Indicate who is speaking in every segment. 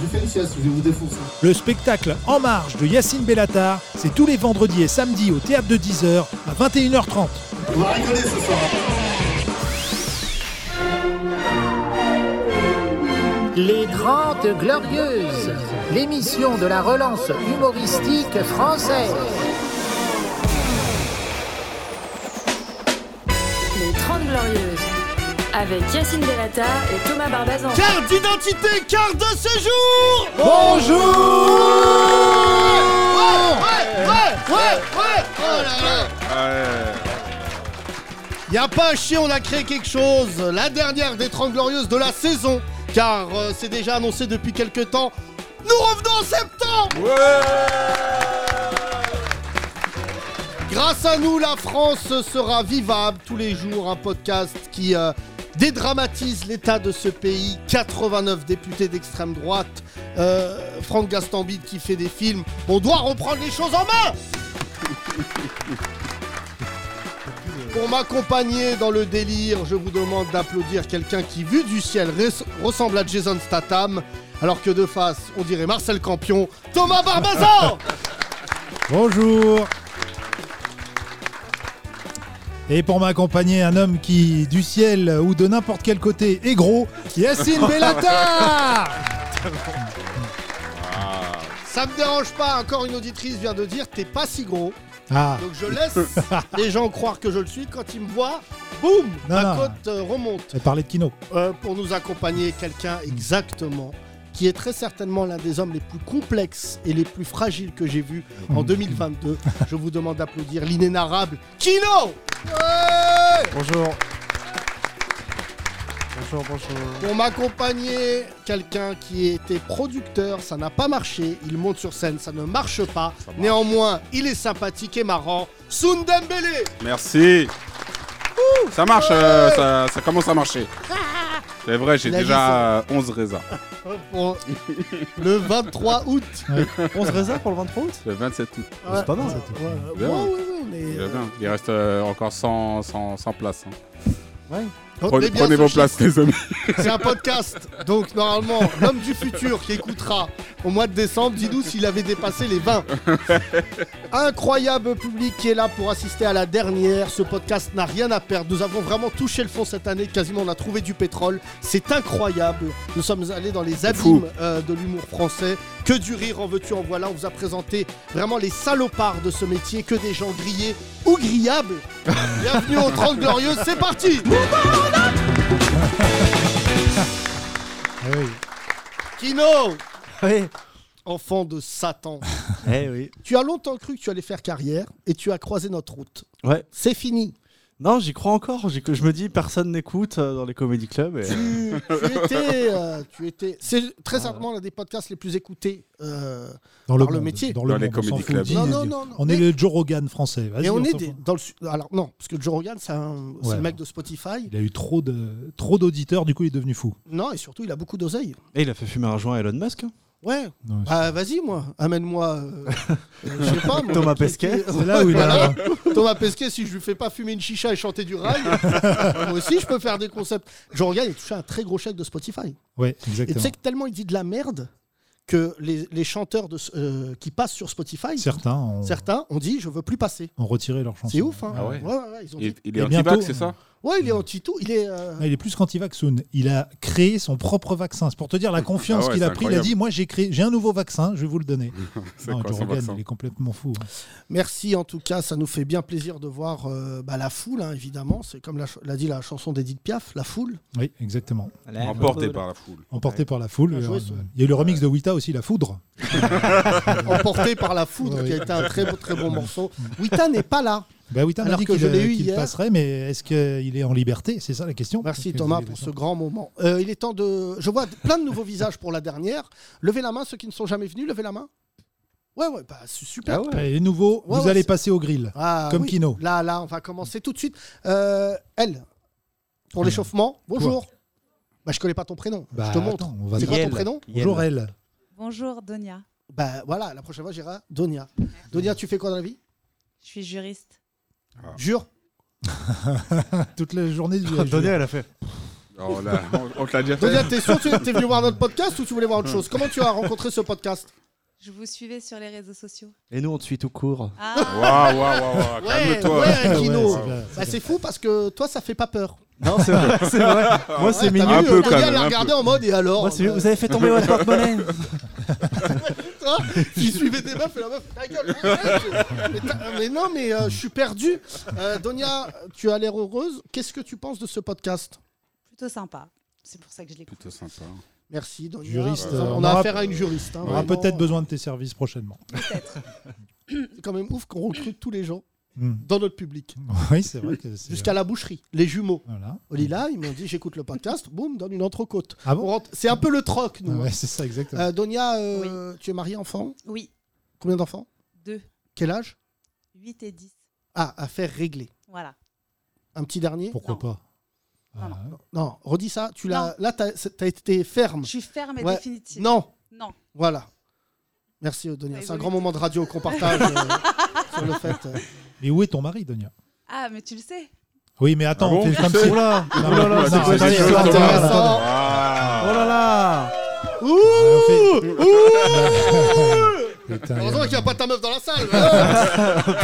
Speaker 1: J'ai fait une sieste, je vais vous hein. défoncer.
Speaker 2: Le spectacle En Marche de Yacine Bellatar, c'est tous les vendredis et samedis au théâtre de 10h à 21h30.
Speaker 1: On va rigoler ce soir.
Speaker 3: Les Grandes Glorieuses, l'émission de la relance humoristique française.
Speaker 4: Les 30 Glorieuses, avec Yacine Delata et Thomas Barbazan.
Speaker 5: Carte d'identité, carte de séjour
Speaker 2: Bonjour
Speaker 5: Ouais, ouais, ouais Oh là là Y'a pas à chier, on a créé quelque chose La dernière des 30 glorieuses de la saison Car euh, c'est déjà annoncé depuis quelques temps Nous revenons en septembre Grâce à nous, la France sera vivable tous les jours. Un podcast qui euh, dédramatise l'état de ce pays. 89 députés d'extrême droite. Euh, Franck Gastambide qui fait des films. On doit reprendre les choses en main Pour m'accompagner dans le délire, je vous demande d'applaudir quelqu'un qui, vu du ciel, res- ressemble à Jason Statham, alors que de face, on dirait Marcel Campion, Thomas Barbazan
Speaker 2: Bonjour et pour m'accompagner, un homme qui, du ciel ou de n'importe quel côté, est gros, Yacine Bellatar
Speaker 5: Ça me dérange pas, encore une auditrice vient de dire t'es pas si gros.
Speaker 2: Ah,
Speaker 5: Donc je laisse les gens croire que je le suis. Quand ils me voient, boum,
Speaker 2: Non,
Speaker 5: la
Speaker 2: non.
Speaker 5: côte euh, remonte.
Speaker 2: j'ai parlé de Kino.
Speaker 5: Euh, pour nous accompagner, quelqu'un exactement qui est très certainement l'un des hommes les plus complexes et les plus fragiles que j'ai vus en
Speaker 2: Mmh.
Speaker 5: 2022. Je vous demande d'applaudir l'inénarrable Kino
Speaker 6: Bonjour. Bonjour, bonjour.
Speaker 5: Pour m'accompagner, quelqu'un qui était producteur, ça n'a pas marché. Il monte sur scène, ça ne marche pas. Néanmoins, il est sympathique et marrant. Sundembele
Speaker 7: Merci. ça marche, euh, ça, ça commence à marcher. C'est vrai, j'ai
Speaker 5: Il a
Speaker 7: déjà euh, 11 raisins.
Speaker 5: Euh, pour le 23 août.
Speaker 6: On se réserve pour le 23 août
Speaker 7: Le 27 août.
Speaker 6: C'est pas mal, ça.
Speaker 5: Ouais, ouais,
Speaker 7: Bien.
Speaker 5: ouais, ouais, on est-
Speaker 7: Il va bien. Il reste euh, encore 100, 100, 100 places. hein.
Speaker 5: Retenez
Speaker 7: Prenez,
Speaker 5: bien
Speaker 7: prenez
Speaker 5: ce
Speaker 7: vos
Speaker 5: chiffre.
Speaker 7: places, les amis.
Speaker 5: C'est un podcast. Donc, normalement, l'homme du futur qui écoutera au mois de décembre, dis-nous s'il avait dépassé les 20. Incroyable public qui est là pour assister à la dernière. Ce podcast n'a rien à perdre. Nous avons vraiment touché le fond cette année. Quasiment, on a trouvé du pétrole. C'est incroyable. Nous sommes allés dans les
Speaker 7: fou.
Speaker 5: abîmes euh, de l'humour français. Que du rire en veux-tu, en voilà. On vous a présenté vraiment les salopards de ce métier. Que des gens grillés ou grillables. Bienvenue aux 30 Glorieuses. C'est parti!
Speaker 2: Eh oui.
Speaker 5: Kino!
Speaker 6: Oui.
Speaker 5: Enfant de Satan.
Speaker 6: Eh oui.
Speaker 5: tu as longtemps cru que tu allais faire carrière et tu as croisé notre route.
Speaker 6: Ouais.
Speaker 5: C'est fini.
Speaker 6: Non, j'y crois encore. J'ai- Je me dis, personne n'écoute euh, dans les comédie clubs. et-
Speaker 5: Tu, tu étais. euh, tu étais... C'est très certainement l'un des podcasts les plus écoutés. euh,
Speaker 2: Dans le,
Speaker 5: Par le
Speaker 2: monde,
Speaker 5: métier.
Speaker 2: Dans le
Speaker 7: Dans les
Speaker 2: monde, on s'en
Speaker 7: comedy
Speaker 2: fout,
Speaker 7: clubs.
Speaker 2: dis-
Speaker 5: Non,
Speaker 2: dis-
Speaker 5: non, non, non.
Speaker 2: On est
Speaker 5: Mais-
Speaker 2: le Joe Rogan français. Vas-y,
Speaker 5: et on
Speaker 2: on
Speaker 5: est
Speaker 2: s'en
Speaker 5: des-
Speaker 2: fout.
Speaker 5: dans le. su- Alors, non, parce que Joe Rogan, c'est un- c'est
Speaker 2: Ouais.
Speaker 5: le mec de Spotify.
Speaker 2: Il a eu trop de trop d'auditeurs, du coup il est devenu fou.
Speaker 5: Non, et surtout, il a beaucoup d'oseille.
Speaker 6: Et il a fait fumer un joint à Elon
Speaker 7: hein.
Speaker 6: Musk.
Speaker 5: Ouais.
Speaker 2: Ouais.
Speaker 5: Bah, vas-y, moi. Amène-moi. euh, je sais pas. moi.
Speaker 6: Thomas Pesquet.
Speaker 2: C'est là où il
Speaker 5: Voilà.
Speaker 2: a.
Speaker 5: Thomas Pesquet, si je lui fais pas fumer une chicha et chanter du rail, moi aussi, je peux faire des concepts. Joe Rogan, il touche un très gros chèque de Spotify.
Speaker 2: Ouais,
Speaker 5: Et tu sais
Speaker 2: exactement.
Speaker 5: que tellement il dit de la merde que les, les chanteurs de, ce- euh, qui passent sur Spotify,
Speaker 2: Certains ont,
Speaker 5: certains ont dit je veux plus passer.
Speaker 2: ont retiré leur chanson.
Speaker 5: C'est ouf, hein.
Speaker 7: Ah ouais.
Speaker 5: ouais, ils ont dit-
Speaker 7: Il, il est
Speaker 2: Et bientôt,
Speaker 7: anti-vax, c'est ça
Speaker 5: Ouais, il est anti-tout, il est. euh,
Speaker 2: Ah, il est plus qu'anti-vax Soun. Il a créé son propre vaccin. C'est pour te dire la confiance
Speaker 7: Ah ouais,
Speaker 2: qu'il a
Speaker 7: c'est
Speaker 2: pris. Il a dit Moi, j'ai créé, j'ai un nouveau vaccin, je vais vous le donner.
Speaker 7: C'est
Speaker 2: Non,
Speaker 7: quoi
Speaker 2: Joe
Speaker 7: son
Speaker 2: Rogan,
Speaker 7: vaccin
Speaker 2: il est complètement fou. hein.
Speaker 5: Merci en tout cas, ça nous fait bien plaisir de voir euh, bah, la foule, hein, évidemment. C'est comme la ch- l'a dit la chanson d'Edith Piaf, la foule.
Speaker 2: Oui, exactement.
Speaker 7: Emporté par la foule.
Speaker 2: Emporté par la foule.
Speaker 5: Bien joué,
Speaker 2: Euh,
Speaker 5: Soun.
Speaker 2: Il y a eu le remix de Wita aussi, La Foudre.
Speaker 5: Emportée par la foudre,
Speaker 2: Ouais.
Speaker 5: qui a été un très, beau- très
Speaker 2: Mm.
Speaker 5: bon morceau. Wita n'est pas là.
Speaker 2: Bah, Wita m'a
Speaker 5: Alors
Speaker 2: dit
Speaker 5: que
Speaker 2: qu'il
Speaker 5: je l'ai eu
Speaker 2: qu'il
Speaker 5: hier.
Speaker 2: passerait, mais est-ce qu'il est en liberté C'est ça la question
Speaker 5: Merci
Speaker 2: Est-ce que
Speaker 5: Thomas
Speaker 2: vous
Speaker 5: pour
Speaker 2: avez-
Speaker 5: ce grand moment. Euh, il est temps de. Je vois plein de nouveaux visages pour la dernière. Levez la main ceux qui ne sont jamais venus. Levez la main. Ouais ouais, bah, c'est super.
Speaker 2: Ouais, Et nouveau,
Speaker 5: Ouais,
Speaker 2: vous
Speaker 5: ouais,
Speaker 2: allez
Speaker 5: c'est-
Speaker 2: passer au grill.
Speaker 5: Ah,
Speaker 2: Comme
Speaker 5: oui.
Speaker 2: Kino.
Speaker 5: Là, là, on va commencer tout de suite. Euh, elle, pour
Speaker 2: Ouais.
Speaker 5: l'échauffement, bonjour. Bah, je connais pas ton prénom.
Speaker 2: Bah,
Speaker 5: je te montre.
Speaker 2: attends, on va
Speaker 5: C'est
Speaker 2: se-
Speaker 5: quoi ton prénom
Speaker 2: Bonjour, elle.
Speaker 8: Bonjour Donia,
Speaker 5: Bah, voilà, la prochaine fois, j'irai Donia. Donia, tu fais quoi dans la vie
Speaker 8: je suis juriste.
Speaker 7: Ah.
Speaker 5: Jure.
Speaker 2: Toute la journée du
Speaker 6: Ah, Daniel, elle a fait.
Speaker 7: Oh là, on, on te l'a déjà fait.
Speaker 5: Donia, t'es sûr que t'es venu voir notre podcast ou tu voulais voir autre chose Comment tu as rencontré ce podcast
Speaker 8: Je vous suivais sur les réseaux sociaux.
Speaker 6: Et nous, on te suit tout court.
Speaker 8: Ah,
Speaker 7: Waouh, waouh, waouh, waouh, calme-toi.
Speaker 5: ouais, Kino.
Speaker 2: Ouais, c'est bien, c'est
Speaker 5: Bah, c'est fou parce que toi, ça fait pas peur.
Speaker 6: Non, c'est vrai. c'est vrai. Moi, c'est
Speaker 5: mignon.
Speaker 6: mignon.
Speaker 7: Un peu, quand
Speaker 5: Donia
Speaker 7: même,
Speaker 5: l'a
Speaker 7: un
Speaker 5: regardé en mode et alors
Speaker 6: Moi, c'est-
Speaker 5: euh,
Speaker 6: Vous avez fait tomber votre porte-monnaie.
Speaker 5: Ah, J'y suivais des meufs et la meuf, ta gueule. arrête. Mais, t'as- mais non, mais euh, je suis perdu. Euh, Donia, tu as l'air heureuse. Qu'est-ce que tu penses de ce podcast
Speaker 8: plutôt sympa. C'est pour ça que je l'écoute.
Speaker 7: Plutôt sympa.
Speaker 5: Merci, Donia.
Speaker 2: Juriste,
Speaker 5: Euh,
Speaker 2: euh,
Speaker 5: on,
Speaker 2: on
Speaker 5: a
Speaker 2: aura-
Speaker 5: affaire à une juriste. hein,
Speaker 2: On aura
Speaker 5: vraiment.
Speaker 2: peut-être besoin de tes services prochainement.
Speaker 5: C'est quand même ouf qu'on recrute tous les gens
Speaker 2: Hmm.
Speaker 5: dans notre public.
Speaker 2: Oui, c'est vrai que c'est.
Speaker 5: Jusqu'à la boucherie, les jumeaux.
Speaker 2: Voilà.
Speaker 5: Au Lila, ils m'ont dit j'écoute le podcast, boum, donne une entrecôte.
Speaker 2: Ah
Speaker 5: On
Speaker 2: bon
Speaker 5: rentre- C'est un peu le troc,
Speaker 2: Ah
Speaker 5: nous.
Speaker 2: ouais, C'est ça, exactement.
Speaker 5: Euh, Donia, euh, tu es mariée enfant
Speaker 8: Oui,
Speaker 5: Combien d'enfants
Speaker 8: 2,
Speaker 5: Quel âge
Speaker 8: 8 et 10.
Speaker 5: Ah, à faire régler.
Speaker 8: Voilà.
Speaker 5: Un petit dernier
Speaker 2: Pourquoi
Speaker 8: non.
Speaker 2: pas
Speaker 8: Non, non.
Speaker 2: Ah, ouais.
Speaker 5: Non, redis ça. Tu l'as. Là, t'as c'est- t'as été ferme.
Speaker 8: Je suis ferme et
Speaker 5: Ouais.
Speaker 8: définitive.
Speaker 5: Non.
Speaker 8: Non.
Speaker 5: Voilà. Merci,
Speaker 8: Ça
Speaker 5: Odonia. C'est un
Speaker 8: évolue.
Speaker 5: grand moment de radio qu'on partage euh, sur le fait. euh.
Speaker 2: Mais où est ton mari, Donia
Speaker 8: Ah, mais tu le sais.
Speaker 2: Oui, mais attends,
Speaker 7: Ah bon,
Speaker 2: on fait
Speaker 7: tu
Speaker 2: comme
Speaker 7: sais
Speaker 2: si. Oula
Speaker 7: Oh là là, c'est quoi
Speaker 2: attendez,
Speaker 7: cette
Speaker 2: attendez,
Speaker 7: chose,
Speaker 2: attendez,
Speaker 7: Thomas
Speaker 2: attendez.
Speaker 6: Oh là là
Speaker 2: Ouais, on fait- Putain,
Speaker 5: Heureusement qu'il n'y a pas ta meuf dans la salle.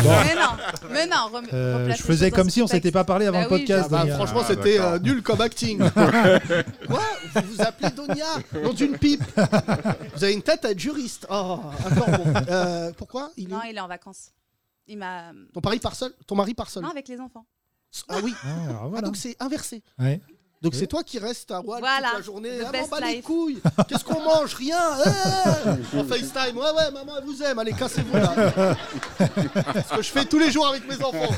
Speaker 8: Mais non, mais non. rem-
Speaker 2: euh,
Speaker 8: replace
Speaker 2: je
Speaker 8: les
Speaker 2: faisais
Speaker 8: choses
Speaker 2: comme
Speaker 8: dans
Speaker 2: si on
Speaker 8: son
Speaker 2: s'était pas parlé avant
Speaker 8: Bah
Speaker 2: le
Speaker 8: oui,
Speaker 5: Ah
Speaker 2: podcast.
Speaker 5: bah,
Speaker 2: Donia.
Speaker 5: franchement,
Speaker 7: Ah,
Speaker 5: c'était
Speaker 7: d'accord.
Speaker 5: euh, nul comme acting. Quoi Vous vous appelez Donia Nom d'une pipe. Vous avez une tête à être juriste. Oh, encore bon. Euh, pourquoi
Speaker 8: contexte.
Speaker 5: Il est
Speaker 8: Non,
Speaker 5: où
Speaker 8: il est en vacances. Il m'a.
Speaker 5: Ton mari part seul Ton mari part seul
Speaker 8: Non, avec les enfants.
Speaker 5: Ah oui.
Speaker 2: Ah, alors
Speaker 5: Ah,
Speaker 2: voilà.
Speaker 5: donc c'est inversé.
Speaker 2: Ouais.
Speaker 5: Donc
Speaker 2: Oui.
Speaker 5: c'est toi qui restes à Wall
Speaker 8: Voilà,
Speaker 5: toute la journée.
Speaker 8: the
Speaker 5: Ah, m'en
Speaker 8: best
Speaker 5: bat les
Speaker 8: life.
Speaker 5: couilles. Qu'est-ce qu'on mange Rien. Eh en FaceTime. Ouais, ouais, maman, elle vous aime. Allez, cassez-vous là. Ce que je fais tous les jours avec mes enfants.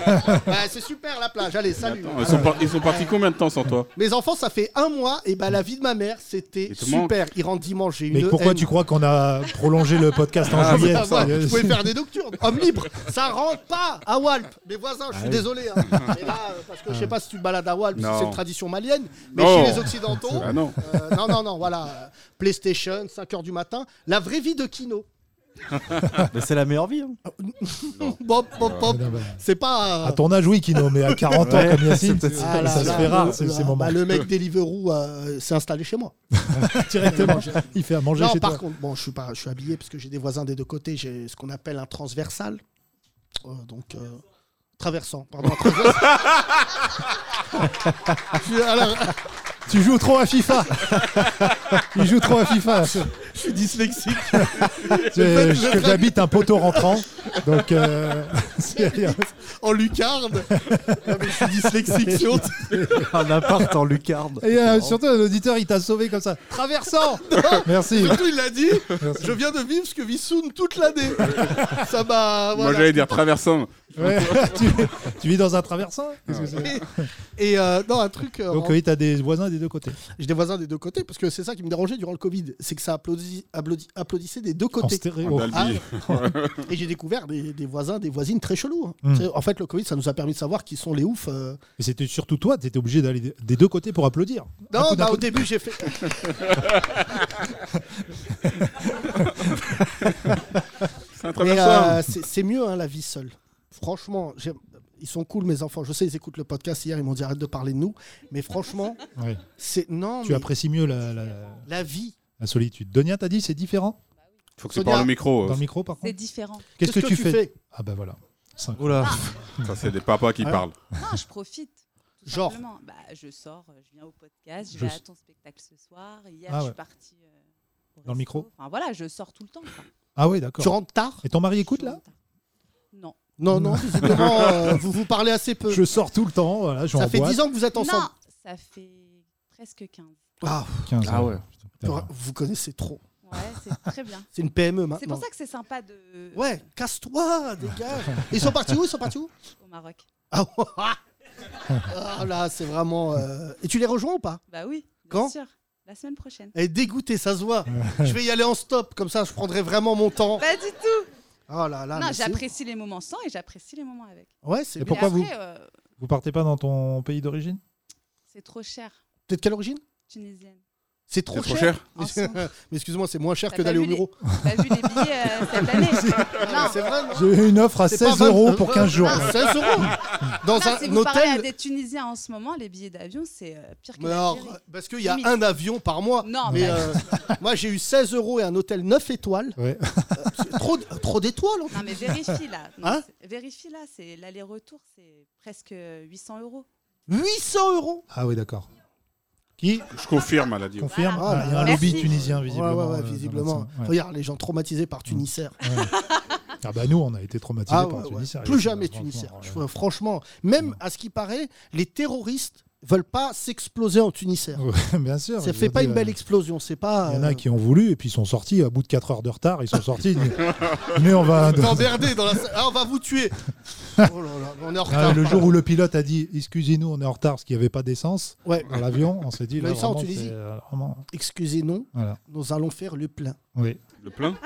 Speaker 5: Ouais, c'est super la plage. Allez, salut.
Speaker 7: Attends, ils, sont par- ils sont partis combien de temps sans toi
Speaker 5: Mes enfants, ça fait un mois. Et ben la vie de ma mère, c'était
Speaker 7: Il te
Speaker 5: super. Ils rentrent dimanche. J'ai une.
Speaker 2: Mais pourquoi
Speaker 5: haine.
Speaker 2: tu crois qu'on a prolongé le podcast en
Speaker 5: Ah,
Speaker 2: juillet Euh,
Speaker 5: putain, moi, je
Speaker 2: sérieux
Speaker 5: pouvais faire des nocturnes. Homme libre, ça rentre pas à Walp. Mes voisins,
Speaker 2: Ah
Speaker 5: je suis désolé. hein. Mais là, euh, parce que je sais pas si tu te balades à Walp, si
Speaker 7: Non.
Speaker 5: c'est une tradition malienne. Mais
Speaker 7: Non.
Speaker 5: chez les Occidentaux,
Speaker 7: Ah non.
Speaker 5: Euh, non, non, non, voilà. Euh, PlayStation, 5h du matin. La vraie vie de Kino.
Speaker 6: Mais c'est la meilleure vie. hein.
Speaker 5: Bop, bop, bop.
Speaker 2: Non, bah,
Speaker 5: C'est pas. euh,
Speaker 2: À ton âge, oui, Kino, mais à 40 ans
Speaker 6: Ouais,
Speaker 2: comme Yacine,
Speaker 6: c'est peut-être
Speaker 5: ah là
Speaker 2: ça se
Speaker 5: là,
Speaker 2: fait
Speaker 5: le-
Speaker 2: rare ces
Speaker 5: le-
Speaker 2: ces moments.
Speaker 5: bah, le mec Deliveroo euh, s'est installé chez moi.
Speaker 2: Directement, il fait à manger
Speaker 5: Non,
Speaker 2: chez
Speaker 5: par
Speaker 2: toi.
Speaker 5: contre, bon, je suis pas, je suis habillé parce que j'ai des voisins des deux côtés. J'ai ce qu'on appelle un transversal. Euh, donc euh, traversant, pardon. un traversant. Je suis à la-
Speaker 2: Tu joues trop à FIFA Il joue trop à FIFA. C'est-
Speaker 5: je suis dyslexique. je
Speaker 2: c'est- je-
Speaker 5: traîne.
Speaker 2: J'habite un poteau rentrant, donc euh, c'est-
Speaker 5: en lucarne. Non, mais je suis dyslexique. je suis honte.
Speaker 6: Un appart en lucarne.
Speaker 2: Et euh, surtout, l'auditeur, il t'a sauvé comme ça.
Speaker 5: Traversant.
Speaker 2: Merci.
Speaker 5: Surtout, il l'a dit.
Speaker 2: Merci.
Speaker 5: Je viens de vivre ce que vit Soon toute l'année. Ça m'a.
Speaker 7: Moi
Speaker 5: voilà.
Speaker 7: j'allais dire traversant.
Speaker 2: Ouais, tu, tu vis dans un traversin Qu'est-ce que
Speaker 5: Ah
Speaker 2: c'est
Speaker 5: Et euh, non, un truc. euh,
Speaker 2: Ah Donc
Speaker 5: en-
Speaker 2: oui, t'as des voisins des deux côtés.
Speaker 5: J'ai des voisins des deux côtés parce que c'est ça qui me dérangeait durant le Covid. C'est que ça applaudi- applaudi- applaudissait des deux
Speaker 2: En
Speaker 5: côtés.
Speaker 2: stéréo.
Speaker 7: Dalby.
Speaker 5: Ah, et j'ai découvert des, des voisins, des voisines très chelous. hein.
Speaker 2: Mm.
Speaker 5: C'est- En fait, le Covid, ça nous a permis de savoir qui sont les oufs. euh.
Speaker 2: Et c'était surtout toi, t'étais obligé d'aller des- des deux côtés pour applaudir. Un
Speaker 5: Non,
Speaker 2: coup d'un
Speaker 5: bah,
Speaker 2: coup-
Speaker 5: au début, j'ai fait.
Speaker 7: C'est un
Speaker 5: Mais,
Speaker 7: traversant.
Speaker 5: euh, c'est c'est mieux hein, la vie seule. Franchement, j'aime- ils sont cool, mes enfants. Je sais, ils écoutent le podcast hier, ils m'ont dit arrête de parler de nous. Mais franchement,
Speaker 2: Ouais.
Speaker 5: c'est. Non,
Speaker 2: Tu
Speaker 5: mais
Speaker 2: apprécies mieux la, la-
Speaker 5: la vie.
Speaker 2: la solitude. Donia, t'as dit, c'est différent
Speaker 7: Faut que tu
Speaker 5: Sonia.
Speaker 7: parles au micro. euh.
Speaker 2: Dans le micro, par
Speaker 8: C'est
Speaker 2: contre
Speaker 8: différent.
Speaker 2: Qu'est-ce que, tu fais, Ah bah voilà. Cinq.
Speaker 6: Oula.
Speaker 7: Ça c'est des papas qui
Speaker 2: Ah.
Speaker 7: parlent.
Speaker 8: Non, je profite. tout
Speaker 5: Genre.
Speaker 8: simplement. Bah, je sors, je viens au podcast, je,
Speaker 2: Je
Speaker 8: vais à
Speaker 2: s-
Speaker 8: ton spectacle ce soir. Hier,
Speaker 2: Ah
Speaker 8: je
Speaker 2: ouais.
Speaker 8: suis partie. euh, au
Speaker 2: Dans le
Speaker 8: resto.
Speaker 2: micro
Speaker 8: Enfin voilà, je sors tout le temps. quoi.
Speaker 2: Ah oui,
Speaker 5: Tu
Speaker 2: d'accord.
Speaker 5: rentres tard
Speaker 2: Et ton mari
Speaker 8: Je
Speaker 2: écoute
Speaker 8: suis
Speaker 2: là
Speaker 8: en retard. Non.
Speaker 5: Non, non, visiblement, euh, vous vous parlez assez peu.
Speaker 2: Je sors tout le temps, voilà, je
Speaker 5: Ça
Speaker 2: m'envoie.
Speaker 5: fait 10 ans que vous êtes
Speaker 8: Non,
Speaker 5: ensemble.
Speaker 8: ça fait presque 15.
Speaker 5: Ah,
Speaker 2: 15
Speaker 6: Ah ouais.
Speaker 2: Putain,
Speaker 5: Laura, vous connaissez trop.
Speaker 8: Ouais, Eh, c'est très bien.
Speaker 5: C'est une PME
Speaker 8: C'est
Speaker 5: maintenant.
Speaker 8: pour ça que c'est sympa de.
Speaker 5: Ouais, casse-toi, dégage. Ils sont partis où Ils sont partis où
Speaker 8: Au Maroc.
Speaker 5: Ah ouais. Ah, là, c'est vraiment. euh, Et tu les rejoins ou pas
Speaker 8: Bah oui. bien
Speaker 5: Quand
Speaker 8: sûr. La semaine prochaine.
Speaker 5: Elle est dégoûtée, ça se voit. Je vais y aller en stop, comme ça, je prendrai vraiment mon temps.
Speaker 8: Pas du tout.
Speaker 5: Oh là là.
Speaker 8: non,
Speaker 5: mais c'est-
Speaker 8: j'apprécie les moments sans et j'apprécie les moments avec.
Speaker 5: Ouais, c'est
Speaker 2: Et
Speaker 5: bien.
Speaker 2: pourquoi
Speaker 8: Mais après, euh,
Speaker 2: Vous partez pas dans ton pays d'origine
Speaker 8: C'est trop cher.
Speaker 5: Peut-être quelle origine
Speaker 8: Tunisienne.
Speaker 5: C'est trop,
Speaker 7: C'est trop
Speaker 5: cher.
Speaker 7: cher
Speaker 8: En son.
Speaker 5: Mais excuse-moi, c'est moins cher
Speaker 8: T'as
Speaker 5: que
Speaker 8: pas
Speaker 5: d'aller au
Speaker 8: vu les-
Speaker 5: bureau.
Speaker 8: T'as vu les billets euh, cette année Non.
Speaker 5: C'est vrai, non
Speaker 2: J'ai eu une offre à
Speaker 5: C'est pas
Speaker 2: 16
Speaker 5: vingt-
Speaker 2: euros pour 15 jours.
Speaker 5: Ah, 16 euros Dans
Speaker 8: Ça,
Speaker 5: un,
Speaker 8: si vous parlez à
Speaker 5: hôtel.
Speaker 8: des Tunisiens en ce moment, les billets d'avion, c'est euh, pire que
Speaker 5: Mais alors,
Speaker 8: l'Algérie.
Speaker 5: parce qu'il y a
Speaker 8: Limite.
Speaker 5: un avion par mois.
Speaker 8: Non,
Speaker 5: Mais
Speaker 8: mais
Speaker 5: euh, moi, j'ai eu 16 euros et un hôtel 9 étoiles. Euh,
Speaker 2: Ouais.
Speaker 5: C'est Trop, d- trop d'étoiles. en fait.
Speaker 8: non mais vérifie là. Non,
Speaker 5: Hein
Speaker 8: c'est- vérifie là, c'est l'aller-retour, c'est presque 800 euros.
Speaker 5: 800 euros
Speaker 2: Ah oui, d'accord. Qui
Speaker 7: Je confirme, elle a dit.
Speaker 2: confirme
Speaker 5: Voilà.
Speaker 2: Ah, Il y a un
Speaker 8: Merci.
Speaker 2: lobby tunisien,
Speaker 5: Ouais,
Speaker 2: visiblement.
Speaker 5: ouais, ouais,
Speaker 2: euh, dans
Speaker 5: visiblement.
Speaker 2: notre scène. Ouais. Mm.
Speaker 5: Regarde, les gens traumatisés par Tunisaire.
Speaker 2: Ah bah nous, on a été traumatisés
Speaker 5: Ah
Speaker 2: par
Speaker 5: ouais, ouais.
Speaker 2: Tunisien.
Speaker 5: Plus jamais
Speaker 2: Franchement,
Speaker 5: Tunisien.
Speaker 2: ouais.
Speaker 5: Je- Franchement, même à ce qui paraît, les terroristes veulent pas s'exploser en Tunisaire.
Speaker 2: Ouais, Bien sûr.
Speaker 5: Ça
Speaker 2: je
Speaker 5: fait
Speaker 2: veux
Speaker 5: pas
Speaker 2: dire,
Speaker 5: une belle explosion, c'est pas.
Speaker 2: euh, Il y en a
Speaker 5: euh,
Speaker 2: qui ont voulu et puis ils sont sortis à bout de 4 heures de retard. Ils sont sortis. mais on va.
Speaker 5: T'es emmerdé dans la salle. Ah, on va vous tuer. Oh là là, on est en
Speaker 2: Ah,
Speaker 5: retard.
Speaker 2: le jour où le pilote a dit excusez-nous, on est en retard parce qu'il n'y avait pas d'essence
Speaker 5: Ouais.
Speaker 2: dans l'avion, on s'est dit là
Speaker 5: Mais ça, en
Speaker 2: vraiment,
Speaker 5: Tunisie.
Speaker 2: c'est, euh, vraiment-
Speaker 5: Excusez-nous,
Speaker 2: Voilà.
Speaker 5: nous allons faire le plein.
Speaker 2: Oui.
Speaker 7: Le plein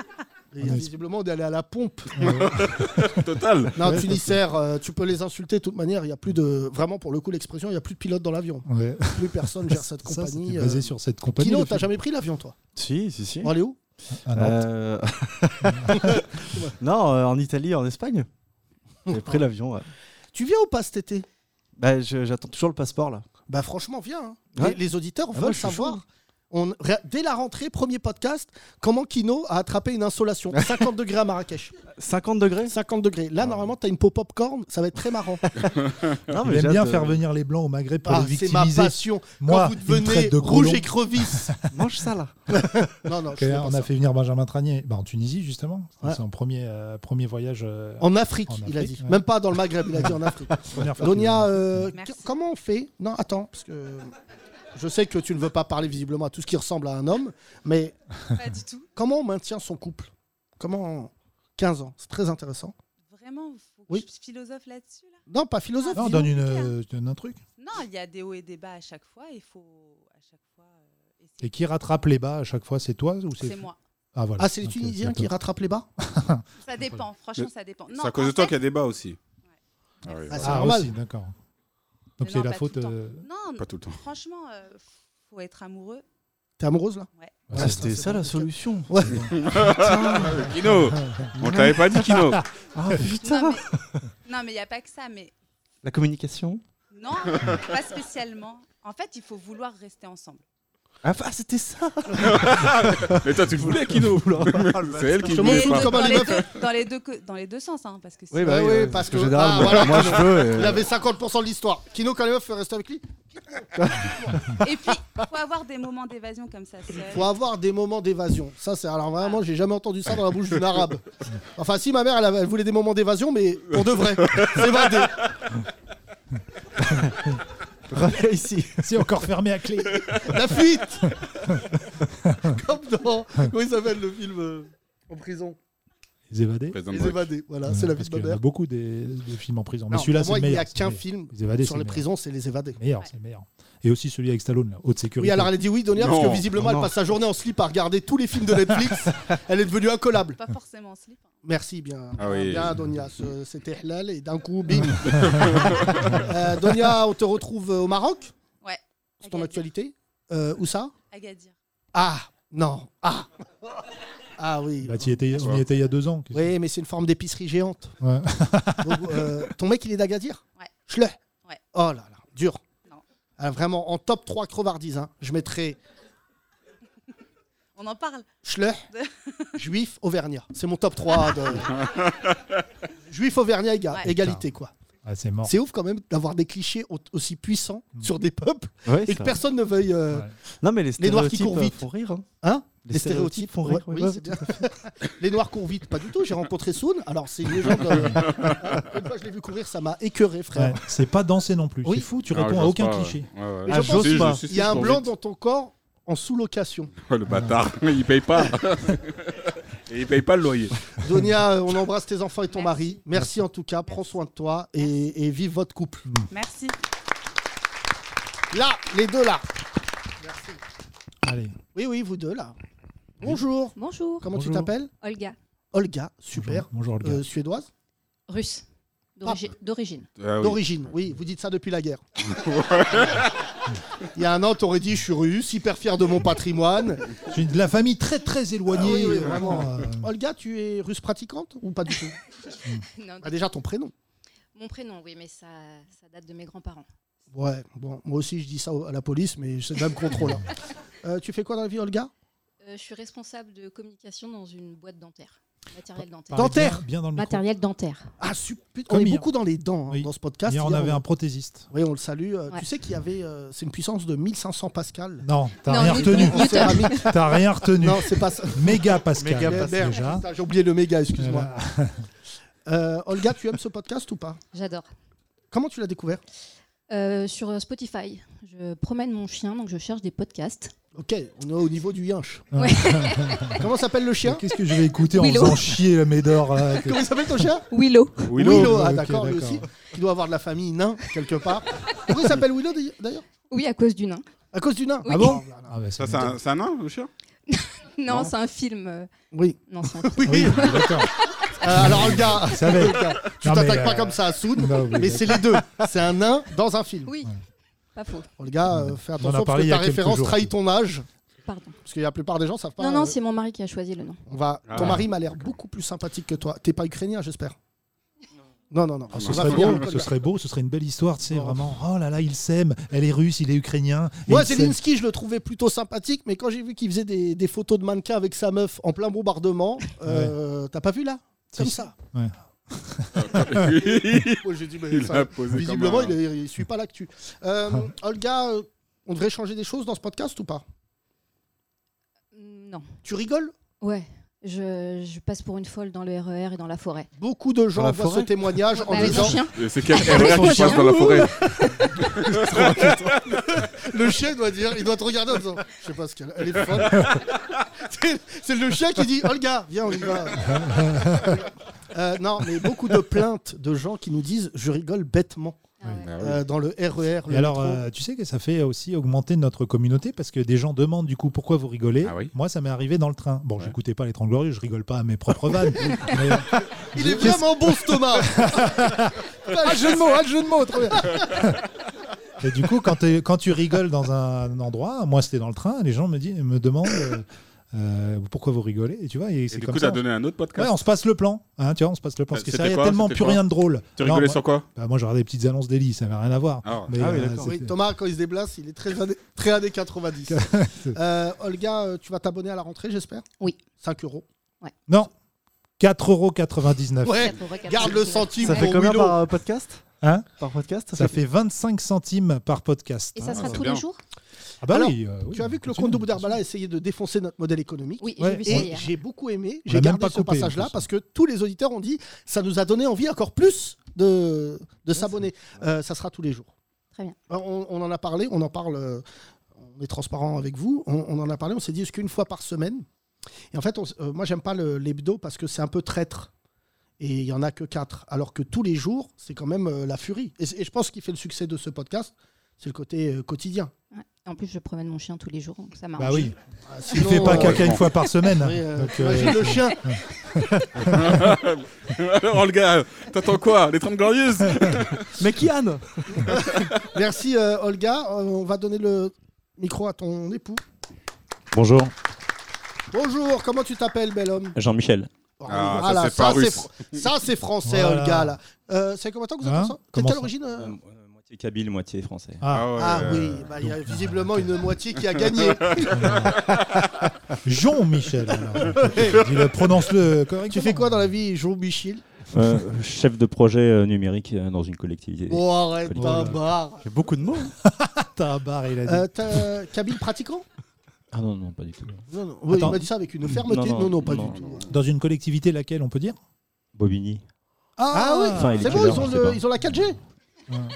Speaker 5: Et
Speaker 2: On a-
Speaker 5: visiblement, d'aller à la pompe.
Speaker 7: Total.
Speaker 5: Non,
Speaker 2: Ouais,
Speaker 5: Tunisaire, euh, tu peux les insulter de toute manière. Il y a plus de, vraiment pour le coup, l'expression, il y a plus de pilote dans l'avion.
Speaker 2: Ouais.
Speaker 5: Plus personne gère cette
Speaker 2: Ça, c'était
Speaker 5: compagnie.
Speaker 2: basé
Speaker 5: euh.
Speaker 2: sur cette compagnie.
Speaker 5: Kino,
Speaker 2: le
Speaker 5: t'as
Speaker 2: film.
Speaker 5: jamais pris l'avion, toi
Speaker 6: Si, si, si.
Speaker 5: Pour aller où
Speaker 2: Ah, non.
Speaker 6: Euh, non, euh, en Italie, en Espagne. J'ai pris l'avion. ouais.
Speaker 5: Tu viens ou pas cet été
Speaker 6: Bah, je- j'attends toujours le passeport là.
Speaker 5: Bah franchement, viens. hein.
Speaker 6: Ouais.
Speaker 5: Les, les auditeurs
Speaker 6: Ah,
Speaker 5: veulent
Speaker 6: moi, je suis chaud.
Speaker 5: savoir. On, ré- dès la rentrée, premier podcast, comment Kino a attrapé une insolation. 50 degrés à Marrakech.
Speaker 6: 50 degrés Ah.
Speaker 5: 50 degrés. Là, normalement, t'as une pop popcorn, ça va être très marrant.
Speaker 6: Non,
Speaker 2: Il aime
Speaker 6: j'ai
Speaker 2: bien
Speaker 6: hâte,
Speaker 2: faire
Speaker 6: euh,
Speaker 2: venir les blancs au Maghreb pour
Speaker 5: Ah,
Speaker 2: les
Speaker 5: c'est ma
Speaker 2: victimiser.
Speaker 5: passion.
Speaker 2: Moi,
Speaker 5: Quand vous
Speaker 2: il me
Speaker 5: devenez
Speaker 2: traite de
Speaker 5: rouge
Speaker 2: colon.
Speaker 5: et crevisse.
Speaker 6: Mange ça là.
Speaker 5: Non, non,
Speaker 2: Ok,
Speaker 5: je fais pas
Speaker 2: on
Speaker 5: ça.
Speaker 2: a fait venir Benjamin Tranier bah, en Tunisie justement.
Speaker 5: Ouais.
Speaker 2: C'est son premier, euh, premier voyage. euh,
Speaker 5: En Afrique,
Speaker 2: En
Speaker 5: il a
Speaker 2: Afrique,
Speaker 5: dit.
Speaker 2: ouais.
Speaker 5: Même pas dans le Maghreb, il a dit en Afrique.
Speaker 2: première fois qu'il
Speaker 5: Donia,
Speaker 2: va-
Speaker 5: euh,
Speaker 8: Merci.
Speaker 5: qu- comment on fait Non, attends, parce que je sais que tu ne veux pas parler visiblement à tout ce qui ressemble à un homme, mais
Speaker 8: Pas du tout.
Speaker 5: comment on maintient son couple Comment 15 ans, c'est très intéressant.
Speaker 8: Vraiment, faut que
Speaker 5: Oui.
Speaker 8: je philosophe là-dessus là.
Speaker 5: Non, pas philosophe.
Speaker 2: Non,
Speaker 5: dis-nous.
Speaker 2: donne une, euh, donne un truc.
Speaker 8: Non, il y a des hauts et des bas à chaque fois, il faut à chaque fois euh, essayer.
Speaker 2: Et qui rattrape les bas à chaque fois, c'est toi ou c'est
Speaker 8: C'est moi.
Speaker 2: Ah voilà.
Speaker 5: Ah, c'est les
Speaker 2: Ok,
Speaker 5: Tunisiens
Speaker 2: c'est
Speaker 5: qui
Speaker 2: toi.
Speaker 5: rattrapent les bas
Speaker 8: Ça dépend, franchement ça dépend.
Speaker 7: C'est à cause de toi qu'il y a des bas aussi.
Speaker 8: Ouais.
Speaker 7: Ah oui,
Speaker 5: Ah,
Speaker 7: voilà.
Speaker 5: c'est
Speaker 2: Ah
Speaker 5: normal.
Speaker 2: aussi, d'accord. Donc
Speaker 8: Mais
Speaker 2: c'est
Speaker 8: non,
Speaker 2: la
Speaker 8: pas
Speaker 2: faute.
Speaker 8: tout le temps.
Speaker 2: euh,
Speaker 8: Non,
Speaker 7: Pas tout le temps.
Speaker 8: franchement euh, faut être amoureux.
Speaker 5: T'es amoureuse là
Speaker 2: bah,
Speaker 5: Ouais,
Speaker 2: c'est-
Speaker 5: c'est bon.
Speaker 6: solution.
Speaker 7: Euh, Kino On t'avait pas dit Kino
Speaker 6: Ah
Speaker 8: Non
Speaker 6: putain
Speaker 8: mais non, mais il n'y a pas que ça mais
Speaker 6: La communication
Speaker 8: non, pas spécialement. En fait, il faut vouloir rester ensemble.
Speaker 6: Ah, bah, c'était ça Ah,
Speaker 7: Mais toi, tu voulais Kino C'est elle qui
Speaker 5: Je
Speaker 7: voulait
Speaker 5: m'en fous
Speaker 7: pas.
Speaker 5: comme
Speaker 8: dans,
Speaker 5: un
Speaker 8: les
Speaker 5: meuf.
Speaker 8: deux, dans les deux co- dans les deux sens hein, parce que si-
Speaker 6: Oui,
Speaker 5: Ah
Speaker 6: bah oui,
Speaker 5: oui,
Speaker 6: ouais,
Speaker 5: parce
Speaker 6: parce que
Speaker 5: que-
Speaker 6: généralement,
Speaker 5: ah, voilà.
Speaker 6: moi je veux.
Speaker 5: Il
Speaker 6: euh,
Speaker 5: avait 50% de l'histoire. Kino, quand les meufs veulent rester avec lui,
Speaker 8: et puis faut avoir des moments d'évasion comme ça seul.
Speaker 5: faut avoir des moments d'évasion. Ça, c'est alors vraiment, j'ai jamais entendu ça dans la bouche d'une arabe. Enfin, si ma mère, elle, avait- elle voulait des moments d'évasion, mais pour de vrai. S'évader.
Speaker 6: Reviens ici.
Speaker 2: C'est encore fermé à clé.
Speaker 5: La fuite Comme dans. Comment il s'appelle le film euh, En prison.
Speaker 2: Les évadés.
Speaker 7: Président
Speaker 5: Les
Speaker 7: Brooke.
Speaker 5: évadés. Voilà, c'est la vie
Speaker 2: Parce
Speaker 5: de ma
Speaker 2: qu'il y en a
Speaker 5: mère.
Speaker 2: beaucoup des, des films en prison. Mais
Speaker 5: Non,
Speaker 2: celui-là,
Speaker 5: pour moi,
Speaker 2: c'est le
Speaker 5: il n'y
Speaker 2: meilleur.
Speaker 5: a qu'un
Speaker 2: c'est
Speaker 5: film
Speaker 2: le meilleur. Les évadés,
Speaker 5: sur
Speaker 2: c'est
Speaker 5: les
Speaker 2: le
Speaker 5: prisons, c'est les évadés.
Speaker 2: meilleur. C'est le meilleur. Et aussi celui avec Stallone, là, haute sécurité.
Speaker 5: Oui, alors elle a dit oui, Donia, parce
Speaker 7: Non.
Speaker 5: que visiblement, elle
Speaker 6: Non.
Speaker 5: passe sa journée en slip à regarder tous les films de Netflix. elle est devenue incollable.
Speaker 8: Pas forcément en slip. hein.
Speaker 5: Merci bien.
Speaker 7: Ah oui.
Speaker 5: Bien, Donia. ce- C'était halal et d'un coup, bim. Euh, Donia, on te retrouve au Maroc,
Speaker 8: Ouais.
Speaker 5: c'est ton
Speaker 8: Agadir.
Speaker 5: actualité. Euh, où ça
Speaker 8: Agadir.
Speaker 5: Ah, non. Ah. Ah oui.
Speaker 2: Bah, t'y étais- on y était il y a deux ans. qu'est-ce
Speaker 5: Oui, mais c'est une forme d'épicerie géante.
Speaker 2: que- Ouais.
Speaker 5: Donc, euh, ton mec, il est d'Agadir
Speaker 8: Ouais.
Speaker 5: Schle
Speaker 8: Ouais.
Speaker 5: Oh là là, dur.
Speaker 8: Non.
Speaker 5: Ah, vraiment, en top 3 crevardises, hein, je mettrais
Speaker 8: On en parle.
Speaker 5: Schle, Juif, Auvergnat. C'est mon top 3 de... Juif, Auvergnat, éga-
Speaker 8: Ouais.
Speaker 5: égalité, quoi.
Speaker 2: Ah, c'est mort.
Speaker 5: C'est ouf quand même d'avoir des clichés au- aussi puissants sur des peuples
Speaker 6: Ouais,
Speaker 5: et
Speaker 6: c'est
Speaker 5: que
Speaker 6: vrai.
Speaker 5: personne ne veuille... euh,
Speaker 2: Ouais.
Speaker 6: Non, mais les
Speaker 5: Les Noirs
Speaker 6: stéréotypes
Speaker 5: qui courent
Speaker 6: euh,
Speaker 5: vite.
Speaker 6: font rire. hein.
Speaker 5: Hein
Speaker 6: Les,
Speaker 5: Les stéréotypes,
Speaker 6: stéréotypes, font rire.
Speaker 5: ouais,
Speaker 6: ouais,
Speaker 5: oui,
Speaker 6: ouais.
Speaker 5: c'est bien. Les noirs courent vite, pas du tout. J'ai rencontré Soun, alors c'est une légende. euh, Une fois, je l'ai vu courir, ça m'a écœuré, frère.
Speaker 2: Ouais, C'est pas danser non plus.
Speaker 5: Oui.
Speaker 2: C'est fou, tu
Speaker 7: Ah,
Speaker 2: réponds
Speaker 7: je
Speaker 2: à
Speaker 7: pense
Speaker 2: aucun
Speaker 7: pas, ouais.
Speaker 2: cliché.
Speaker 7: Ouais, ouais.
Speaker 5: Mais
Speaker 6: Ah,
Speaker 5: je pense
Speaker 6: j'ose
Speaker 7: Si,
Speaker 6: pas.
Speaker 7: si, si,
Speaker 5: qu'il y a
Speaker 7: si,
Speaker 5: un
Speaker 7: pour
Speaker 5: blanc
Speaker 7: vite.
Speaker 5: dans ton corps en sous-location.
Speaker 7: Oh, Le bâtard, il paye pas. Et il paye pas le loyer.
Speaker 5: Donia, euh, on embrasse tes enfants et ton
Speaker 8: Merci. Hmm.
Speaker 5: mari. Merci en tout cas, prends soin de toi et, et vive votre couple.
Speaker 8: Merci.
Speaker 5: Là, les deux là.
Speaker 2: Allez.
Speaker 5: Oui, oui, vous deux là. Bonjour.
Speaker 9: Bonjour,
Speaker 5: Comment tu
Speaker 2: Bonjour.
Speaker 5: t'appelles
Speaker 9: Olga,
Speaker 5: Olga, super.
Speaker 2: Bonjour, Olga.
Speaker 5: Euh, suédoise
Speaker 9: russe, d'origi- d'origine.
Speaker 7: Ah oui.
Speaker 5: D'origine, oui, vous dites ça depuis la guerre. Il y a un an, t'aurais dit, je suis russe, hyper fier de mon patrimoine.
Speaker 2: Je suis de la famille très très éloignée.
Speaker 5: Ah oui, oui,
Speaker 2: euh,
Speaker 5: vraiment.
Speaker 2: euh,
Speaker 5: Olga, tu es russe pratiquante ou pas du tout
Speaker 9: Non,
Speaker 5: Ah, Déjà ton prénom.
Speaker 9: Mon prénom, oui, mais ça, ça date de mes grands-parents.
Speaker 5: Ouais, bon, moi aussi je dis ça à la police, mais c'est même contrôle. hein. Euh, tu fais quoi dans la vie, Olga
Speaker 9: Euh, je suis responsable de communication dans une boîte dentaire, matériel dentaire.
Speaker 2: parlez
Speaker 5: Dentaire.
Speaker 2: bien, bien dans le micro.
Speaker 9: Matériel dentaire.
Speaker 5: Ah, super.
Speaker 2: Comme
Speaker 5: on est
Speaker 2: hier.
Speaker 5: beaucoup dans les dents hein,
Speaker 2: Oui.
Speaker 5: dans ce podcast.
Speaker 2: Hier, on
Speaker 5: Hier,
Speaker 2: avait un prothésiste.
Speaker 5: Oui, on le salue. Euh,
Speaker 9: Ouais.
Speaker 5: Tu sais qu'il y avait. euh, c'est une puissance de 1500 Pascal.
Speaker 2: Non, t'as
Speaker 9: Non,
Speaker 2: rien
Speaker 9: Newton.
Speaker 2: retenu.
Speaker 5: En céramique.
Speaker 2: T'as rien retenu.
Speaker 5: non, c'est pas ça.
Speaker 2: Méga Pascal.
Speaker 6: Méga
Speaker 5: Pascal.
Speaker 2: déjà.
Speaker 5: Putain, J'ai oublié le méga, excuse-moi.
Speaker 2: Voilà.
Speaker 5: Euh, Olga, tu aimes ce podcast ou pas
Speaker 9: J'adore.
Speaker 5: Comment tu l'as découvert
Speaker 9: Euh, sur Spotify, je promène mon chien, donc je cherche des podcasts.
Speaker 5: Ok, on est au niveau du yinche.
Speaker 9: Ouais.
Speaker 5: Comment s'appelle le chien
Speaker 2: Qu'est-ce que je vais écouter en
Speaker 9: Willow.
Speaker 2: faisant chier le Médor euh, là, que-
Speaker 5: Comment il s'appelle ton chien
Speaker 9: Willow.
Speaker 7: Willow.
Speaker 5: ah,
Speaker 2: Ok,
Speaker 5: d'accord, lui
Speaker 2: d'accord.
Speaker 5: aussi. Il doit avoir de la famille nain, quelque part. Pourquoi il s'appelle Willow d'ailleurs
Speaker 9: Oui, à cause du nain.
Speaker 5: À cause du nain
Speaker 9: Oui.
Speaker 2: Ah bon
Speaker 5: Oh,
Speaker 2: Ah bah,
Speaker 7: Ça,
Speaker 2: c'est
Speaker 7: c'est un, c'est un nain, le chien
Speaker 9: Non,
Speaker 7: Non.
Speaker 9: c'est un film. euh,
Speaker 5: Oui.
Speaker 9: Non, c'est un film.
Speaker 2: Oui, d'accord.
Speaker 5: Euh, alors, Olga,
Speaker 2: Je savais.
Speaker 5: tu
Speaker 2: Non, mais,
Speaker 5: t'attaques pas
Speaker 2: euh,
Speaker 5: comme ça à Soud,
Speaker 2: non, oui,
Speaker 5: mais c'est les deux. C'est un nain dans un film.
Speaker 9: Oui, pas faux.
Speaker 5: Olga, euh, fais
Speaker 2: On en a
Speaker 5: attention parce
Speaker 2: parlé
Speaker 5: que
Speaker 2: il y a
Speaker 5: ta
Speaker 2: quelques
Speaker 5: référence
Speaker 2: jours.
Speaker 5: trahit ton âge.
Speaker 9: Pardon.
Speaker 5: Parce que la plupart des gens savent pas.
Speaker 9: non, non,
Speaker 5: euh,
Speaker 9: c'est mon mari qui a choisi le nom.
Speaker 5: on va...
Speaker 7: Ah.
Speaker 5: Ton mari m'a l'air beaucoup plus sympathique que toi. T'es pas ukrainien, j'espère Non, non, non.
Speaker 2: Ah, ce
Speaker 5: On va
Speaker 2: serait
Speaker 5: finir
Speaker 2: beau,
Speaker 5: le
Speaker 2: ce
Speaker 5: podcast.
Speaker 2: serait beau, ce serait une belle histoire, tu sais,
Speaker 5: Oh.
Speaker 2: vraiment. Oh là là, il s'aime, elle est russe, il est ukrainien. et
Speaker 5: Moi,
Speaker 2: il s'aime.
Speaker 5: Zelensky, je le trouvais plutôt sympathique, mais quand j'ai vu qu'il faisait des, des photos de mannequins avec sa meuf en plein bombardement, euh, t'as pas vu là Comme
Speaker 2: Si.
Speaker 5: ça.
Speaker 7: Il
Speaker 5: Moi, j'ai dit, mais ça-
Speaker 7: a posé
Speaker 5: visiblement,
Speaker 7: comme un-
Speaker 5: il, est- il suit pas l'actu. Euh,
Speaker 2: Ah.
Speaker 5: Olga, euh, on devrait changer des choses dans ce podcast ou pas
Speaker 9: Non.
Speaker 5: Tu rigoles
Speaker 9: Ouais. Je, je passe pour une folle dans le RER et dans la forêt.
Speaker 5: Beaucoup de gens
Speaker 6: Dans la
Speaker 5: voient ce
Speaker 6: forêt
Speaker 5: témoignage en
Speaker 9: Bah, avec
Speaker 5: disant
Speaker 9: mon chien.
Speaker 7: C'est quel RER qui passe dans la forêt
Speaker 5: Le chien doit dire, il doit te regarder en disant, je sais pas ce qu'elle elle est folle. C'est- C'est le chien qui dit, Olga, viens, on y va. Euh, non, mais beaucoup de plaintes de gens qui nous disent, je rigole bêtement
Speaker 9: Ah ouais.
Speaker 7: Ah oui.
Speaker 5: euh, dans le RER.
Speaker 2: Et
Speaker 5: Le
Speaker 2: alors,
Speaker 5: métro.
Speaker 2: euh, tu sais que ça fait aussi augmenter notre communauté parce que des gens demandent du coup pourquoi vous rigolez.
Speaker 7: Ah oui.
Speaker 2: Moi, ça m'est arrivé dans le train. Bon,
Speaker 7: Ouais.
Speaker 2: j'écoutais pas les 30 Glorieux, je rigole pas à mes propres vannes. mais-
Speaker 5: il est vraiment bon, ce Thomas. ah, jeu de mots, ah, jeu de mots, trop bien.
Speaker 2: Et du coup, quand, t'es- quand tu rigoles dans un endroit, moi c'était dans le train, les gens me, disent, me demandent euh, euh, pourquoi vous rigolez. Et tu vois, et
Speaker 7: Et
Speaker 2: c'est
Speaker 7: du
Speaker 2: comme
Speaker 7: coup,
Speaker 2: ça.
Speaker 7: t'as donné un autre
Speaker 2: Ouais,
Speaker 7: podcast
Speaker 2: on se passe le plan, hein, tu vois, on se passe le plan. Parce que
Speaker 7: C'était
Speaker 2: ça, il y a
Speaker 7: quoi
Speaker 2: tellement
Speaker 7: C'était
Speaker 2: plus
Speaker 7: quoi
Speaker 2: rien de drôle.
Speaker 7: Tu
Speaker 2: Non,
Speaker 7: rigolais
Speaker 2: moi,
Speaker 7: sur quoi
Speaker 2: bah, moi, je regardais des petites annonces d'Eli, ça n'avait rien à voir.
Speaker 7: Ah ouais.
Speaker 2: Mais,
Speaker 6: Ah oui,
Speaker 2: euh,
Speaker 6: d'accord.
Speaker 5: Oui,
Speaker 2: c'était-
Speaker 5: Thomas, quand il se déblace, il est très années, très années 90. Euh, Olga, euh, tu vas t'abonner à la rentrée, j'espère
Speaker 9: Oui.
Speaker 5: 5 euros.
Speaker 2: Non, 4,99€.
Speaker 5: Ouais, garde le centime
Speaker 6: Ça fait
Speaker 5: pour
Speaker 6: combien
Speaker 5: Willow.
Speaker 6: par euh, podcast
Speaker 2: Hein
Speaker 6: Par podcast
Speaker 2: Ça fait 25 centimes par podcast.
Speaker 9: Et ça sera
Speaker 7: c'est
Speaker 9: tous
Speaker 7: bien.
Speaker 9: les jours
Speaker 2: Ah bah
Speaker 5: Alors,
Speaker 2: oui, euh, oui,
Speaker 5: Tu as vu que le
Speaker 2: absolument.
Speaker 5: comte de Boudarbala a essayé de défoncer notre modèle économique
Speaker 9: Oui,
Speaker 2: Ouais.
Speaker 9: j'ai vu ça
Speaker 5: Et
Speaker 9: hier.
Speaker 5: j'ai beaucoup aimé,
Speaker 2: On
Speaker 5: j'ai
Speaker 2: l'a même
Speaker 5: gardé
Speaker 2: pas
Speaker 5: ce
Speaker 2: coupé, en
Speaker 5: passage-là
Speaker 2: plus.
Speaker 5: parce que tous les auditeurs ont dit ça nous a donné envie encore plus de, de s'abonner. Euh, ça sera tous les jours.
Speaker 9: Très bien.
Speaker 5: Alors, On, on en a parlé, on en parle, euh, on est transparent avec vous, on, on en a parlé, on s'est dit est-ce qu'une fois par semaine Et en fait, on s- euh, moi j'aime pas le- l'hebdo parce que c'est un peu traître. Et il y en a que quatre. Alors que tous les jours, c'est quand même euh, la furie. Et, c'est- et je pense qu'il fait le succès de ce podcast, c'est le côté euh, quotidien.
Speaker 9: Ouais. En plus, je promène mon chien tous les jours, donc ça marche.
Speaker 2: Bah oui,
Speaker 5: Ah,
Speaker 2: il
Speaker 5: sinon,
Speaker 2: fait pas
Speaker 5: euh,
Speaker 2: caca une fois par semaine.
Speaker 5: oui, euh,
Speaker 2: Donc, euh,
Speaker 5: t'imagines le chien
Speaker 7: Alors, Oh, le gars, t'attends quoi Les 30 Glorieuses
Speaker 6: Mais qui Anne
Speaker 5: Merci euh, Olga. Euh, on va donner le micro à ton époux.
Speaker 10: Bonjour,
Speaker 5: Bonjour, comment tu t'appelles, bel homme
Speaker 10: Jean-Michel.
Speaker 7: Ah, ça,
Speaker 5: Voilà,
Speaker 7: c'est pas russe.
Speaker 5: fr- ça, c'est français,
Speaker 2: Voilà.
Speaker 5: Olga. Là. Euh, c'est combien de temps que vous êtes
Speaker 2: Hein
Speaker 5: ensemble T'es
Speaker 2: Comment
Speaker 5: quelle
Speaker 2: ça
Speaker 5: origine euh
Speaker 10: moitié kabyle, moitié français.
Speaker 2: ah,
Speaker 7: ouais,
Speaker 5: Ah
Speaker 7: euh,
Speaker 5: oui, bah, il y a visiblement une moitié qui a gagné.
Speaker 2: Jean-Michel. alors. Dis-le, Prononce-le correctement.
Speaker 5: tu fais quoi dans la vie, Jean-Michel
Speaker 10: Euh, chef de projet euh, numérique euh, dans une collectivité.
Speaker 5: Bon, arrête,
Speaker 10: Oh
Speaker 5: pas
Speaker 2: là.
Speaker 5: barre.
Speaker 6: J'ai beaucoup de mots.
Speaker 2: Tabar, il a dit.
Speaker 5: Euh, t'as- Kabyle pratiquant
Speaker 10: Ah non, non, pas du tout.
Speaker 5: Non, non. Oui, il
Speaker 2: Attends.
Speaker 5: m'a dit ça avec une fermeté. Non, non, pas
Speaker 10: non,
Speaker 5: du tout.
Speaker 10: non.
Speaker 2: Dans une collectivité laquelle on peut dire
Speaker 10: Bobigny.
Speaker 5: Ah, oui,
Speaker 10: Enfin, il est
Speaker 5: c'est bon,
Speaker 10: quelle
Speaker 5: ils
Speaker 10: heure,
Speaker 5: ont,
Speaker 10: je sais
Speaker 5: le-
Speaker 10: pas.
Speaker 5: ils ont la 4G.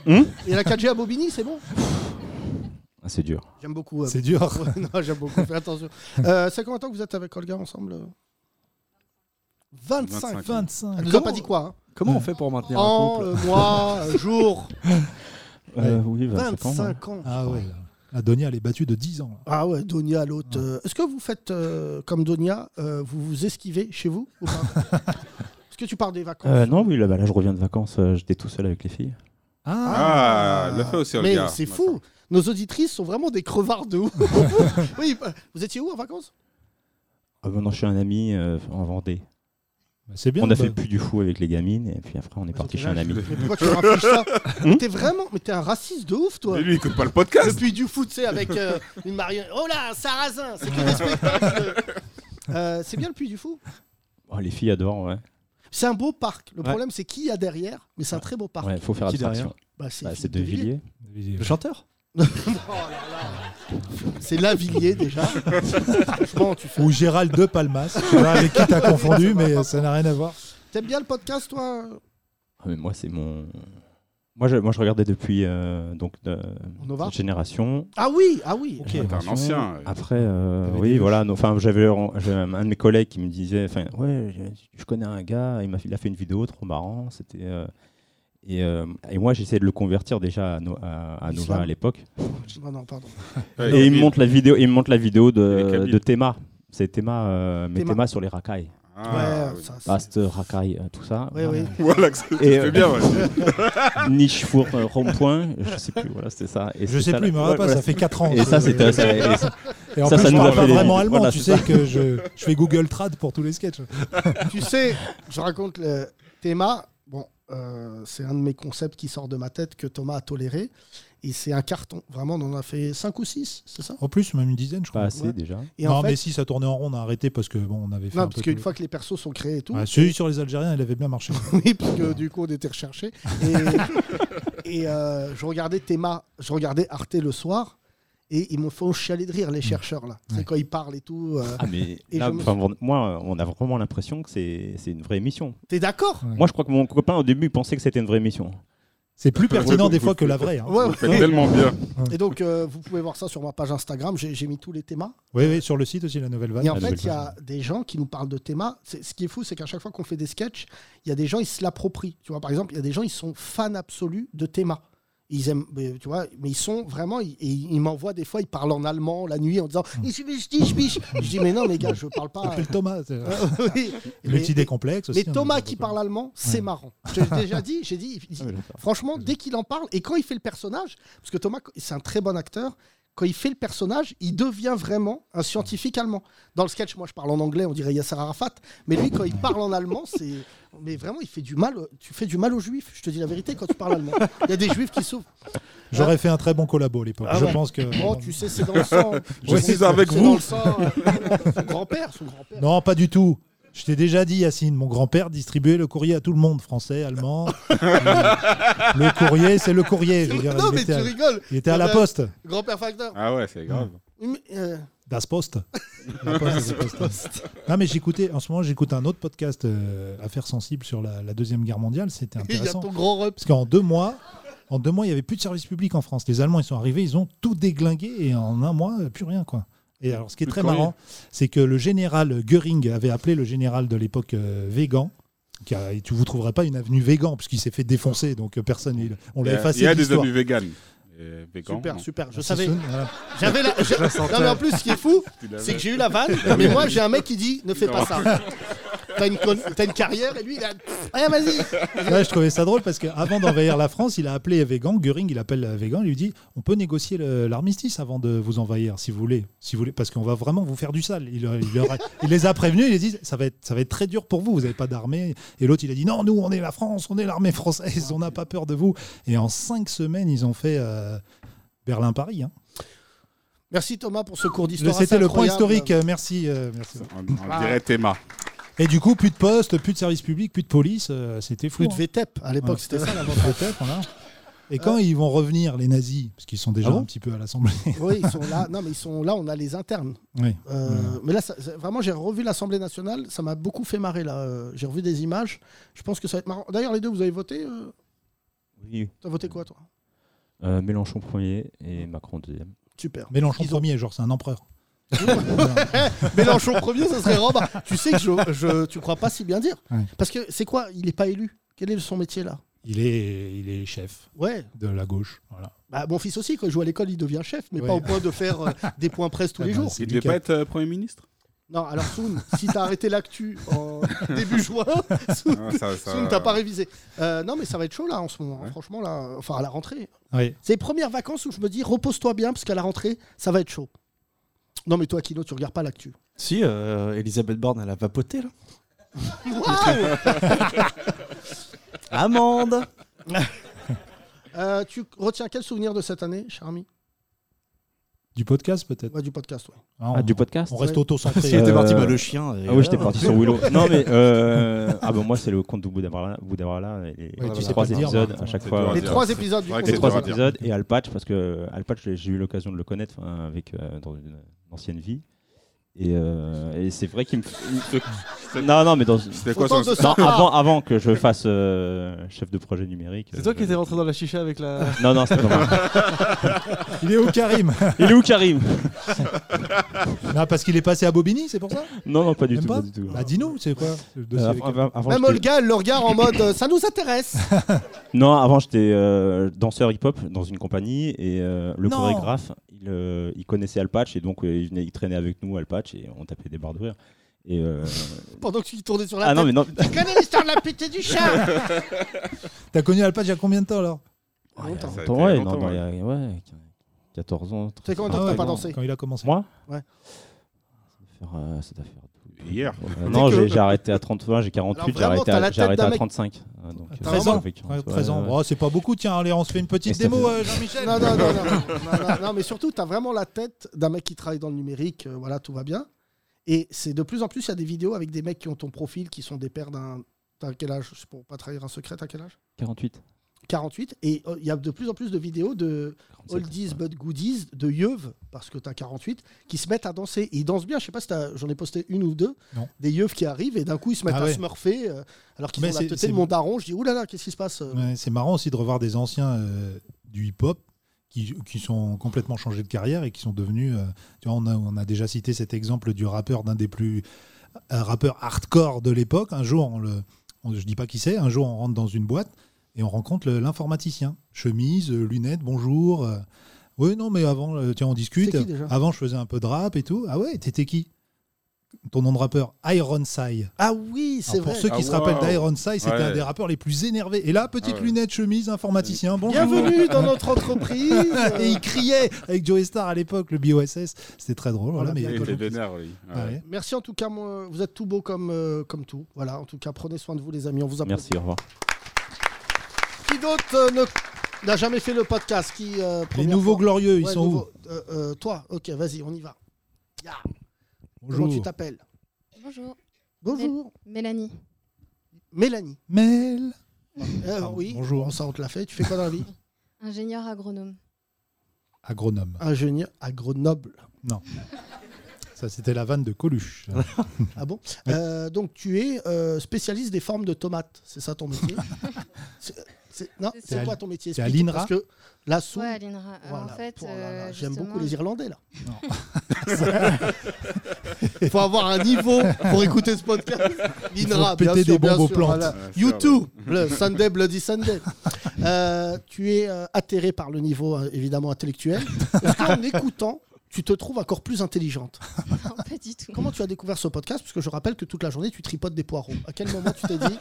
Speaker 10: Hum
Speaker 5: Et la 4G à Bobigny, c'est bon.
Speaker 10: Ah, c'est dur.
Speaker 5: J'aime beaucoup. euh,
Speaker 2: C'est dur.
Speaker 5: Ouais, non, j'aime beaucoup, fais attention. Euh, c'est combien de temps que vous êtes avec Olga ensemble euh
Speaker 2: 25,
Speaker 7: 25.
Speaker 2: 25.
Speaker 5: Elle nous a pas dit quoi
Speaker 6: Comment on fait pour maintenir
Speaker 5: hein
Speaker 6: un
Speaker 5: An,
Speaker 6: couple
Speaker 5: euh, mois, euh, jour,
Speaker 10: Euh, oui, 25 ans. ouais.
Speaker 5: 25 ans.
Speaker 2: Ah ouais. là. La Donia, elle est battue de 10 ans. là.
Speaker 5: Ah ouais, Donia, l'autre. euh, Est-ce que vous faites euh, comme Donia, euh, vous vous esquivez chez vous ou pas Est-ce que tu pars des vacances
Speaker 10: Euh, non, oui, là, bah, là, je reviens de vacances. euh, J'étais tout seul avec les filles.
Speaker 7: Ah, il l'a fait aussi,
Speaker 5: Mais
Speaker 7: Olga.
Speaker 5: c'est
Speaker 7: D'accord.
Speaker 5: fou nos auditrices sont vraiment des crevards de ouf. oui, bah, vous étiez où en vacances
Speaker 10: Ah ben non, je suis un ami euh, en Vendée.
Speaker 2: C'est bien,
Speaker 10: On a
Speaker 2: bah.
Speaker 10: fait le plus du fou avec les gamines et puis après on
Speaker 5: Bah,
Speaker 10: est parti chez un ami. Hmm
Speaker 5: Mais pourquoi tu raffiches ça Mais T'es vraiment, mais t'es un raciste de ouf, toi.
Speaker 7: Mais lui, il écoute pas le podcast.
Speaker 5: Et puis du foot, tu sais, avec euh, une marionnette. Oh là, un sarrasin, c'est que des spectacles. Euh, c'est bien le Puy du Fou.
Speaker 10: Oh, les filles adorent, ouais.
Speaker 5: C'est un beau parc. Le
Speaker 10: Ouais.
Speaker 5: problème, c'est qui y a derrière, mais c'est un très beau parc.
Speaker 10: Ouais, faut faire
Speaker 6: Qui
Speaker 10: attention.
Speaker 5: Bah, c'est
Speaker 10: Bah, c'est
Speaker 5: Philippe
Speaker 10: de Villiers.
Speaker 6: Le chanteur
Speaker 5: C'est la Villiers déjà. Franchement, tu fais.
Speaker 2: Ou Gérald de Palmas, je sais pas avec qui t'as confondu, mais ça n'a rien à voir.
Speaker 5: T'aimes bien le podcast, toi
Speaker 10: Ah, mais moi, c'est mon. Moi je, moi, je regardais depuis euh, donc euh,
Speaker 5: Nova
Speaker 10: cette génération.
Speaker 5: Ah oui, ah oui.
Speaker 10: La
Speaker 7: T'es un
Speaker 10: Génération.
Speaker 7: ancien. ouais.
Speaker 10: Après, euh, oui, voilà. non, Enfin, j'avais j'avais un de mes collègues qui me disait, enfin, ouais, je- je connais un gars, il m'a fait- il a fait une vidéo trop marrant. C'était euh, et, euh, et moi j'essayais de le convertir déjà à, No- à- à Nova
Speaker 5: Islam.
Speaker 10: à l'époque.
Speaker 5: Non, non, pardon.
Speaker 7: Ouais,
Speaker 10: Et il me
Speaker 7: Kabyle.
Speaker 10: montre la vidéo, il me montre la vidéo
Speaker 7: Il est
Speaker 10: de,
Speaker 7: kabyle.
Speaker 10: de Théma. C'est Théma, euh, mais
Speaker 5: Théma.
Speaker 10: Théma sur les racailles,
Speaker 7: Ah,
Speaker 5: ouais,
Speaker 7: oui.
Speaker 5: ça, c'est-
Speaker 10: Bast, racailles, euh, tout ça.
Speaker 5: Ouais,
Speaker 10: Voilà.
Speaker 5: ouais.
Speaker 7: Voilà, ça
Speaker 10: Et,
Speaker 7: fait
Speaker 10: euh,
Speaker 7: bien, ouais.
Speaker 10: Niche four euh, rond-point, je sais plus. Voilà, c'était ça. Et
Speaker 2: Je
Speaker 10: c'est
Speaker 2: sais
Speaker 10: ça,
Speaker 2: plus,
Speaker 10: la-
Speaker 2: mais on va pas,
Speaker 10: voilà,
Speaker 2: ça fait 4 ans.
Speaker 10: Et ça,
Speaker 2: Euh,
Speaker 10: c'était. ça- et ça-
Speaker 2: Et en
Speaker 10: ça,
Speaker 2: plus,
Speaker 10: ça
Speaker 2: je
Speaker 10: nous
Speaker 2: parle
Speaker 10: a
Speaker 2: pas
Speaker 10: fait des-
Speaker 2: vraiment allemand,
Speaker 10: voilà,
Speaker 2: tu
Speaker 10: c'est
Speaker 2: sais que je, je fais Google Trad pour tous les sketchs.
Speaker 5: tu sais, je raconte le Théma. Bon, euh, c'est un de mes concepts qui sort de ma tête que Thomas a toléré. Et c'est un carton. Vraiment, on en a fait 5 ou 6, c'est ça
Speaker 2: En plus, même Oh, une dizaine, je
Speaker 10: Pas
Speaker 2: crois.
Speaker 10: assez déjà.
Speaker 5: Et
Speaker 2: non,
Speaker 5: en fait,
Speaker 2: mais si, ça tournait en rond, on a arrêté parce que bon, on avait fait.
Speaker 5: non,
Speaker 2: un
Speaker 5: parce
Speaker 2: peu Ah,
Speaker 5: qu'une
Speaker 2: tout.
Speaker 5: fois que les persos sont créés et tout,
Speaker 2: Ouais, celui sur les Algériens, il avait bien marché.
Speaker 5: oui, parce que du coup, on était recherchés. Et, et, euh, je regardais Théma, je regardais Arte le soir. Et ils m'ont fait chialer de rire, les chercheurs, là. C'est
Speaker 2: Mm. Ouais.
Speaker 5: quand ils parlent et tout. euh,
Speaker 10: Ah, mais
Speaker 5: Et
Speaker 10: là,
Speaker 5: je me
Speaker 10: enfin, moi, on a vraiment l'impression que c'est c'est une vraie émission.
Speaker 5: T'es d'accord
Speaker 2: Ouais.
Speaker 10: Moi, je crois que mon copain, au début, pensait que c'était une vraie émission.
Speaker 2: C'est plus pertinent des fois que la vraie. hein.
Speaker 5: Ouais,
Speaker 7: Vous
Speaker 5: ouais.
Speaker 7: faites tellement bien.
Speaker 5: Et donc, euh, vous pouvez voir ça sur ma page Instagram. J'ai j'ai mis tous les Thémas.
Speaker 2: Oui, oui, sur le site aussi, la nouvelle vanne.
Speaker 5: Et en
Speaker 10: la
Speaker 5: fait,
Speaker 10: nouvelle
Speaker 5: il y a des gens qui nous parlent de théma. C'est- Ce qui est fou, c'est qu'à chaque fois qu'on fait des sketchs, il y a des gens, ils se l'approprient. Tu vois, par exemple, il y a des gens, ils sont fans absolus de théma. Ils aiment, mais, tu vois, mais ils sont vraiment. Ils, ils- ils m'envoient des fois, ils parlent en allemand la nuit en disant
Speaker 2: Hmm.
Speaker 5: Ich bin stich, biche. Je dis, mais non, les gars, je parle pas.
Speaker 2: Appelle Thomas. c'est-
Speaker 5: Oui.
Speaker 2: Le
Speaker 5: Mais-
Speaker 2: petit décomplexe aussi.
Speaker 5: mais
Speaker 2: hein,
Speaker 5: Thomas
Speaker 2: donc,
Speaker 5: qui
Speaker 2: pourquoi
Speaker 5: parle allemand, c'est
Speaker 2: Ouais. Ah,
Speaker 5: marrant. J'ai déjà dit, j'ai dit, il- il- franchement, dès qu'il en parle et quand il fait le personnage, parce que Thomas, c'est un très bon acteur, quand il fait le personnage, il devient vraiment un scientifique allemand. Dans le sketch, moi, je parle en anglais, on dirait Yasser Arafat, mais lui, quand il parle en allemand, c'est, mais vraiment, il fait du mal. Tu fais du mal aux juifs. Je te dis la vérité quand tu parles allemand. Il y a des juifs qui souffrent.
Speaker 2: J'aurais fait un très bon collabo à l'époque.
Speaker 5: Ah
Speaker 2: je
Speaker 5: ouais.
Speaker 2: pense que.
Speaker 5: Oh, tu sais, c'est dans le sang.
Speaker 7: Je suis avec
Speaker 5: C'est
Speaker 7: vous.
Speaker 5: dans le sang. Son grand-père, son grand-père.
Speaker 2: Non, pas du tout. Je t'ai déjà dit, Yacine, mon grand-père distribuait le courrier à tout le monde, français, allemand. Euh, le courrier, c'est le courrier. je veux dire,
Speaker 5: Non,
Speaker 2: il,
Speaker 5: mais tu
Speaker 2: était à,
Speaker 5: rigoles.
Speaker 2: il était à la poste.
Speaker 5: Grand-père facteur.
Speaker 7: Ah ouais, c'est grave.
Speaker 5: Mais, euh,
Speaker 2: Das Post. La Poste, c'est Poste. Non, mais j'écoutais, en ce moment, j'écoute un autre podcast, euh, Affaires sensibles, sur la, la Deuxième Guerre mondiale. C'était
Speaker 5: Il y a
Speaker 2: intéressant.
Speaker 5: ton grand rep.
Speaker 2: Parce qu'en deux mois, en deux mois, il n'y avait plus de service public en France. Les Allemands, ils sont arrivés, ils ont tout déglingué et en un mois, plus rien, quoi. Et alors, ce qui est
Speaker 7: Plus
Speaker 2: très
Speaker 7: de courrier.
Speaker 2: marrant, c'est que le général Göring avait appelé le général de l'époque euh, Végan. Qui a- et tu vous trouverais pas une avenue Végan, puisqu'il s'est fait défoncer, donc euh, personne, il- on
Speaker 7: Il y
Speaker 2: l'a
Speaker 7: a,
Speaker 2: effacé.
Speaker 7: il y a
Speaker 2: de
Speaker 7: des
Speaker 2: l'histoire.
Speaker 7: amis véganes. Et végan,
Speaker 5: Super,
Speaker 7: non. Ah,
Speaker 5: super. Je
Speaker 2: Merci,
Speaker 5: savais.
Speaker 2: Sun, Ah, voilà.
Speaker 5: J'avais la. je-
Speaker 6: sentais.
Speaker 5: Non, mais en plus, ce qui est fou,
Speaker 7: Tu l'avais.
Speaker 5: c'est que j'ai eu la vanne. Mais moi, j'ai un mec qui dit ne fais pas ça. T'as une, con- t'as une carrière et lui, il a. Ouais, vas-y.
Speaker 2: Ouais, je trouvais ça drôle parce qu'avant d'envahir la France, il a appelé Végan. Göring, il appelle Végan, il lui dit On peut négocier le- l'armistice avant de vous envahir, si vous voulez. Si vous voulez parce qu'on va vraiment vous faire du sale. Il, leur- il leur a- il les a prévenus, il les dit ça va, être, ça va être très dur pour vous, vous n'avez pas d'armée. Et l'autre, il a dit Non, nous, on est la France, on est l'armée française, on n'a pas peur de vous. Et en cinq semaines, ils ont fait. euh, Berlin-Paris. hein.
Speaker 5: Merci Thomas pour ce cours d'histoire.
Speaker 2: C'était
Speaker 5: assez
Speaker 2: le point
Speaker 5: incroyable.
Speaker 2: historique. euh, Merci. euh, merci.
Speaker 7: On, on dirait Théma.
Speaker 2: Et du coup, plus de postes, plus de services publics, plus de police. euh, C'était fou.
Speaker 5: Plus de
Speaker 2: hein.
Speaker 5: VTEP. À l'époque,
Speaker 2: Ouais.
Speaker 5: c'était ça la
Speaker 2: Peut-être, voilà. Et quand ils vont revenir, les nazis, parce qu'ils sont déjà
Speaker 5: Ah bon
Speaker 2: un petit peu à l'Assemblée.
Speaker 5: Oui, ils sont là. Non, mais ils sont là. On a les internes.
Speaker 2: Oui.
Speaker 5: Euh,
Speaker 2: Hmm.
Speaker 5: Mais là, ça- ça- vraiment, j'ai revu l'Assemblée nationale. Ça m'a beaucoup fait marrer là. Euh, J'ai revu des images. Je pense que ça va être marrant. D'ailleurs, les deux, vous avez voté. euh,
Speaker 10: Oui.
Speaker 5: T'as voté quoi, toi
Speaker 10: Euh, Mélenchon premier et Macron deuxième.
Speaker 5: Super.
Speaker 2: Mélenchon
Speaker 5: Ils ont-
Speaker 2: premier, genre c'est un empereur.
Speaker 5: Mélenchon premier, ça serait Robin. Tu sais que je, je- tu crois pas si bien dire.
Speaker 2: Ouais.
Speaker 5: Parce que c'est quoi Il n'est pas élu. Quel est son métier là
Speaker 2: Il est, il est chef
Speaker 5: Ouais.
Speaker 2: de la gauche. Voilà.
Speaker 5: Bah, mon fils aussi, quand il joue à l'école, il devient chef, mais
Speaker 2: Ouais.
Speaker 5: pas au point de faire euh, des points presse tous
Speaker 2: Ah
Speaker 5: les
Speaker 2: bah,
Speaker 5: jours.
Speaker 2: c'est
Speaker 7: Il
Speaker 2: lui
Speaker 7: devait
Speaker 2: qui a-
Speaker 7: pas être euh, Premier ministre
Speaker 5: Non, alors Soun, si t'as arrêté l'actu en début juin, Soun,
Speaker 7: Ah, ça- ça-
Speaker 5: Soun, t'as pas révisé. Euh, non, mais ça va être chaud là en ce moment, hein, franchement, là, euh, enfin à la rentrée.
Speaker 2: Oui.
Speaker 5: C'est les premières vacances où je me dis repose-toi bien parce qu'à la rentrée, ça va être chaud. Non, mais toi, Kino, tu regardes pas l'actu.
Speaker 6: Si, euh, Elisabeth Borne, elle a vapoté, là. Amende
Speaker 5: Euh, tu retiens quel souvenir de cette année, cher ami
Speaker 2: Du podcast, peut-être
Speaker 5: Ouais, Du podcast, ouais.
Speaker 2: Ah,
Speaker 10: Ah, du podcast
Speaker 2: On reste
Speaker 5: Ouais.
Speaker 2: auto-centré.
Speaker 6: S'il était
Speaker 10: Euh,
Speaker 6: parti, bah, le chien. et
Speaker 10: Ah oui, j'étais
Speaker 6: voilà.
Speaker 10: parti sur Willow. non, mais. euh, Ah ben moi, c'est le compte de Boudabrala. Boudabrala et les
Speaker 2: Ouais,
Speaker 10: les
Speaker 2: tu sais
Speaker 10: trois
Speaker 2: pas le dire,
Speaker 10: épisodes
Speaker 2: moi.
Speaker 10: à chaque
Speaker 7: C'est
Speaker 10: fois. euh,
Speaker 7: dur à
Speaker 5: Les
Speaker 7: dire.
Speaker 5: trois épisodes du
Speaker 7: C'est vrai que
Speaker 10: les
Speaker 5: podcast.
Speaker 7: c'est dur
Speaker 10: trois
Speaker 7: à dire.
Speaker 10: épisodes et Alpatch parce que Alpatch j'ai- j'ai eu l'occasion de le connaître enfin, avec euh, dans une ancienne vie et, euh, et c'est vrai qu'il me
Speaker 7: c'est-
Speaker 10: non non mais dans
Speaker 7: C'était quoi
Speaker 5: Autant
Speaker 7: son
Speaker 5: de ça.
Speaker 10: non, avant avant que je fasse euh, chef de projet numérique
Speaker 6: C'est toi
Speaker 10: euh,
Speaker 6: qui étais rentré dans la chicha avec la.
Speaker 10: non non c'est pas moi
Speaker 2: Il est où Karim
Speaker 10: il est où Karim
Speaker 2: Non, parce qu'il est passé à Bobigny, c'est pour ça
Speaker 10: non non pas du
Speaker 2: Même
Speaker 10: tout,
Speaker 2: pas
Speaker 10: pas du tout.
Speaker 2: Bah dis-nous, c'est quoi le dossier
Speaker 10: Euh,
Speaker 2: avec-
Speaker 10: avant- avant- avant,
Speaker 5: Même
Speaker 10: j'étais-
Speaker 5: Olga, elle le regarde en mode euh, ça nous intéresse.
Speaker 10: Non, avant j'étais euh, danseur hip-hop dans une compagnie et euh, le
Speaker 2: Non.
Speaker 10: chorégraphe, il, euh, il connaissait Alpatch et donc euh, il, venait, il traînait avec nous Alpatch et on tapait des barres de rire. Et euh,
Speaker 5: Pendant que tu tournais sur la
Speaker 10: ah
Speaker 5: tête.
Speaker 10: non mais non,
Speaker 5: Tu connais l'histoire de la pété du chat
Speaker 2: T'as connu Alpage il y a combien de temps alors
Speaker 10: Ah,
Speaker 5: Longtemps.
Speaker 10: il
Speaker 7: Ça
Speaker 10: y a
Speaker 7: a
Speaker 10: longtemps,
Speaker 7: été
Speaker 10: ouais,
Speaker 7: longtemps,
Speaker 10: non, non, il y a- ouais, 14 ans.
Speaker 5: C'est combien de temps
Speaker 2: Ah
Speaker 5: que
Speaker 2: ouais,
Speaker 5: t'as pas
Speaker 2: quand-
Speaker 5: dansé
Speaker 2: Quand il a commencé.
Speaker 10: Moi
Speaker 5: Ouais.
Speaker 10: Ça doit faire, euh, ça doit faire-
Speaker 7: Hier.
Speaker 10: Euh, non,
Speaker 5: que-
Speaker 10: j'ai j'ai arrêté à 30, j'ai 48, j'ai
Speaker 5: Alors, vraiment,
Speaker 10: arrêté,
Speaker 5: t'as la
Speaker 10: à,
Speaker 5: tête
Speaker 10: j'ai arrêté
Speaker 5: d'un
Speaker 10: à
Speaker 5: mec-
Speaker 10: 35. Ah, donc, euh,
Speaker 2: À 13 ans.
Speaker 10: avec-
Speaker 2: Ouais,
Speaker 10: ouais,
Speaker 2: 13 ans.
Speaker 10: ouais.
Speaker 2: Oh, c'est pas beaucoup, tiens, allez, on se fait une petite
Speaker 10: Mais ça
Speaker 2: démo,
Speaker 10: fait-
Speaker 2: euh, Jean-Michel.
Speaker 5: Non, non, non, non, non, non, non, mais surtout, t'as vraiment la tête d'un mec qui travaille dans le numérique, euh, voilà, tout va bien. Et c'est de plus en plus, il y a des vidéos avec des mecs qui ont ton profil, qui sont des pères d'un. T'as quel âge C'est Pour pas trahir un secret, t'as quel âge
Speaker 10: 48.
Speaker 5: 48. Et euh, il y a de plus en plus de vidéos de
Speaker 10: 47,
Speaker 5: oldies
Speaker 10: ouais.
Speaker 5: but goodies, de yeuves, parce que t'as 48, qui se mettent à danser. Et ils dansent bien, je sais pas si t'as- j'en ai posté une ou deux,
Speaker 2: Non.
Speaker 5: des yeuves qui arrivent et d'un coup ils se mettent
Speaker 2: Ah
Speaker 5: à
Speaker 2: ouais.
Speaker 5: smurfer, euh, alors qu'ils
Speaker 2: Mais
Speaker 5: ont la
Speaker 2: c'est-
Speaker 5: tête
Speaker 2: c'est-
Speaker 5: de mon daron. Je dis, oulala, qu'est-ce qui se passe euh,
Speaker 2: Ouais, c'est marrant aussi de revoir des anciens euh, du hip-hop qui, qui sont complètement changés de carrière et qui sont devenus. euh, tu vois, on a, on a déjà cité cet exemple du rappeur d'un des plus un rappeur hardcore de l'époque. Un jour, on le, on- je dis pas qui c'est. Un jour, on rentre dans une boîte et on rencontre le- l'informaticien. Chemise, euh, lunettes, bonjour. euh, oui, non, mais avant, euh, tiens, on discute.
Speaker 5: C'est qui déjà
Speaker 2: Avant, je faisais un peu de rap et tout. Ah ouais, t'étais qui Ton nom de rappeur Ironside.
Speaker 5: Ah oui, c'est
Speaker 2: Alors,
Speaker 5: vrai.
Speaker 2: Pour ceux qui
Speaker 7: Ah,
Speaker 2: se
Speaker 7: waouh.
Speaker 2: rappellent d'Ironside, c'était
Speaker 7: Ouais.
Speaker 2: un des rappeurs les plus énervés. Et là, petite
Speaker 7: Ah ouais.
Speaker 2: lunette, chemise, informaticien, bonjour.
Speaker 5: Bienvenue dans notre entreprise.
Speaker 2: Et il criait avec Joey Star à l'époque, le BOSS. C'était très drôle. Voilà,
Speaker 5: Voilà,
Speaker 2: mais
Speaker 7: Il était
Speaker 2: Ouais.
Speaker 7: vénère, lui. Ouais.
Speaker 2: Ah Ouais.
Speaker 5: Merci en tout cas, moi, vous êtes tout beau comme, euh, comme tout. Voilà, en tout cas, prenez soin de vous les amis, on vous applaudit.
Speaker 10: Merci, au revoir.
Speaker 5: Qui d'autre euh, ne- n'a jamais fait le podcast qui, euh,
Speaker 2: Les
Speaker 5: première
Speaker 2: nouveaux
Speaker 5: fois
Speaker 2: glorieux, ils
Speaker 5: Ouais,
Speaker 2: sont
Speaker 5: nouveau- euh, euh, Toi, ok, vas-y, on y va. Ya.
Speaker 2: où
Speaker 5: Comment tu
Speaker 2: Bonjour.
Speaker 5: t'appelles
Speaker 9: Bonjour,
Speaker 5: Bonjour,
Speaker 9: Mélanie.
Speaker 5: Mélanie.
Speaker 2: Mel.
Speaker 5: Euh,
Speaker 2: Pardon,
Speaker 5: oui,
Speaker 2: bonjour.
Speaker 5: ça on te l'a fait. Tu fais quoi dans la vie
Speaker 9: Ingénieur agronome.
Speaker 2: Agronome.
Speaker 5: Ingénieur à Grenoble.
Speaker 2: Ça, c'était la vanne de Coluche.
Speaker 5: Ah bon Euh, Donc tu es euh, spécialiste des formes de tomates, c'est ça ton métier C'est- c'est- Non,
Speaker 8: C'est
Speaker 5: c'est
Speaker 2: à-
Speaker 5: quoi ton métier
Speaker 2: c'est à
Speaker 5: Explique,
Speaker 2: l'INRA.
Speaker 5: Parce que la soupe.
Speaker 9: Ouais, Alinera. Alors, en fait, euh,
Speaker 5: j'aime beaucoup
Speaker 9: justement,
Speaker 5: les Irlandais là.
Speaker 2: Non.
Speaker 5: Il faut avoir un niveau pour écouter ce podcast. L'INRA,
Speaker 2: péter
Speaker 5: bien
Speaker 2: des
Speaker 5: sûr, bien
Speaker 2: bombes aux
Speaker 5: sûr,
Speaker 2: plantes.
Speaker 5: voilà.
Speaker 7: Ouais, c'est
Speaker 5: You
Speaker 7: vrai.
Speaker 5: too, le Sunday Bloody Sunday. Euh, tu es euh, atterré par le niveau euh, évidemment intellectuel. Est-ce qu'en écoutant, tu te trouves encore plus intelligente
Speaker 9: Non, euh, pas du tout.
Speaker 5: Comment tu as découvert ce podcast Parce que je rappelle que toute la journée, tu tripotes des poireaux. À quel moment tu t'es dit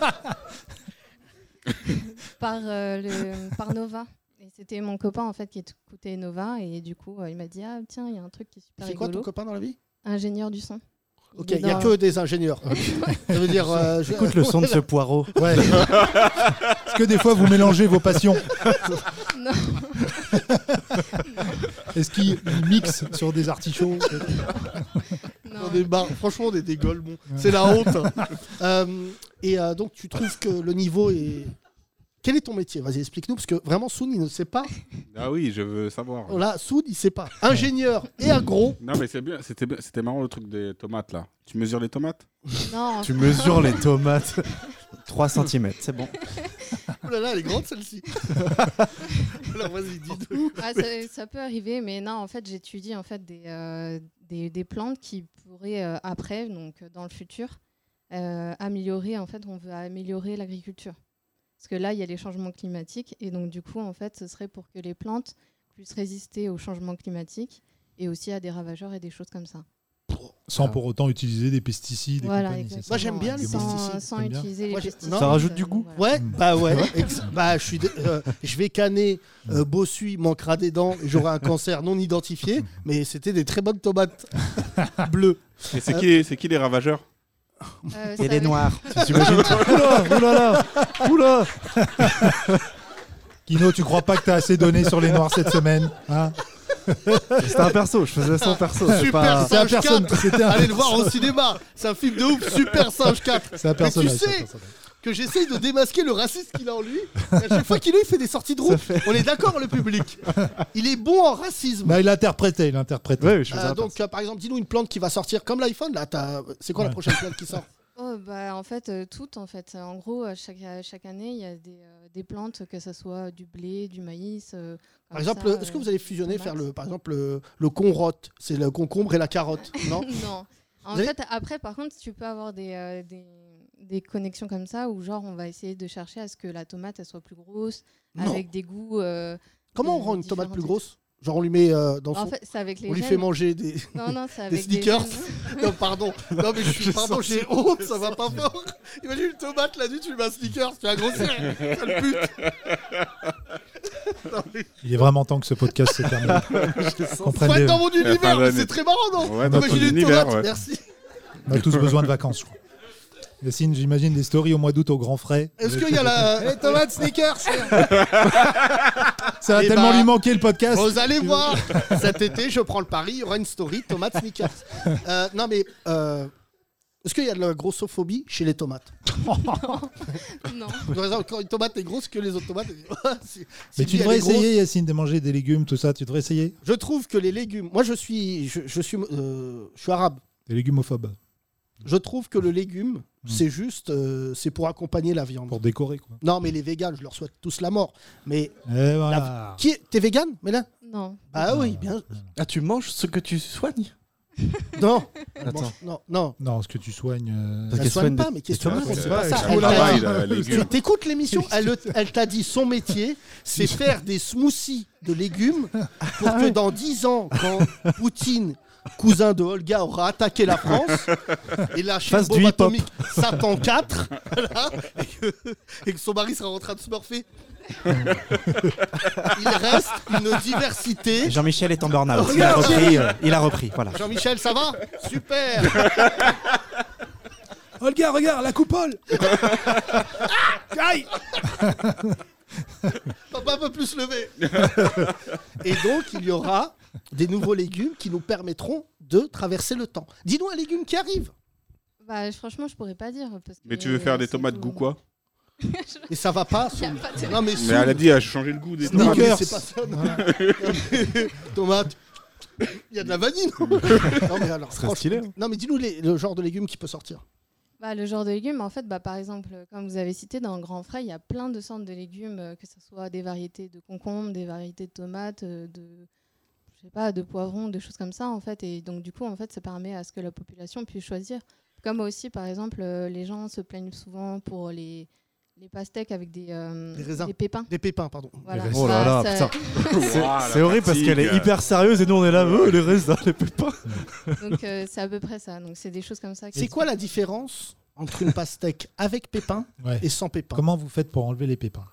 Speaker 9: par, euh, le, par Nova. Et c'était mon copain en fait qui écoutait Nova et du coup euh, il m'a dit ah tiens il y a un truc qui est super
Speaker 5: C'est quoi ton
Speaker 9: rigolo.
Speaker 5: copain dans la vie
Speaker 9: Ingénieur du son.
Speaker 5: Ok,
Speaker 9: est
Speaker 5: il n'y a
Speaker 9: dans-
Speaker 5: que des ingénieurs. Ça veut dire. euh, je-
Speaker 6: Écoute le son de ce poireau.
Speaker 2: Ouais. Parce que des fois, vous mélangez vos passions.
Speaker 9: Non.
Speaker 2: Est-ce qu'il il mixe sur des artichauts
Speaker 9: Non.
Speaker 5: On est bar- Franchement, on est des golemons. C'est la honte. Euh, et euh, donc, tu trouves que le niveau est. Quel est ton métier Vas-y, explique-nous, parce que vraiment, Soun, il ne sait pas.
Speaker 7: Ah oui, je veux savoir.
Speaker 5: Là, Soun, il ne sait pas. Ingénieur et agro.
Speaker 7: Non, mais c'est bien, c'était bien- c'était marrant le truc des tomates là. Tu mesures les tomates
Speaker 9: Non, en
Speaker 6: Tu mesures les tomates. 3 cm, c'est bon.
Speaker 5: Oh là là, elle est grande celle-ci. Alors, vas-y, dis-nous.
Speaker 9: Ah, ça, ça peut arriver, mais non, en fait, j'étudie en fait des, euh, des, des plantes qui pourraient euh, après, donc euh, dans le futur, euh, améliorer. En fait, on veut améliorer l'agriculture parce que là, il y a les changements climatiques et donc du coup, en fait, ce serait pour que les plantes puissent résister aux changements climatiques et aussi à des ravageurs et des choses comme ça.
Speaker 2: Sans pour autant utiliser des pesticides. et
Speaker 9: Voilà,
Speaker 2: compagnie, c'est
Speaker 9: exactement.
Speaker 2: ça
Speaker 5: Moi j'aime bien les
Speaker 9: Sans-
Speaker 5: pesticides.
Speaker 9: sans
Speaker 2: T'aimes bien
Speaker 9: utiliser les
Speaker 5: Moi, je-
Speaker 9: pesticides.
Speaker 5: non.
Speaker 6: Ça rajoute du goût.
Speaker 5: Ouais, bah ouais. ex- bah je suis, dé- euh, je vais canner. Euh, Bossuy manquera des dents et j'aurai un cancer non identifié. Mais c'était des très bonnes tomates bleues.
Speaker 7: Et
Speaker 5: Euh,
Speaker 7: c'est qui, c'est qui les ravageurs
Speaker 9: Euh,
Speaker 5: Et
Speaker 9: ça va-
Speaker 5: les noirs.
Speaker 2: Oula, oulala, oula. Kino, tu crois pas que t'as assez donné sur les noirs cette semaine hein
Speaker 6: C'était un perso, je faisais ça en perso. c'est
Speaker 5: Super
Speaker 6: pas-
Speaker 2: C'est un
Speaker 5: Singe
Speaker 2: personne-
Speaker 5: 4.
Speaker 2: c'était un
Speaker 5: Allez le voir au cinéma. C'est un film de ouf. Super singe 4.
Speaker 2: C'est un
Speaker 5: Mais tu
Speaker 2: personnage. c'est un
Speaker 5: sais
Speaker 2: personnage.
Speaker 5: que j'essaye de démasquer le raciste qu'il a en lui. Et à chaque fois qu'il est, il fait des sorties de route. On est d'accord, le public. Il est bon en racisme.
Speaker 2: Bah, il interprétait, il interprétait.
Speaker 6: Ouais, oui, je faisais
Speaker 5: Euh,
Speaker 6: un
Speaker 5: donc, euh, par exemple, dis-nous une plante qui va sortir comme l'iPhone. Là, t'as- c'est quoi la
Speaker 2: Ouais.
Speaker 5: prochaine plante qui sort
Speaker 9: Oh, bah, en fait, euh, toutes. En, fait. en gros, euh, chaque, euh, chaque année, il y a des, euh, des plantes, que ce soit du blé, du maïs. euh,
Speaker 5: Par
Speaker 9: comme
Speaker 5: exemple,
Speaker 9: ça,
Speaker 5: est-ce que
Speaker 9: euh,
Speaker 5: vous allez fusionner,
Speaker 9: tomates.
Speaker 5: faire le, par exemple, le, le conrotte C'est le concombre et la carotte, non
Speaker 9: euh, Non. En
Speaker 5: Vous avez-
Speaker 9: fait, après, par contre, tu peux avoir des, euh, des, des connexions comme ça où, genre, on va essayer de chercher à ce que la tomate elle soit plus grosse,
Speaker 5: Non.
Speaker 9: avec des goûts. euh,
Speaker 5: Comment on
Speaker 9: des
Speaker 5: rend une tomate
Speaker 9: différents
Speaker 5: plus
Speaker 9: types.
Speaker 5: grosse Genre, on lui met euh, dans
Speaker 9: En
Speaker 5: son.
Speaker 9: fait, c'est avec les.
Speaker 5: on lui
Speaker 9: gènes.
Speaker 5: fait manger des.
Speaker 9: Non, non, c'est
Speaker 5: des
Speaker 9: avec
Speaker 5: sneakers.
Speaker 9: gènes.
Speaker 5: non, pardon. Non, mais je suis.
Speaker 6: Je
Speaker 5: Pardon,
Speaker 6: sens-
Speaker 5: j'ai honte, ça va pas fort. Imagine une tomate la nuit, tu lui mets un sneaker, tu vas grossir. Sale pute.
Speaker 2: Il est vraiment temps que ce podcast se termine. Qu'on prenne
Speaker 5: Faut être
Speaker 2: des-
Speaker 5: dans mon univers, mais
Speaker 7: d'année.
Speaker 5: c'est très marrant, non
Speaker 7: Ouais, dans ton
Speaker 5: Imagine une
Speaker 7: univers,
Speaker 5: tomate,
Speaker 7: ouais.
Speaker 5: merci.
Speaker 2: On a tous besoin de vacances, je crois. Yacine, j'imagine des stories au mois d'août au grand frais.
Speaker 5: Est-ce qu'il y a la. Eh, tomate sneakers
Speaker 2: Ça va
Speaker 5: Eh
Speaker 2: tellement
Speaker 5: ben,
Speaker 2: lui manquer le podcast.
Speaker 5: Vous allez voir, cet été, je prends le pari, il y aura une story tomate sneakers. Euh, non, mais euh, est-ce qu'il y a de la grossophobie chez les tomates
Speaker 9: Non.
Speaker 5: Par exemple, Quand une tomate est grosse que les autres tomates. si-
Speaker 2: Mais
Speaker 5: si
Speaker 2: tu
Speaker 5: elle
Speaker 2: devrais
Speaker 5: est grosse-
Speaker 2: essayer, Yacine, de manger des légumes, tout ça. Tu devrais essayer.
Speaker 5: Je trouve que les légumes. Moi, je suis, je, je suis, euh, je suis arabe.
Speaker 2: Des légumophobe.
Speaker 5: Je trouve que le légume,
Speaker 2: Mm.
Speaker 5: c'est juste, euh, c'est pour accompagner la viande.
Speaker 2: Pour décorer, quoi.
Speaker 5: Non, mais les véganes, je leur souhaite tous la mort. Mais
Speaker 2: Et voilà.
Speaker 5: qui est, t'es végane, Mélin
Speaker 9: Non.
Speaker 5: Ah oui, bien.
Speaker 6: Ah, tu manges ce que tu soignes
Speaker 5: Non,
Speaker 6: Attends.
Speaker 5: non, non.
Speaker 2: Non, ce que tu soignes. euh,
Speaker 5: Parce
Speaker 6: Parce
Speaker 5: qu'elle soigne
Speaker 6: qu'elle soigne
Speaker 5: pas,
Speaker 6: des-
Speaker 5: mais
Speaker 6: des
Speaker 5: question
Speaker 6: tomates,
Speaker 5: c'est
Speaker 6: c'est
Speaker 5: pas
Speaker 6: pas-
Speaker 5: ça.
Speaker 6: c'est
Speaker 5: Elle
Speaker 7: Où la
Speaker 5: t'a dit-
Speaker 7: vaille, là,
Speaker 5: Tu
Speaker 7: légumes
Speaker 5: t'écoutes l'émission, elle, le- elle t'a dit son métier, c'est faire des smoothies de légumes pour que dans 10 ans, quand Poutine, cousin de Olga, aura attaqué la France et lâché
Speaker 6: Fasse
Speaker 5: le bombe
Speaker 6: du hip-hop.
Speaker 5: atomique Satan 4, voilà, et, que, et que son mari sera en train de se morpher. Il reste une diversité.
Speaker 6: Jean-Michel est en burn-out.
Speaker 5: Il a repris,
Speaker 6: il a repris, voilà.
Speaker 5: Oh, Jean-Michel, ça va Super
Speaker 2: Olga, regarde, la coupole
Speaker 5: Ah, Papa peut plus se lever. Et donc, il y aura des nouveaux légumes qui nous permettront de traverser le temps. Dis-nous un légume qui arrive.
Speaker 9: Bah, je- franchement, je pourrais pas dire. Parce que
Speaker 7: Mais tu veux
Speaker 5: euh,
Speaker 7: faire des
Speaker 9: c'est
Speaker 7: tomates
Speaker 9: tout.
Speaker 7: goût quoi
Speaker 5: Et ça va pas. Soul. Non, mais,
Speaker 7: Mais elle a
Speaker 5: Soul,
Speaker 7: dit, ah, j'ai changé le goût des
Speaker 5: non,
Speaker 7: tomates.
Speaker 5: mais
Speaker 2: Sneakers.
Speaker 5: c'est pas ça. non. Tomate. Il y a de la vanille, non Non, mais alors,
Speaker 6: serait
Speaker 5: franchement-
Speaker 6: stylé, hein.
Speaker 5: Non, mais dis-nous les- le genre de légumes qui peut sortir.
Speaker 9: Bah, le genre de légumes, en fait, bah, par exemple, euh, comme vous avez cité, dans Grand Frais, il y a plein de centres de légumes, euh, que ce soit des variétés de concombres, des variétés de tomates, euh, de, je sais pas, de poivrons, de choses comme ça, en fait. Et donc, du coup, en fait, ça permet à ce que la population puisse choisir. Comme aussi, par exemple, euh, les gens se plaignent souvent pour les, les pastèques avec des, euh,
Speaker 5: Les raisins.
Speaker 9: des pépins.
Speaker 5: Des pépins, pardon.
Speaker 9: Voilà.
Speaker 6: Oh là
Speaker 9: Bah,
Speaker 6: là,
Speaker 9: ça-
Speaker 6: putain. C'est
Speaker 7: Ouah, la
Speaker 6: c'est horrible parce
Speaker 7: fatigue.
Speaker 6: qu'elle est hyper sérieuse et nous on est là, oh, les raisins, les pépins.
Speaker 9: Donc, euh, c'est à peu près ça. Donc, c'est des choses comme ça. qui-
Speaker 5: C'est quoi la différence entre une pastèque avec pépins
Speaker 2: Ouais.
Speaker 5: et sans pépins
Speaker 2: Comment vous faites pour enlever les pépins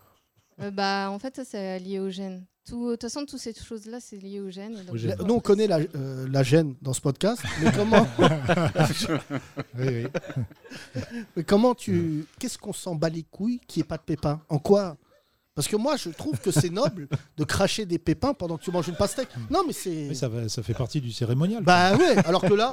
Speaker 9: Euh, bah, En fait, ça, c'est lié au gène. Tout- De toute façon, toutes ces choses-là, c'est lié au gène. et donc, bah,
Speaker 2: Au gène.
Speaker 9: du coup,
Speaker 5: Nous, on
Speaker 9: après,
Speaker 5: connaît la, euh, la gêne dans ce podcast, mais comment
Speaker 2: Oui, oui.
Speaker 5: Mais comment tu. Qu'est-ce qu'on s'en bat les couilles qu'il n'y ait pas de pépins En quoi Parce que moi, je trouve que c'est noble de cracher des pépins pendant que tu manges une pastèque. Non, mais c'est.
Speaker 2: Hmm. Oui, ça, va- ça fait partie du cérémonial.
Speaker 5: Bah ouais, alors que là.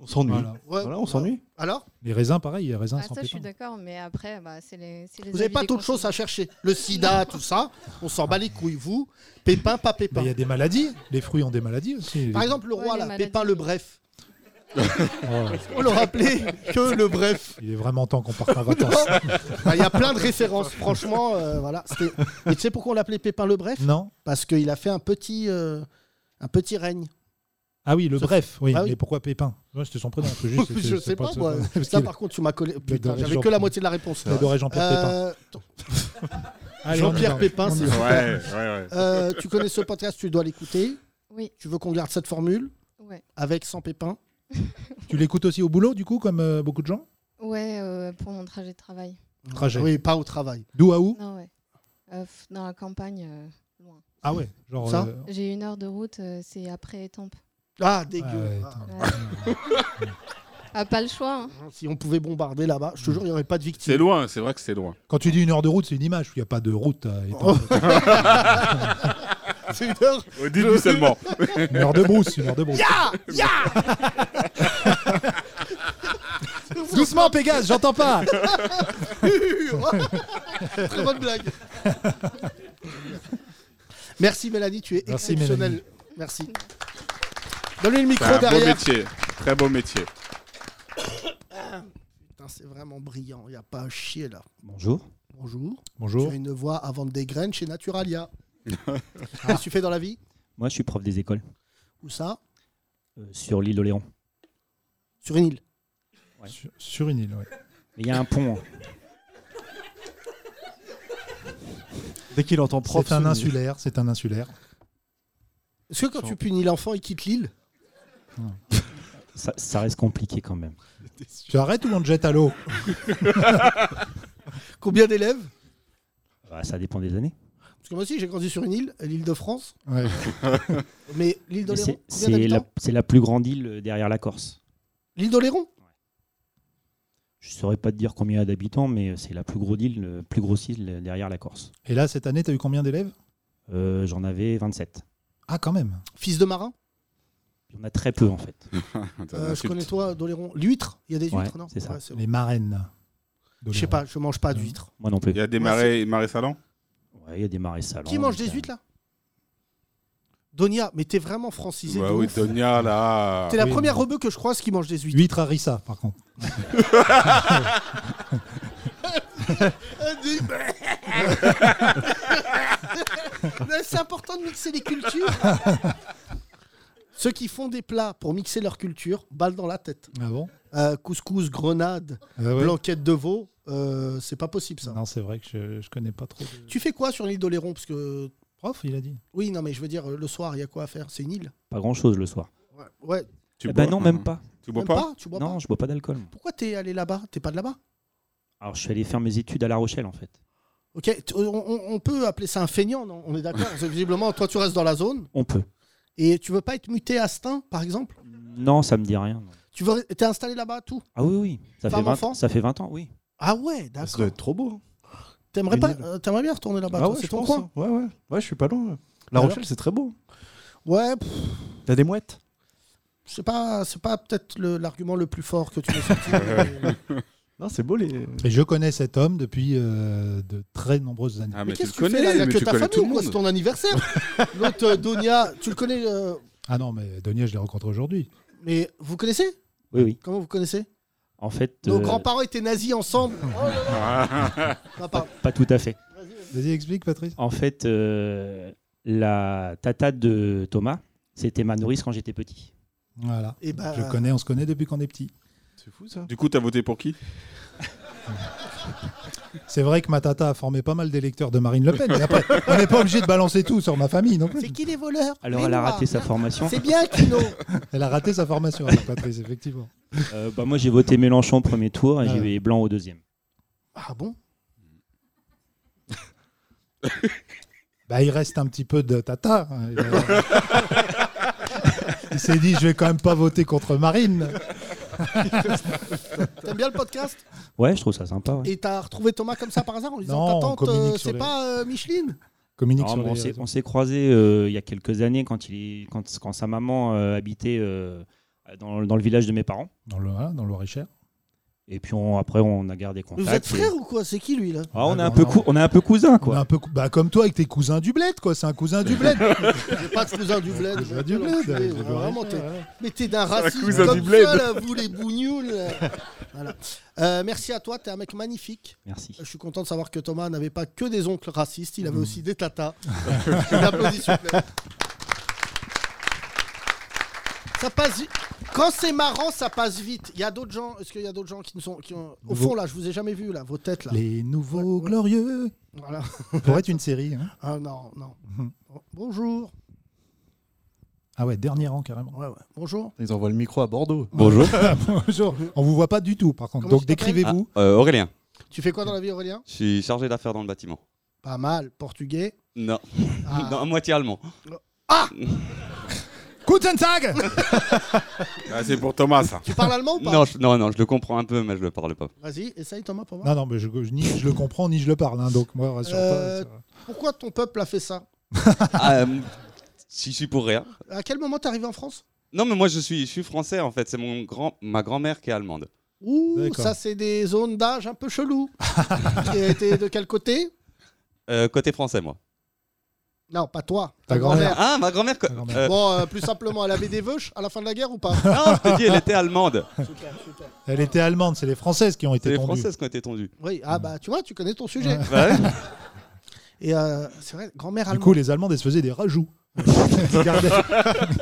Speaker 6: On s'ennuie.
Speaker 2: Voilà.
Speaker 5: ouais, bah,
Speaker 6: Voilà, on s'ennuie.
Speaker 5: Alors
Speaker 2: Les raisins, pareil, les raisins
Speaker 9: Ah,
Speaker 2: sans
Speaker 9: ça, je suis
Speaker 2: pépins.
Speaker 9: d'accord, mais après, bah, c'est les, c'est les
Speaker 5: Vous n'avez
Speaker 9: avis
Speaker 5: pas
Speaker 9: des
Speaker 5: d'autre chose à
Speaker 9: consommateurs.
Speaker 5: chercher. Le sida, tout ça, on s'en bat les couilles. Vous, pépins, pas
Speaker 2: Mais
Speaker 5: pépins.
Speaker 2: Ah. Bah, il y a des maladies. Les fruits ont des maladies aussi.
Speaker 5: Par exemple, le
Speaker 9: Ouais,
Speaker 5: roi,
Speaker 9: les
Speaker 5: là,
Speaker 9: maladies.
Speaker 5: pépin le bref.
Speaker 2: Oh,
Speaker 5: On le rappelait que le bref.
Speaker 2: il est vraiment temps qu'on parte en vacances.
Speaker 5: Bah, Il y a plein de références, franchement. euh, voilà. c'était- Et tu sais pourquoi on l'appelait Pépin le Bref
Speaker 2: non
Speaker 5: Parce qu'il a fait un petit, euh, un petit règne.
Speaker 2: Ah oui, le
Speaker 5: Ça-
Speaker 2: bref. Oui,
Speaker 5: Ah oui.
Speaker 2: mais pourquoi pépins Ouais, C'était son prénom. c'est Ah, juste-
Speaker 5: je
Speaker 2: c'est-
Speaker 5: sais
Speaker 2: c'est
Speaker 5: pas,
Speaker 2: c'est
Speaker 5: moi.
Speaker 2: parce
Speaker 5: Ça,
Speaker 2: qu'il-
Speaker 5: par contre, tu m'as collé. Putain,
Speaker 2: J'adorais
Speaker 5: j'avais que
Speaker 2: Jean-Pierre.
Speaker 5: la moitié de la réponse.
Speaker 2: J'adorais Jean-Pierre Pépin.
Speaker 5: Euh, ton-
Speaker 2: Allez, on y
Speaker 5: Jean-Pierre
Speaker 2: va.
Speaker 5: Pépin, c'est
Speaker 7: Ouais,
Speaker 5: super.
Speaker 7: ouais, ouais.
Speaker 5: Euh, tu connais ce podcast, tu dois l'écouter.
Speaker 9: Oui,
Speaker 5: Tu veux qu'on garde cette formule
Speaker 9: ouais.
Speaker 5: avec sans Pépin
Speaker 2: Tu l'écoutes aussi au boulot, du coup, comme euh, beaucoup de gens
Speaker 9: Ouais, euh, pour mon trajet de travail.
Speaker 2: Trajet.
Speaker 5: Oui, pas au travail.
Speaker 2: D'où à où
Speaker 9: Non, ouais. Euh, f- dans la campagne, euh, loin.
Speaker 2: Ah ouais, genre,
Speaker 5: Ça
Speaker 2: euh,
Speaker 9: J'ai une heure de route, euh, c'est après Étampes.
Speaker 5: Ah, dégueu.
Speaker 2: Ouais,
Speaker 5: Ah.
Speaker 9: Ah, pas le choix. hein.
Speaker 5: Si on pouvait bombarder là-bas, je te jure, il n'y aurait pas de victimes.
Speaker 7: C'est loin, Ah, c'est vrai que c'est loin.
Speaker 2: Quand tu dis une heure de route, c'est une image. Il n'y a pas de route. à Étampes.
Speaker 5: C'est une heure.
Speaker 7: Oh, Dites-nous seulement.
Speaker 2: une heure de brousse, une heure de brousse. Doucement, Pégase, j'entends pas.
Speaker 5: Très bonne blague. Merci Mélanie, tu es
Speaker 2: Merci,
Speaker 5: exceptionnelle.
Speaker 2: Mélanie.
Speaker 5: Merci. Donne-lui le micro
Speaker 7: C'est un beau
Speaker 5: derrière.
Speaker 7: métier. Très beau métier.
Speaker 5: Putain, c'est vraiment brillant, il n'y a pas à chier là.
Speaker 11: Bonjour.
Speaker 5: Bonjour. Tu
Speaker 2: Bonjour.
Speaker 5: as une voix à vendre des graines chez Naturalia. Qu'est-ce que tu fais dans la vie
Speaker 11: Moi, je suis prof des écoles euh,
Speaker 5: Où ça
Speaker 11: sur l'île Oléron.
Speaker 5: Sur une île.
Speaker 2: Sur, sur une île, ouais.
Speaker 11: Il y a un
Speaker 7: hein.
Speaker 11: pont.
Speaker 6: Dès qu'il entend prof.
Speaker 2: C'est un
Speaker 6: se-
Speaker 2: insulaire, c'est un insulaire.
Speaker 5: Est-ce que quand tu punis l'enfant, il quitte l'île
Speaker 11: Ça, reste compliqué quand même.
Speaker 2: Tu arrêtes ou on te jette à l'eau
Speaker 5: Combien d'élèves
Speaker 11: Bah, ça dépend des années.
Speaker 5: Parce que moi aussi, j'ai grandi sur une île, l'île de France.
Speaker 2: Ouais.
Speaker 5: Mais l'île
Speaker 11: Mais
Speaker 5: d'Oléron,
Speaker 11: c'est-
Speaker 5: combien
Speaker 11: C'est la,
Speaker 5: d'habitants
Speaker 11: c'est la plus grande île euh, derrière la Corse.
Speaker 5: L'île d'Oléron
Speaker 11: Je saurais pas te dire combien il y a d'habitants, mais euh, c'est la plus grosse île, euh, plus grosse île euh, derrière la Corse.
Speaker 2: Et là, cette année, t'as eu combien d'élèves
Speaker 11: Euh, J'en avais 27.
Speaker 2: Ah, quand même.
Speaker 5: Fils de marin
Speaker 11: Il y en a très peu en fait.
Speaker 7: T'as
Speaker 5: Euh,
Speaker 7: un
Speaker 5: Je
Speaker 7: insulte.
Speaker 5: connais toi d'Oléron. L'huître Il y a des huîtres,
Speaker 11: Ouais,
Speaker 5: non
Speaker 11: c'est ça.
Speaker 5: bon.
Speaker 2: Les marraines.
Speaker 5: Je sais pas, je mange pas
Speaker 2: Non.
Speaker 5: d'huîtres.
Speaker 11: Moi non plus.
Speaker 7: Il y a des
Speaker 5: Ouais,
Speaker 7: marais, marais salants
Speaker 11: Ouais, il y a des marais salants.
Speaker 5: Qui mange des
Speaker 11: donc, euh,
Speaker 5: huîtres là Donia, mais t'es vraiment francisé.
Speaker 7: Bah
Speaker 5: de
Speaker 7: oui,
Speaker 5: ouf.
Speaker 7: Donia, là.
Speaker 5: T'es la
Speaker 2: Ah Oui.
Speaker 5: première rebeu que je croise qui mange des huîtres.
Speaker 2: Huître harissa, par contre.
Speaker 5: Ah, dis- Mais C'est important de mixer les cultures. Ceux qui font des plats pour mixer leur culture, balle dans la tête.
Speaker 2: Ah bon
Speaker 5: Euh, couscous, grenade,
Speaker 2: Ah ouais.
Speaker 5: blanquette de veau, euh, c'est pas possible ça.
Speaker 2: Non, c'est vrai que je, je connais pas trop. de-
Speaker 5: Tu fais quoi sur l'île d'Oléron Parce que
Speaker 2: Prof, il a dit.
Speaker 5: oui, non mais je veux dire euh, le soir, il y a quoi à faire C'est une île.
Speaker 11: Pas grand chose le soir.
Speaker 5: Ouais. ouais.
Speaker 7: Tu
Speaker 11: Eh
Speaker 7: bois Hein.
Speaker 11: ben non,
Speaker 2: Mmh.
Speaker 11: même pas.
Speaker 7: Tu bois
Speaker 5: Même
Speaker 7: pas,
Speaker 5: Tu bois
Speaker 11: non,
Speaker 5: pas
Speaker 11: je bois pas d'alcool. moi.
Speaker 5: Pourquoi t'es allé là-bas T'es pas de là-bas
Speaker 11: Alors je suis allé faire mes études à La Rochelle en fait.
Speaker 5: Ok, t- on, on- on peut appeler ça un feignant, non On est d'accord C'est Visiblement, toi, tu restes dans la zone
Speaker 11: On peut.
Speaker 5: et tu veux pas être muté à Stein, par exemple
Speaker 11: Non, ça me dit rien. non.
Speaker 5: Tu veux t'es installé là-bas, tout
Speaker 11: Ah oui, oui. Ça
Speaker 5: Femme,
Speaker 11: fait, 20,
Speaker 5: enfant
Speaker 11: ça fait 20 ans, oui.
Speaker 5: Ah ouais,
Speaker 6: Ça doit
Speaker 5: d'accord.
Speaker 6: être trop beau.
Speaker 5: T'aimerais
Speaker 6: une
Speaker 5: pas,
Speaker 6: île.
Speaker 5: euh, t'aimerais bien retourner
Speaker 7: Ah
Speaker 5: là-bas, toi,
Speaker 6: ouais,
Speaker 5: c'est
Speaker 6: je
Speaker 5: ton
Speaker 6: pense,
Speaker 5: coin.
Speaker 6: hein. Ouais, ouais. Ouais, je suis pas loin. ouais. La
Speaker 5: Alors
Speaker 6: Rochelle, c'est très beau. hein.
Speaker 5: Ouais, pff,
Speaker 6: T'as des mouettes
Speaker 5: je sais pas, c'est pas peut-être le- l'argument le plus fort que tu peux sortir. mais- euh,
Speaker 6: Non, c'est beau les.
Speaker 2: Et je connais cet homme depuis euh, de très nombreuses années.
Speaker 7: Ah, mais,
Speaker 5: mais
Speaker 7: tu
Speaker 5: qu'est-ce
Speaker 7: le
Speaker 5: que tu fais
Speaker 7: connais,
Speaker 5: là Il y a
Speaker 7: mais
Speaker 5: que
Speaker 7: tu
Speaker 5: ta
Speaker 7: connais tout
Speaker 5: famille
Speaker 7: le
Speaker 5: ou quoi C'est
Speaker 7: monde.
Speaker 5: ton anniversaire L'autre, euh, Donia, tu le connais, euh,
Speaker 2: Ah non, mais Donia, je l'ai rencontré aujourd'hui.
Speaker 5: mais vous connaissez
Speaker 11: Oui, oui.
Speaker 5: Comment vous connaissez
Speaker 11: En fait,
Speaker 5: Nos
Speaker 11: euh,
Speaker 5: grands-parents étaient nazis ensemble. Oh là là. Non, pardon.
Speaker 11: pas tout à fait.
Speaker 2: Vas-y, explique, Patrice.
Speaker 11: En fait, euh, la tata de Thomas, c'était ma nourrice quand j'étais petit.
Speaker 2: Voilà.
Speaker 5: Eh ben,
Speaker 2: Je connais, on se connaît depuis qu'on est petit.
Speaker 6: C'est fou ça.
Speaker 7: Du coup, t'as voté pour qui
Speaker 2: C'est vrai que ma tata a formé pas mal d'électeurs de Marine Le Pen, mais après, on n'est pas obligé de balancer tout sur ma famille non plus.
Speaker 5: C'est qui les voleurs
Speaker 11: Alors
Speaker 5: Les
Speaker 11: elle a
Speaker 5: Noirs.
Speaker 11: raté sa formation.
Speaker 5: C'est bien, Kino.
Speaker 2: Elle a raté sa formation avec Patrice, effectivement.
Speaker 11: Euh, bah, moi j'ai voté Mélenchon au premier tour et
Speaker 2: Ah
Speaker 11: j'ai
Speaker 2: ouais.
Speaker 11: eu Blanc au deuxième.
Speaker 5: Ah bon
Speaker 2: Bah, il reste un petit peu de tata. hein, il a- Il s'est dit, je vais quand même pas voter contre Marine.
Speaker 5: T'aimes bien le podcast
Speaker 11: Ouais, je trouve ça sympa. ouais.
Speaker 5: Et t'as retrouvé Thomas comme ça par hasard en lui
Speaker 2: Non,
Speaker 5: disant
Speaker 2: on
Speaker 5: Ta tante,
Speaker 2: communique
Speaker 5: euh,
Speaker 2: sur
Speaker 5: c'est
Speaker 2: les-
Speaker 5: pas euh, Micheline
Speaker 2: Communique
Speaker 11: Non,
Speaker 2: sur
Speaker 11: mais on
Speaker 2: les
Speaker 11: s'est-
Speaker 2: réseaux.
Speaker 11: on s'est croisés euh, il y a quelques années quand, il, est- quand, quand sa maman euh, habitait euh, dans, dans le village de mes parents.
Speaker 2: Dans le, voilà, dans le Loir-et-Cher.
Speaker 11: Et puis on- après on a gardé
Speaker 5: Mais
Speaker 11: contact.
Speaker 5: Vous êtes
Speaker 11: et-
Speaker 5: frères ou quoi C'est qui lui là
Speaker 11: Ah, on, est
Speaker 2: Ah,
Speaker 11: un
Speaker 2: non,
Speaker 11: peu
Speaker 2: non.
Speaker 11: cou- on est un peu cousins
Speaker 2: On est
Speaker 11: quoi.
Speaker 2: Un peu, cou- bah, comme toi avec tes cousins du bled, quoi. C'est un cousin du bled.
Speaker 5: J'ai pas de cousin du bled.
Speaker 2: Cousin du
Speaker 5: Quel
Speaker 2: bled.
Speaker 5: enculé,
Speaker 2: du
Speaker 5: voilà, Vraiment, t'es-
Speaker 2: Loir-et-Cher, ouais.
Speaker 5: mais t'es d'un racisme
Speaker 7: cousin
Speaker 5: comme
Speaker 7: du bled.
Speaker 5: ça là, vous les bougnoules. là. Voilà. Euh, merci à toi, t'es un mec magnifique.
Speaker 11: Merci.
Speaker 5: Je suis content de savoir que Thomas n'avait pas que des oncles racistes, il avait aussi des tatas. Une applaudissement, s'il vous plaît. Ça passe vite. Quand c'est marrant, ça passe vite. Il y a d'autres gens. Est-ce qu'il y a d'autres gens qui ne sont. Qui ont- Au
Speaker 2: Vous-
Speaker 5: fond, là, je vous ai jamais vu, là, vos têtes, là.
Speaker 2: Les nouveaux glorieux.
Speaker 5: Voilà.
Speaker 2: Ça pourrait être une série. hein.
Speaker 5: Ah non, non.
Speaker 2: Mhm.
Speaker 5: Bonjour.
Speaker 2: Ah ouais, dernier rang carrément.
Speaker 5: Bonjour.
Speaker 6: Ils envoient le micro à Bordeaux.
Speaker 10: Bonjour.
Speaker 2: Bonjour. On vous voit pas du tout par contre.
Speaker 5: Comment tu
Speaker 2: Donc
Speaker 5: t'appelles
Speaker 2: décrivez-vous.
Speaker 12: Ah, euh, Aurélien,
Speaker 5: Tu fais quoi dans la vie, Aurélien
Speaker 12: je suis chargé d'affaires dans le bâtiment.
Speaker 5: Pas mal. Portugais.
Speaker 12: Non,
Speaker 5: Ah.
Speaker 12: non à moitié allemand.
Speaker 5: Ah Guten Tag
Speaker 11: Ah,
Speaker 12: c'est pour Thomas ça.
Speaker 5: Tu parles allemand ou pas
Speaker 12: non, je, non, non, je le comprends un peu, mais je le parle pas.
Speaker 5: Vas-y, essaye Thomas pour voir.
Speaker 2: Non, non, mais je, je- ni je le comprends ni je le parle. hein, donc moi, rassure-toi.
Speaker 5: Euh, pourquoi ton peuple a fait ça
Speaker 12: Ah, euh, si je suis pour rien.
Speaker 5: À quel moment t'es arrivé en France
Speaker 12: Non, mais moi je suis, je suis français en fait. C'est mon grand, ma grand-mère qui est allemande.
Speaker 5: Ouh,
Speaker 12: D'accord.
Speaker 5: ça c'est des zones d'âge un peu chelou. T'es t'es de quel côté
Speaker 12: Euh, côté français, moi.
Speaker 5: Non, pas toi.
Speaker 12: Ah, ma grand-mère. co- euh,
Speaker 5: Bon, euh, plus simplement, elle avait des veuches à la fin de la guerre ou pas
Speaker 12: Non, je te dis, elle était allemande.
Speaker 2: Elle était allemande, c'est les Françaises qui ont
Speaker 12: C'est
Speaker 2: été
Speaker 12: les
Speaker 2: tendues.
Speaker 12: Françaises qui ont été tendues.
Speaker 5: Oui, ah bah tu vois, tu connais ton sujet.
Speaker 12: Ouais.
Speaker 5: Et euh, c'est vrai, grand-mère
Speaker 2: Du
Speaker 5: allemande.
Speaker 2: coup, les Allemandes, elles se faisaient des rajouts. Ils gardaient-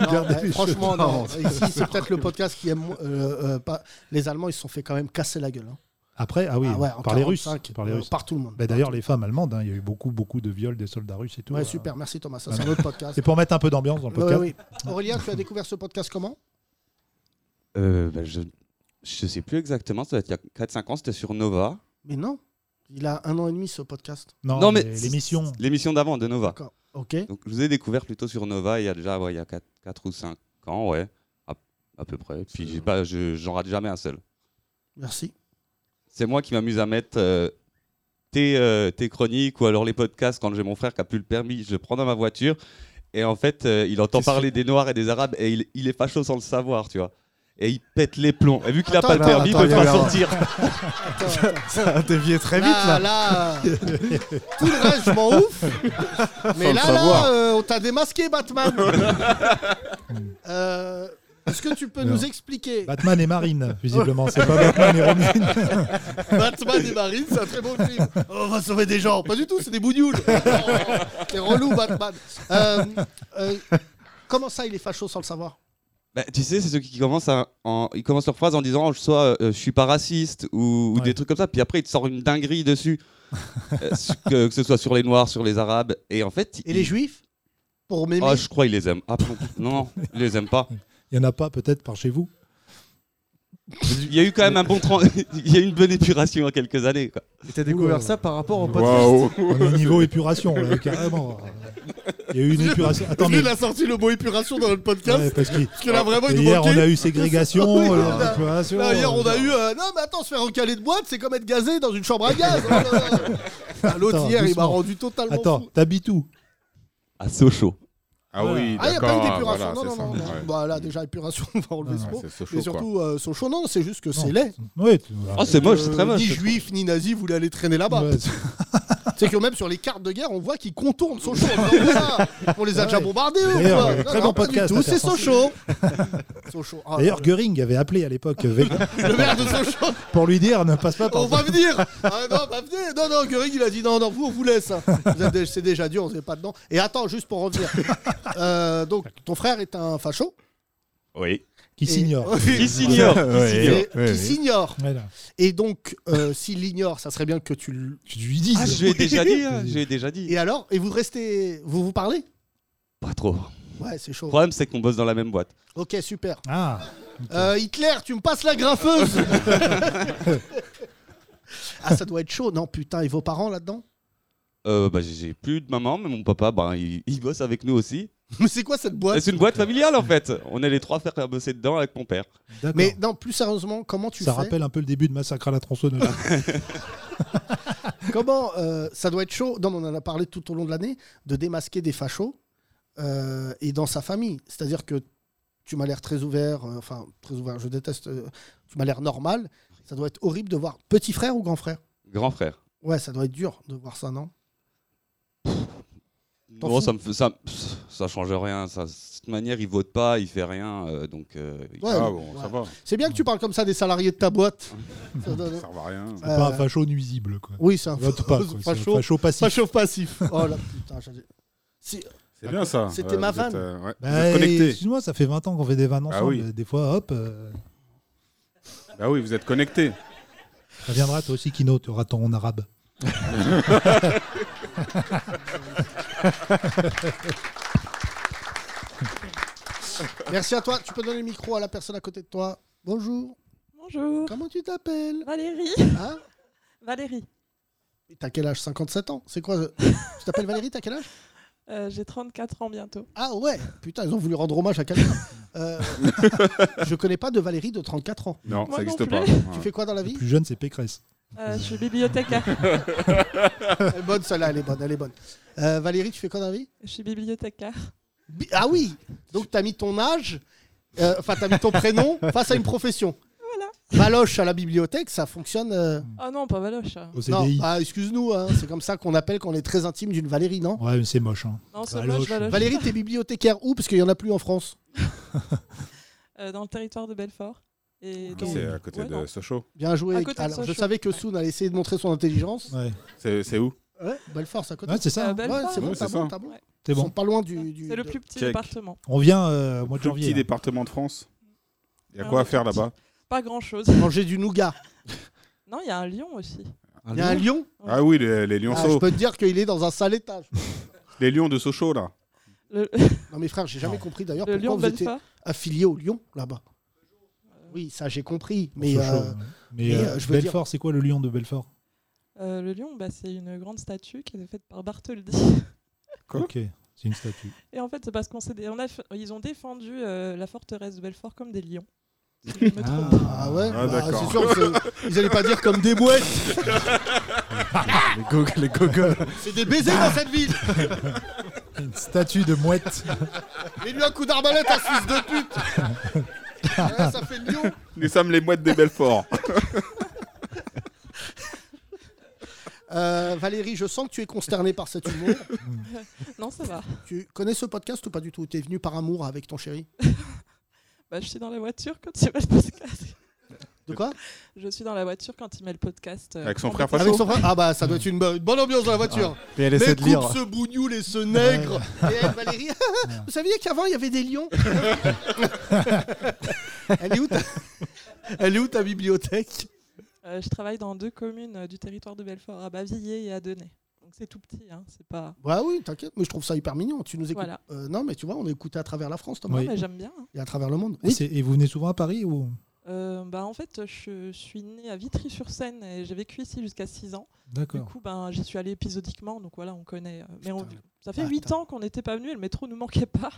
Speaker 2: ils
Speaker 5: Non,
Speaker 2: gardaient
Speaker 5: eh,
Speaker 2: les
Speaker 5: franchement,
Speaker 2: cheveux.
Speaker 5: non. Ici, c'est peut-être le podcast qui aime moins- euh, euh, pas. Les Allemands, ils se sont fait quand même casser la gueule. hein.
Speaker 2: Après, ah oui,
Speaker 5: Ah ouais, en
Speaker 2: par, les
Speaker 5: 45,
Speaker 2: Russes, par les
Speaker 5: euh,
Speaker 2: Russes.
Speaker 5: par tout le monde.
Speaker 2: Bah, D'ailleurs, les femmes allemandes, hein, il y a eu beaucoup, beaucoup de viols des soldats russes et tout.
Speaker 5: Ouais,
Speaker 2: euh.
Speaker 5: super, merci Thomas. Ça,
Speaker 2: Ah
Speaker 5: c'est
Speaker 2: bah.
Speaker 5: un autre podcast.
Speaker 2: C'est pour mettre un peu d'ambiance dans le
Speaker 5: Ouais,
Speaker 2: podcast.
Speaker 5: ouais, ouais. Aurélien, tu as découvert ce podcast comment
Speaker 12: Euh, bah, je, je sais plus exactement, ça doit être il y a 4-5 ans, c'était sur Nova.
Speaker 5: Mais non, il a un an et demi ce podcast.
Speaker 2: l'émission.
Speaker 12: L'émission d'avant, de Nova.
Speaker 5: D'accord, ok.
Speaker 12: Donc, je vous ai découvert plutôt sur Nova il y a déjà ouais, il y a 4, ou 5 ans, ouais, à, à peu près. Puis j'ai pas, je- j'en rate jamais un seul.
Speaker 5: Merci.
Speaker 12: C'est moi qui m'amuse à mettre euh, tes, euh, tes chroniques ou alors les podcasts quand j'ai mon frère qui a plus le permis, je le prends dans ma voiture et en fait euh, il entend parler des Noirs et des Arabes et il, il est facho sans le savoir, tu vois. Et il pète les plombs. Et vu qu'il a
Speaker 5: Attends,
Speaker 12: pas le
Speaker 5: attends,
Speaker 12: permis, il
Speaker 5: attends,
Speaker 12: peut
Speaker 5: il y a eu
Speaker 12: pas
Speaker 5: un-
Speaker 12: sortir.
Speaker 5: Attends, attends.
Speaker 6: Ça a dévié très vite
Speaker 5: Là,
Speaker 6: là.
Speaker 5: là. Tout le reste, je m'en ouf. Mais
Speaker 6: le
Speaker 5: là,
Speaker 6: savoir.
Speaker 5: là, euh, on t'a démasqué, Batman. Euh, Est-ce que tu peux
Speaker 2: Non.
Speaker 5: nous expliquer
Speaker 2: Batman et Marine, visiblement. C'est pas Batman et Robin.
Speaker 5: Batman et Marine, c'est un très bon film. Oh, on va sauver des gens. Pas du tout, c'est des bougnoules. C'est relou, Batman. Euh, euh, comment ça, il est facho sans le savoir
Speaker 12: Bah, tu sais, c'est ceux qui commencent, à- en, ils commencent leur phrase en disant soit euh, je suis pas raciste ou, ou des trucs comme ça, puis après ils te sortent une dinguerie dessus, Euh, su- que, que ce soit sur les Noirs, sur les Arabes, et en fait.
Speaker 5: Et les Juifs Pour m'aimer
Speaker 12: Ah, je crois qu'ils les aiment. Ah, non, non, non, ils les aiment pas.
Speaker 2: Il y en a pas peut-être par chez vous.
Speaker 12: Il y a eu quand même un bon. tran- Il y a eu une bonne épuration il y a quelques années. Quoi.
Speaker 6: Et t'as découvert ça par rapport au
Speaker 12: Waouh.
Speaker 6: podcast
Speaker 2: On est niveau épuration, là, carrément. Il y a eu une épuration. Attends, mais...
Speaker 5: Il a sorti le mot épuration dans le podcast.
Speaker 2: Ouais, parce qu'il-
Speaker 5: que là, vraiment, il nous
Speaker 2: hier,
Speaker 5: manquait.
Speaker 2: on a eu ségrégation.
Speaker 5: Oui,
Speaker 6: euh,
Speaker 2: alors,
Speaker 5: là,
Speaker 2: épuration.
Speaker 5: là, hier, on a eu. euh, non, mais attends, se faire recaler de boîte, c'est comme être gazé dans une chambre à gaz. Oh, là, là. Ah, L'autre,
Speaker 2: Attends,
Speaker 5: hier, il m'a
Speaker 2: doucement.
Speaker 5: rendu totalement.
Speaker 2: Attends, t'habites où
Speaker 12: À Sochaux.
Speaker 7: Ah oui,
Speaker 5: Ah, il n'y a pas eu
Speaker 7: d'accord,
Speaker 5: d'épuration.
Speaker 7: voilà,
Speaker 5: non, non,
Speaker 7: c'est
Speaker 5: non,
Speaker 7: ça,
Speaker 5: non.
Speaker 7: ouais.
Speaker 5: Bah, là, déjà, épuration, on va enlever ce
Speaker 7: Ouais,
Speaker 5: mot.
Speaker 7: c'est Sochaux,
Speaker 5: Mais
Speaker 7: quoi.
Speaker 5: surtout, euh, Sochaux, non, c'est juste que c'est laid. Euh,
Speaker 2: Oui.
Speaker 12: Ah, c'est moche, c'est très moche.
Speaker 5: Ni juif, ni nazi voulaient aller traîner là-bas. c'est que même sur les cartes de guerre, on voit qu'ils contournent Sochaux. en disant, Oula, on les a déjà bombardés ou
Speaker 2: D'ailleurs,
Speaker 5: quoi
Speaker 2: euh,
Speaker 5: Non,
Speaker 2: très
Speaker 5: non,
Speaker 2: bon
Speaker 5: pas du
Speaker 2: podcast,
Speaker 5: tout, C'est
Speaker 2: Intersensible.
Speaker 5: Sochaux. Sochaux. Ah,
Speaker 7: euh,
Speaker 2: D'ailleurs, Göring avait appelé à l'époque euh, Végan
Speaker 5: le maire de Sochaux.
Speaker 2: pour lui dire ne passe pas par.
Speaker 5: On va venir Ah non, bah, venez Non, non, Göring, il a dit non, non, vous, on vous laisse. hein. Vous êtes dé- C'est déjà dur, on n'est pas dedans. Et attends, juste pour revenir. Euh, donc, ton frère est un facho
Speaker 12: Oui.
Speaker 2: Qui s'ignore.
Speaker 12: Qui s'ignore. Qui
Speaker 5: Qui
Speaker 12: s'ignore.
Speaker 5: s'ignore. Qui s'ignore.
Speaker 2: Voilà.
Speaker 5: Et donc, euh, s'il l'ignore, ça serait bien que tu le-
Speaker 2: tu lui dises.
Speaker 12: Ah, je lui ai déjà dit, hein, je lui ai déjà dit.
Speaker 5: Et alors Et vous restez. Vous vous parlez
Speaker 12: Pas trop.
Speaker 5: Ouais, c'est chaud.
Speaker 12: Le problème, c'est qu'on bosse dans la même boîte.
Speaker 5: Ok, super.
Speaker 2: Ah.
Speaker 5: Euh, Hitler, tu me passes la graffeuse Ah, ça doit être chaud. Non, putain, et vos parents là-dedans
Speaker 12: Euh, bah, j'ai plus de maman, mais mon papa, bah, il, il bosse avec nous aussi.
Speaker 5: Mais c'est quoi cette boîte
Speaker 12: C'est une boîte familiale en fait. On est les trois frères à bosser dedans avec mon père.
Speaker 2: D'accord.
Speaker 5: Mais non, plus sérieusement, comment tu
Speaker 2: Ça
Speaker 5: fais
Speaker 2: rappelle un peu le début de Massacre à la tronçonneuse.
Speaker 5: Comment euh, ça doit être chaud Non, mais on en a parlé tout au long de l'année de démasquer des fachos euh, et dans sa famille. C'est-à-dire que tu m'as l'air très ouvert, euh, enfin très ouvert. Je déteste. euh, tu m'as l'air normal. Ça doit être horrible de voir petit frère ou grand frère.
Speaker 12: Grand frère.
Speaker 5: Ouais, ça doit être dur de voir ça, non T'en
Speaker 12: Non,
Speaker 5: fous
Speaker 12: ça me fait- ça, pff, ça change rien. Ça, de toute manière, il vote pas, il fait rien, euh, donc. euh, il-
Speaker 5: Ouais, Ah bon, ouais. ça va. C'est bien que tu parles comme ça des salariés de ta boîte. ça Euh, donne-
Speaker 7: Ça va rien.
Speaker 2: C'est pas un facho nuisible. Quoi.
Speaker 5: Oui, c'est un
Speaker 2: Vote pas, quoi. C'est un facho passif.
Speaker 5: Facho passif. Oh là putain. j'allais- Si-
Speaker 7: C'est bien ça.
Speaker 5: C'était
Speaker 7: Ouais,
Speaker 5: ma
Speaker 7: vous êtes,
Speaker 5: vanne.
Speaker 7: euh, ouais, vous
Speaker 2: Bah,
Speaker 7: êtes connectés. Ah
Speaker 2: Excuse-moi, ça fait 20 ans qu'on fait des vannes ensemble.
Speaker 7: oui.
Speaker 2: Des fois, hop, euh,
Speaker 7: Bah oui, vous êtes connectés.
Speaker 2: ça viendra toi aussi, Kino, tu auras ton arabe.
Speaker 5: Merci à toi. Tu peux donner le micro à la personne à côté de toi. Bonjour.
Speaker 13: Bonjour.
Speaker 5: Comment tu t'appelles
Speaker 13: Valérie.
Speaker 5: Hein
Speaker 13: Valérie.
Speaker 5: T'as quel âge 57 ans C'est quoi euh, Tu t'appelles Valérie T'as quel âge
Speaker 13: Euh, J'ai 34 ans bientôt.
Speaker 5: Ah ouais Putain, ils ont voulu rendre hommage à quelqu'un. Euh, je connais pas de Valérie de 34 ans.
Speaker 7: Non,
Speaker 13: Moi
Speaker 7: ça
Speaker 13: non
Speaker 7: n'existe
Speaker 13: plus.
Speaker 7: pas.
Speaker 5: Tu fais quoi dans la vie
Speaker 2: Plus jeune, c'est Pécresse.
Speaker 13: Euh, je suis bibliothécaire.
Speaker 5: Elle est bonne celle-là, elle est bonne, elle est bonne. Euh, Valérie, tu fais quoi dans la vie
Speaker 13: Je suis bibliothécaire.
Speaker 5: Bi- Ah oui Donc t'as mis ton âge, euh, enfin t'as mis ton prénom face à une profession. Voilà. Maloche à la bibliothèque, ça fonctionne. euh,
Speaker 13: Oh non, pas Valoche. Au
Speaker 5: Non, ah, excuse-nous, hein, c'est comme ça qu'on appelle quand on est très intime d'une Valérie, non
Speaker 2: Ouais, mais c'est moche. Hein.
Speaker 13: Non, c'est moche, Valoche. Valoche.
Speaker 5: Valérie, t'es bibliothécaire où Parce qu'il y en a plus en France.
Speaker 13: Euh, dans le territoire de Belfort. Et
Speaker 7: Ok,
Speaker 13: dans-
Speaker 7: c'est à côté
Speaker 13: Ouais,
Speaker 7: de
Speaker 13: non.
Speaker 7: Sochaux.
Speaker 5: Bien joué.
Speaker 13: À côté de
Speaker 5: Alors, je
Speaker 13: Sochaux.
Speaker 5: savais que Soun allait essayer de montrer son intelligence.
Speaker 2: Ouais.
Speaker 7: C'est c'est où
Speaker 5: Ouais, Belfort, c'est à côté.
Speaker 2: Ouais, c'est ça. Euh,
Speaker 5: Ouais,
Speaker 2: Belfort.
Speaker 5: c'est bon,
Speaker 2: Ouais,
Speaker 5: t'as
Speaker 2: c'est
Speaker 5: bon, t'as
Speaker 2: ça.
Speaker 5: bon.
Speaker 2: C'est
Speaker 5: Ils
Speaker 2: bon.
Speaker 5: sont pas loin du. du-
Speaker 13: C'est le
Speaker 5: de-
Speaker 13: plus petit
Speaker 7: Check.
Speaker 13: département.
Speaker 2: On vient euh, au mois de
Speaker 7: Plus
Speaker 2: janvier.
Speaker 7: petit
Speaker 2: là.
Speaker 7: département de France. Il y a
Speaker 13: Alors,
Speaker 7: quoi à
Speaker 13: tout
Speaker 7: faire
Speaker 13: Ah petit.
Speaker 7: là-bas
Speaker 13: Pas grand-chose.
Speaker 5: Manger du nougat.
Speaker 13: Non, il y a un lion aussi.
Speaker 5: Il y a un lion
Speaker 7: Ah oui, les, les
Speaker 5: Ah, je
Speaker 7: lionceaux.
Speaker 5: peux te dire qu'il est dans un sale étage.
Speaker 7: Les lions de Sochaux, là.
Speaker 13: Le-
Speaker 5: Non mais frère, j'ai jamais compris d'ailleurs
Speaker 13: Le
Speaker 5: pourquoi
Speaker 13: Lyon
Speaker 5: vous
Speaker 13: de
Speaker 5: étiez
Speaker 13: Belfort. Euh.
Speaker 5: affilié au Lyon là-bas. Oui, ça j'ai compris, mais,
Speaker 2: Sochaux,
Speaker 5: euh,
Speaker 2: ouais.
Speaker 5: mais,
Speaker 2: Mais euh,
Speaker 5: euh, je veux dire-
Speaker 2: Belfort, c'est quoi le lion de Belfort
Speaker 13: Euh, le lion, bah, c'est une grande statue qui est faite par Bartholdi.
Speaker 2: Ok, c'est une statue.
Speaker 13: Et en fait, c'est parce qu'on s'est dé- on a f- ils ont défendu euh, la forteresse de Belfort comme des lions. Si je ne me trompe pas.
Speaker 5: Ah ouais,
Speaker 7: Ah,
Speaker 5: bah,
Speaker 7: d'accord.
Speaker 5: c'est sûr, c'est- ils allaient pas dire comme des mouettes.
Speaker 6: Les gogoles, les gogoles.
Speaker 5: C'est des baisers dans cette ville.
Speaker 2: Une statue de mouette.
Speaker 5: Mais lui un coup d'arbalète à fils de pute. Ouais, ça fait lion.
Speaker 7: Nous sommes les mouettes de Belfort.
Speaker 5: Euh, Valérie, je sens que tu es consternée par cet humour.
Speaker 13: Non, ça va.
Speaker 5: tu connais ce podcast ou pas du tout T'es venu par amour avec ton chéri
Speaker 13: Euh, Bah, je suis dans la voiture quand il met le podcast.
Speaker 5: De quoi
Speaker 13: Je suis dans la voiture quand il met le podcast. euh,
Speaker 7: Avec son
Speaker 13: en
Speaker 7: frère
Speaker 13: boucle.
Speaker 5: Avec son frère Ah bah ça doit être une bo- une bonne ambiance dans la voiture.
Speaker 6: Et elle essaie
Speaker 5: Mais
Speaker 6: de lire.
Speaker 5: coupe ce bougnoul et ce nègre. Et elle, Valérie, vous saviez qu'avant il y avait des lions Elle est où ta, Elle est où ta bibliothèque
Speaker 13: Euh, je travaille dans deux communes euh, du territoire de Belfort, à Bavilliers et à Denay. Donc c'est tout petit, hein, c'est pas.
Speaker 5: Bah oui, t'inquiète, mais je trouve ça hyper mignon. Tu nous écoutes.
Speaker 13: Voilà.
Speaker 5: Euh, non, mais tu vois, on est écouté à travers la France, Thomas.
Speaker 2: Oui.
Speaker 13: Non, mais j'aime bien. hein.
Speaker 5: Et à travers le monde.
Speaker 2: Et, c'est- et vous venez souvent à Paris ou
Speaker 13: Euh, bah, en fait, je, je suis née à Vitry-sur-Seine et j'ai vécu ici jusqu'à 6 ans. Du
Speaker 2: D'accord.
Speaker 13: coup, ben, j'y suis allée épisodiquement, donc voilà, on connaît. euh, Mais on-
Speaker 5: Putain,
Speaker 13: ça fait
Speaker 5: Ah,
Speaker 13: 8
Speaker 5: putain.
Speaker 13: ans qu'on n'était pas venu et le métro nous manquait pas.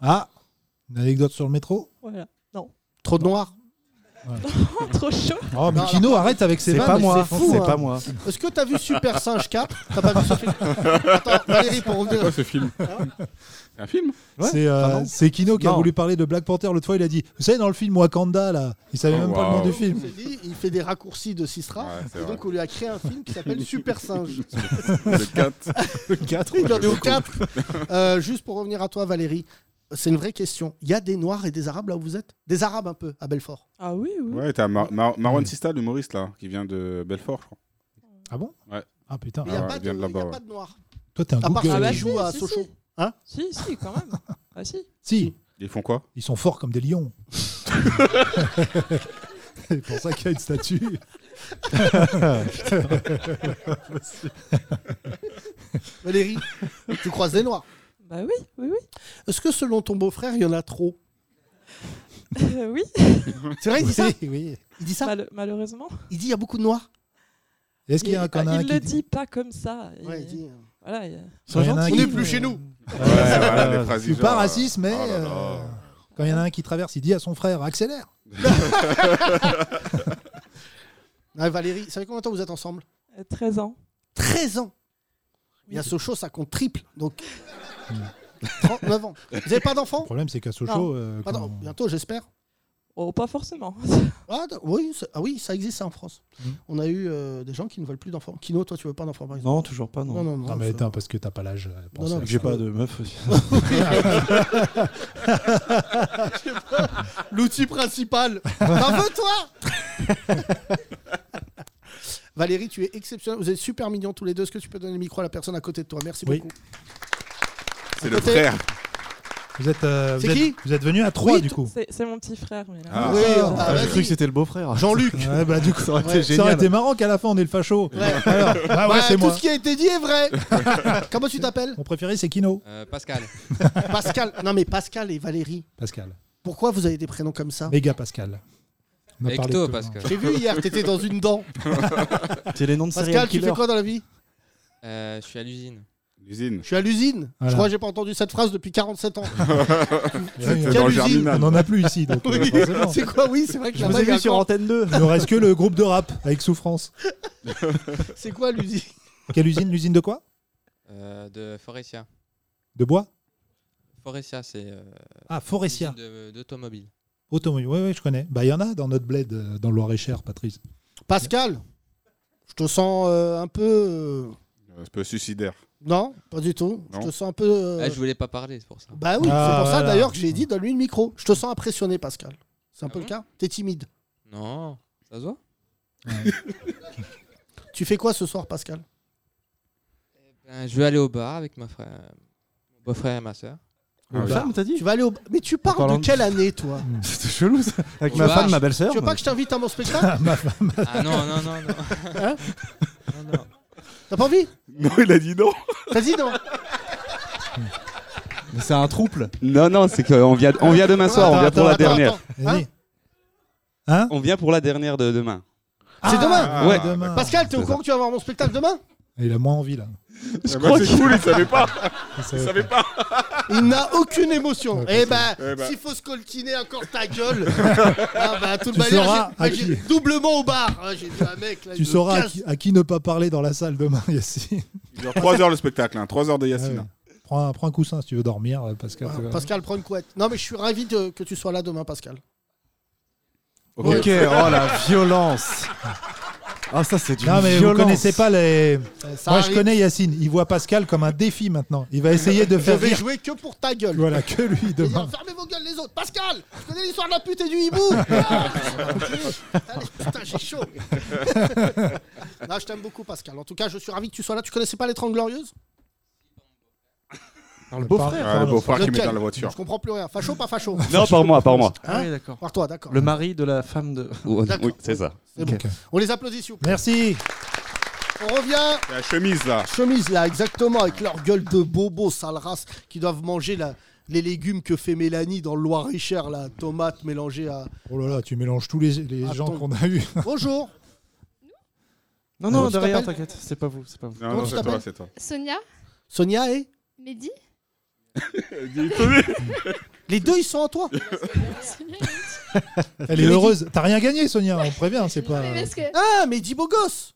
Speaker 2: Ah, une anecdote sur le métro
Speaker 13: Voilà. Non.
Speaker 5: Trop de noir.
Speaker 13: Trop chaud.
Speaker 7: Ah,
Speaker 2: Oh, mais
Speaker 5: Non,
Speaker 2: Kino, arrête avec ses
Speaker 6: C'est
Speaker 2: vannes,
Speaker 6: pas
Speaker 2: mais
Speaker 6: moi.
Speaker 2: c'est fou,
Speaker 6: C'est
Speaker 2: hein.
Speaker 6: pas moi.
Speaker 5: Est-ce que t'as vu Super Singe 4 T'as pas vu ce film Attends, Valérie, pour revenir.
Speaker 7: ce film Un film
Speaker 6: Ouais,
Speaker 2: C'est euh,
Speaker 6: pardon.
Speaker 2: c'est Kino qui a
Speaker 6: Non.
Speaker 2: voulu parler de Black Panther l'autre fois. Il a dit Vous savez, dans le film Wakanda, là, il savait
Speaker 7: Oh,
Speaker 2: même pas le nom
Speaker 7: waouh.
Speaker 2: du
Speaker 5: On
Speaker 2: film.
Speaker 5: s'est dit, il fait des raccourcis de Sistra.
Speaker 7: Ouais, c'est
Speaker 5: et
Speaker 7: vrai.
Speaker 5: donc, on lui a créé un film qui s'appelle Super Singe.
Speaker 7: Le 4.
Speaker 5: Oui, j'en ai au quatre. Euh, juste pour revenir à toi, Valérie, c'est une vraie question. Il y a des Noirs et des Arabes là où vous êtes Des Arabes un peu, à Belfort.
Speaker 13: Ah oui, oui.
Speaker 7: Ouais, t'as Mar- Mar- Marwan Sista, l'humoriste, là, qui vient de Belfort, je crois.
Speaker 2: Ah bon
Speaker 7: Ouais.
Speaker 2: Ah putain.
Speaker 5: Mais il n'y a,
Speaker 7: ouais,
Speaker 5: pas,
Speaker 7: il vient
Speaker 5: de,
Speaker 7: de
Speaker 5: il y a
Speaker 7: là-bas,
Speaker 5: pas de Noirs.
Speaker 2: Toi, t'es un
Speaker 5: À part
Speaker 2: Google.
Speaker 5: ceux
Speaker 13: bah,
Speaker 5: qui
Speaker 13: si,
Speaker 5: jouent à
Speaker 13: si,
Speaker 5: Sochaux.
Speaker 13: si.
Speaker 5: Hein
Speaker 13: Si, si, quand même. ah si.
Speaker 2: Si,
Speaker 7: Ils font quoi
Speaker 2: ils sont forts comme des lions. c'est pour ça qu'il y a une statue.
Speaker 5: Valérie, tu croises des Noirs.
Speaker 13: Bah oui, oui, oui.
Speaker 5: Est-ce que selon ton beau-frère, il y en a trop
Speaker 13: Euh, oui,
Speaker 5: C'est vrai, il dit ça
Speaker 2: Oui, oui.
Speaker 5: Il dit ça
Speaker 13: mal- malheureusement.
Speaker 5: Il dit il y a beaucoup de Noirs
Speaker 2: Est-ce qu'il y a un
Speaker 13: il
Speaker 2: canard
Speaker 13: il
Speaker 2: qui
Speaker 13: le dit pas comme ça. Il-
Speaker 5: Ouais, il dit. euh,
Speaker 13: Voilà, il-
Speaker 2: Quand il y en a un
Speaker 5: On
Speaker 2: qui-
Speaker 5: n'est plus chez nous.
Speaker 7: Ouais, voilà, des
Speaker 6: c'est
Speaker 7: phrases
Speaker 2: Je
Speaker 7: du
Speaker 2: suis pas
Speaker 7: genre, euh,
Speaker 2: raciste, mais
Speaker 7: oh là là.
Speaker 2: euh, quand il y en a un qui traverse, il dit à son frère Accélère.
Speaker 5: Ouais, Valérie, ça fait combien de temps vous êtes ensemble
Speaker 13: euh, 13 ans.
Speaker 5: 13 ans Il y a Sochaux, ça compte triple. Donc,
Speaker 7: Hmm.
Speaker 5: 39 ans. Vous n'avez pas
Speaker 2: Le
Speaker 5: d'enfants
Speaker 2: problème, c'est qu'à Sochaux. euh,
Speaker 5: Pas d'en-
Speaker 2: quand-
Speaker 5: Bientôt, j'espère.
Speaker 13: Oh, pas forcément.
Speaker 5: Ah, d- oui, ça- ah oui, ça existe ça en France.
Speaker 2: Mhm.
Speaker 5: On a eu euh, des gens qui ne veulent plus d'enfants. Kino, toi, tu veux pas d'enfants par exemple
Speaker 6: Non, toujours pas, non.
Speaker 5: non,
Speaker 2: Non, mais attends, parce que t'as pas l'âge. euh, penser
Speaker 5: non,
Speaker 2: à
Speaker 5: mais
Speaker 2: ça.
Speaker 6: J'ai pas de meuf aussi.
Speaker 5: L'outil principal. T'en veux, toi Valérie, tu es exceptionnelle. Vous êtes super mignons tous les deux. Est-ce que tu peux donner le micro à la personne à côté de toi Merci
Speaker 2: Oui.
Speaker 5: beaucoup.
Speaker 7: C'est le
Speaker 5: Côté-
Speaker 7: frère.
Speaker 2: Vous êtes, euh, vous
Speaker 13: C'est
Speaker 2: êtes-
Speaker 13: qui
Speaker 2: vous êtes venus à trois
Speaker 13: Oui,
Speaker 2: du coup.
Speaker 13: C'est c'est mon petit frère. mais là-
Speaker 2: Ah. Oui,
Speaker 13: Ah,
Speaker 2: ah,
Speaker 13: oui.
Speaker 2: j'ai cru que c'était
Speaker 6: le beau-frère.
Speaker 5: Jean-Luc.
Speaker 2: Ouais, bah, du coup, ça aurait
Speaker 5: été génial.
Speaker 2: marrant qu'à la fin on est le facho. Alors, ah ouais,
Speaker 5: Bah,
Speaker 2: c'est
Speaker 5: tout
Speaker 2: moi.
Speaker 5: ce qui a été dit est vrai. Comment tu t'appelles
Speaker 2: Mon préféré c'est Kino.
Speaker 14: Euh, Pascal.
Speaker 5: Pascal. Non mais Pascal et Valérie.
Speaker 2: Pascal.
Speaker 5: Pourquoi vous avez des prénoms comme ça
Speaker 2: Méga Pascal. On a parlé de
Speaker 14: Ecto,
Speaker 2: toi.
Speaker 14: Pascal.
Speaker 5: J'ai vu hier, t'étais dans une dent.
Speaker 6: C'est les noms de
Speaker 5: Pascal,
Speaker 6: serial
Speaker 5: tu fais
Speaker 6: killer.
Speaker 5: quoi dans la vie
Speaker 14: Euh, je suis à l'usine.
Speaker 7: L'usine.
Speaker 5: Je suis à l'usine.
Speaker 14: Voilà.
Speaker 5: Je crois que j'ai pas entendu cette phrase depuis 47 ans.
Speaker 2: Ouais,
Speaker 5: Quelle usine
Speaker 2: On en a plus ici. donc, euh,
Speaker 5: Oui,
Speaker 2: forcément.
Speaker 5: C'est quoi Oui, c'est vrai que
Speaker 2: Je
Speaker 5: la
Speaker 2: vous ai
Speaker 5: vague
Speaker 2: vu
Speaker 5: a
Speaker 2: sur
Speaker 5: encore-
Speaker 2: Antenne 2. Il ne reste que le groupe de rap avec Souffrance.
Speaker 5: C'est quoi l'usine
Speaker 2: Quelle usine L'usine de quoi
Speaker 14: Euh, de Forestia.
Speaker 2: De bois
Speaker 14: Forestia, c'est. euh,
Speaker 2: Ah, Forestia.
Speaker 14: une usine de- D'automobile.
Speaker 2: Automobile. Oui, oui, je connais. Bah, il y en a dans notre bled, euh, dans le Loir-et-Cher, Patrice.
Speaker 5: Pascal, je te sens euh, un peu. euh,
Speaker 7: Un peu suicidaire.
Speaker 5: Non, pas du tout.
Speaker 7: Non.
Speaker 5: Je te sens un peu. euh,
Speaker 14: Ah, je voulais pas parler, c'est pour ça.
Speaker 5: Bah oui,
Speaker 14: Ah,
Speaker 5: c'est pour ça
Speaker 14: voilà.
Speaker 5: d'ailleurs que j'ai dit donne-lui le micro. Je te sens impressionné, Pascal. C'est un
Speaker 14: Ah
Speaker 5: peu le cas T'es timide.
Speaker 14: Non, ça se voit
Speaker 5: Tu fais quoi ce soir, Pascal
Speaker 14: Ben, Je vais aller au bar avec ma frère, mon beau-frère et ma soeur.
Speaker 5: Au bar. Tu vas aller au. Mais tu
Speaker 14: En
Speaker 5: parles
Speaker 14: parlant
Speaker 5: de
Speaker 14: de-
Speaker 5: quelle année, toi
Speaker 6: C'était chelou ça. Avec
Speaker 14: Au
Speaker 6: ma
Speaker 14: bar.
Speaker 6: femme, ma belle-sœur.
Speaker 5: Tu veux pas que je t'invite à mon spectacle
Speaker 2: Ma femme.
Speaker 14: Ah non, non, non, non.
Speaker 5: Hein
Speaker 14: Non, non.
Speaker 5: T'as pas envie
Speaker 7: Non, il a dit non.
Speaker 5: T'as dit non
Speaker 6: Mais c'est un trouble.
Speaker 12: Non, non, c'est qu'on vient, on vient demain soir, on vient pour la dernière.
Speaker 2: Hein
Speaker 12: on vient pour la dernière de demain.
Speaker 2: Ah,
Speaker 5: C'est Ah, demain
Speaker 12: ouais.
Speaker 5: Pascal, t'es au courant que tu vas voir mon spectacle demain
Speaker 2: Il a moins envie là.
Speaker 7: Je crois Eh ben, c'est cool, il savait pas.
Speaker 2: Il savait
Speaker 7: Il savait pas.
Speaker 5: Il n'a aucune émotion. Eh ben,
Speaker 7: Eh ben.
Speaker 5: s'il faut se coltiner encore ta gueule, ah bah, tout
Speaker 2: Tu sauras
Speaker 5: manière,
Speaker 2: à
Speaker 5: j'ai-
Speaker 2: qui-
Speaker 5: j'ai doublement au bar. Ah, J'ai dit, ah, mec, là,
Speaker 2: Tu
Speaker 5: il me
Speaker 2: sauras à
Speaker 5: casse.
Speaker 2: qui, à qui ne pas parler dans la salle demain, Yacine.
Speaker 7: Il dure 3 heures le spectacle, 3 heures de
Speaker 2: Ah
Speaker 7: Yacine.
Speaker 2: oui. Prends un, prends un coussin si tu veux dormir, euh, Pascal.
Speaker 5: Ah,
Speaker 2: tu vois.
Speaker 5: Pascal, prends une couette. Non, mais je suis ravi de- que tu sois là demain, Pascal.
Speaker 6: Ok, oh la violence. Ah, ça, c'est du
Speaker 2: Non mais
Speaker 6: violence.
Speaker 2: vous connaissez pas les.
Speaker 5: Euh, ça
Speaker 2: Moi
Speaker 5: arrive.
Speaker 2: je connais Yacine. Il voit Pascal comme un défi maintenant. Il va essayer de
Speaker 5: je
Speaker 2: faire
Speaker 5: vais
Speaker 2: rire.
Speaker 5: jouer que pour ta gueule.
Speaker 2: Voilà que lui
Speaker 5: Et dire,
Speaker 2: demain.
Speaker 5: Fermez vos gueules les autres. Pascal, je connais l'histoire de la pute et du hibou. Ah, Allez, putain, j'ai chaud. non, je t'aime beaucoup, Pascal. En tout cas, je suis ravi que tu sois là. Tu connaissais pas les 30 Glorieuses
Speaker 6: Dans le
Speaker 7: beau-frère.
Speaker 2: hein.
Speaker 7: Ah, le beau-frère qui
Speaker 5: Lequel
Speaker 7: met dans la voiture.
Speaker 5: Je comprends plus rien. Facho, pas facho
Speaker 12: Non, par moi, par moi.
Speaker 5: Hein
Speaker 6: Ah oui, d'accord.
Speaker 5: Par toi, d'accord.
Speaker 6: Le mari de la femme de.
Speaker 5: D'accord.
Speaker 12: Oui, c'est ça.
Speaker 5: C'est bon. On les applaudit, s'il vous plaît.
Speaker 2: Merci.
Speaker 5: On revient.
Speaker 7: La chemise là.
Speaker 5: chemise là, exactement, avec leur gueule de bobo, sale race, qui doivent manger la- les légumes que fait Mélanie dans le Loir-et-Cher, la tomate mélangée à.
Speaker 2: Oh là là, tu mélanges tous les, les gens
Speaker 5: Attends.
Speaker 2: qu'on a eu.
Speaker 5: Bonjour Comment
Speaker 6: Non, non,
Speaker 5: tu
Speaker 6: derrière,
Speaker 5: t'appelles
Speaker 6: t'inquiète, c'est pas vous, c'est pas vous.
Speaker 7: Non, non, c'est toi, c'est toi.
Speaker 9: Sonia
Speaker 5: Sonia et
Speaker 9: Mehdi
Speaker 5: Les deux, ils sont en toi
Speaker 2: Elle est heureuse. T'as rien gagné, Sonia. On prévient, c'est pas.
Speaker 5: Ah, mais dis beau gosse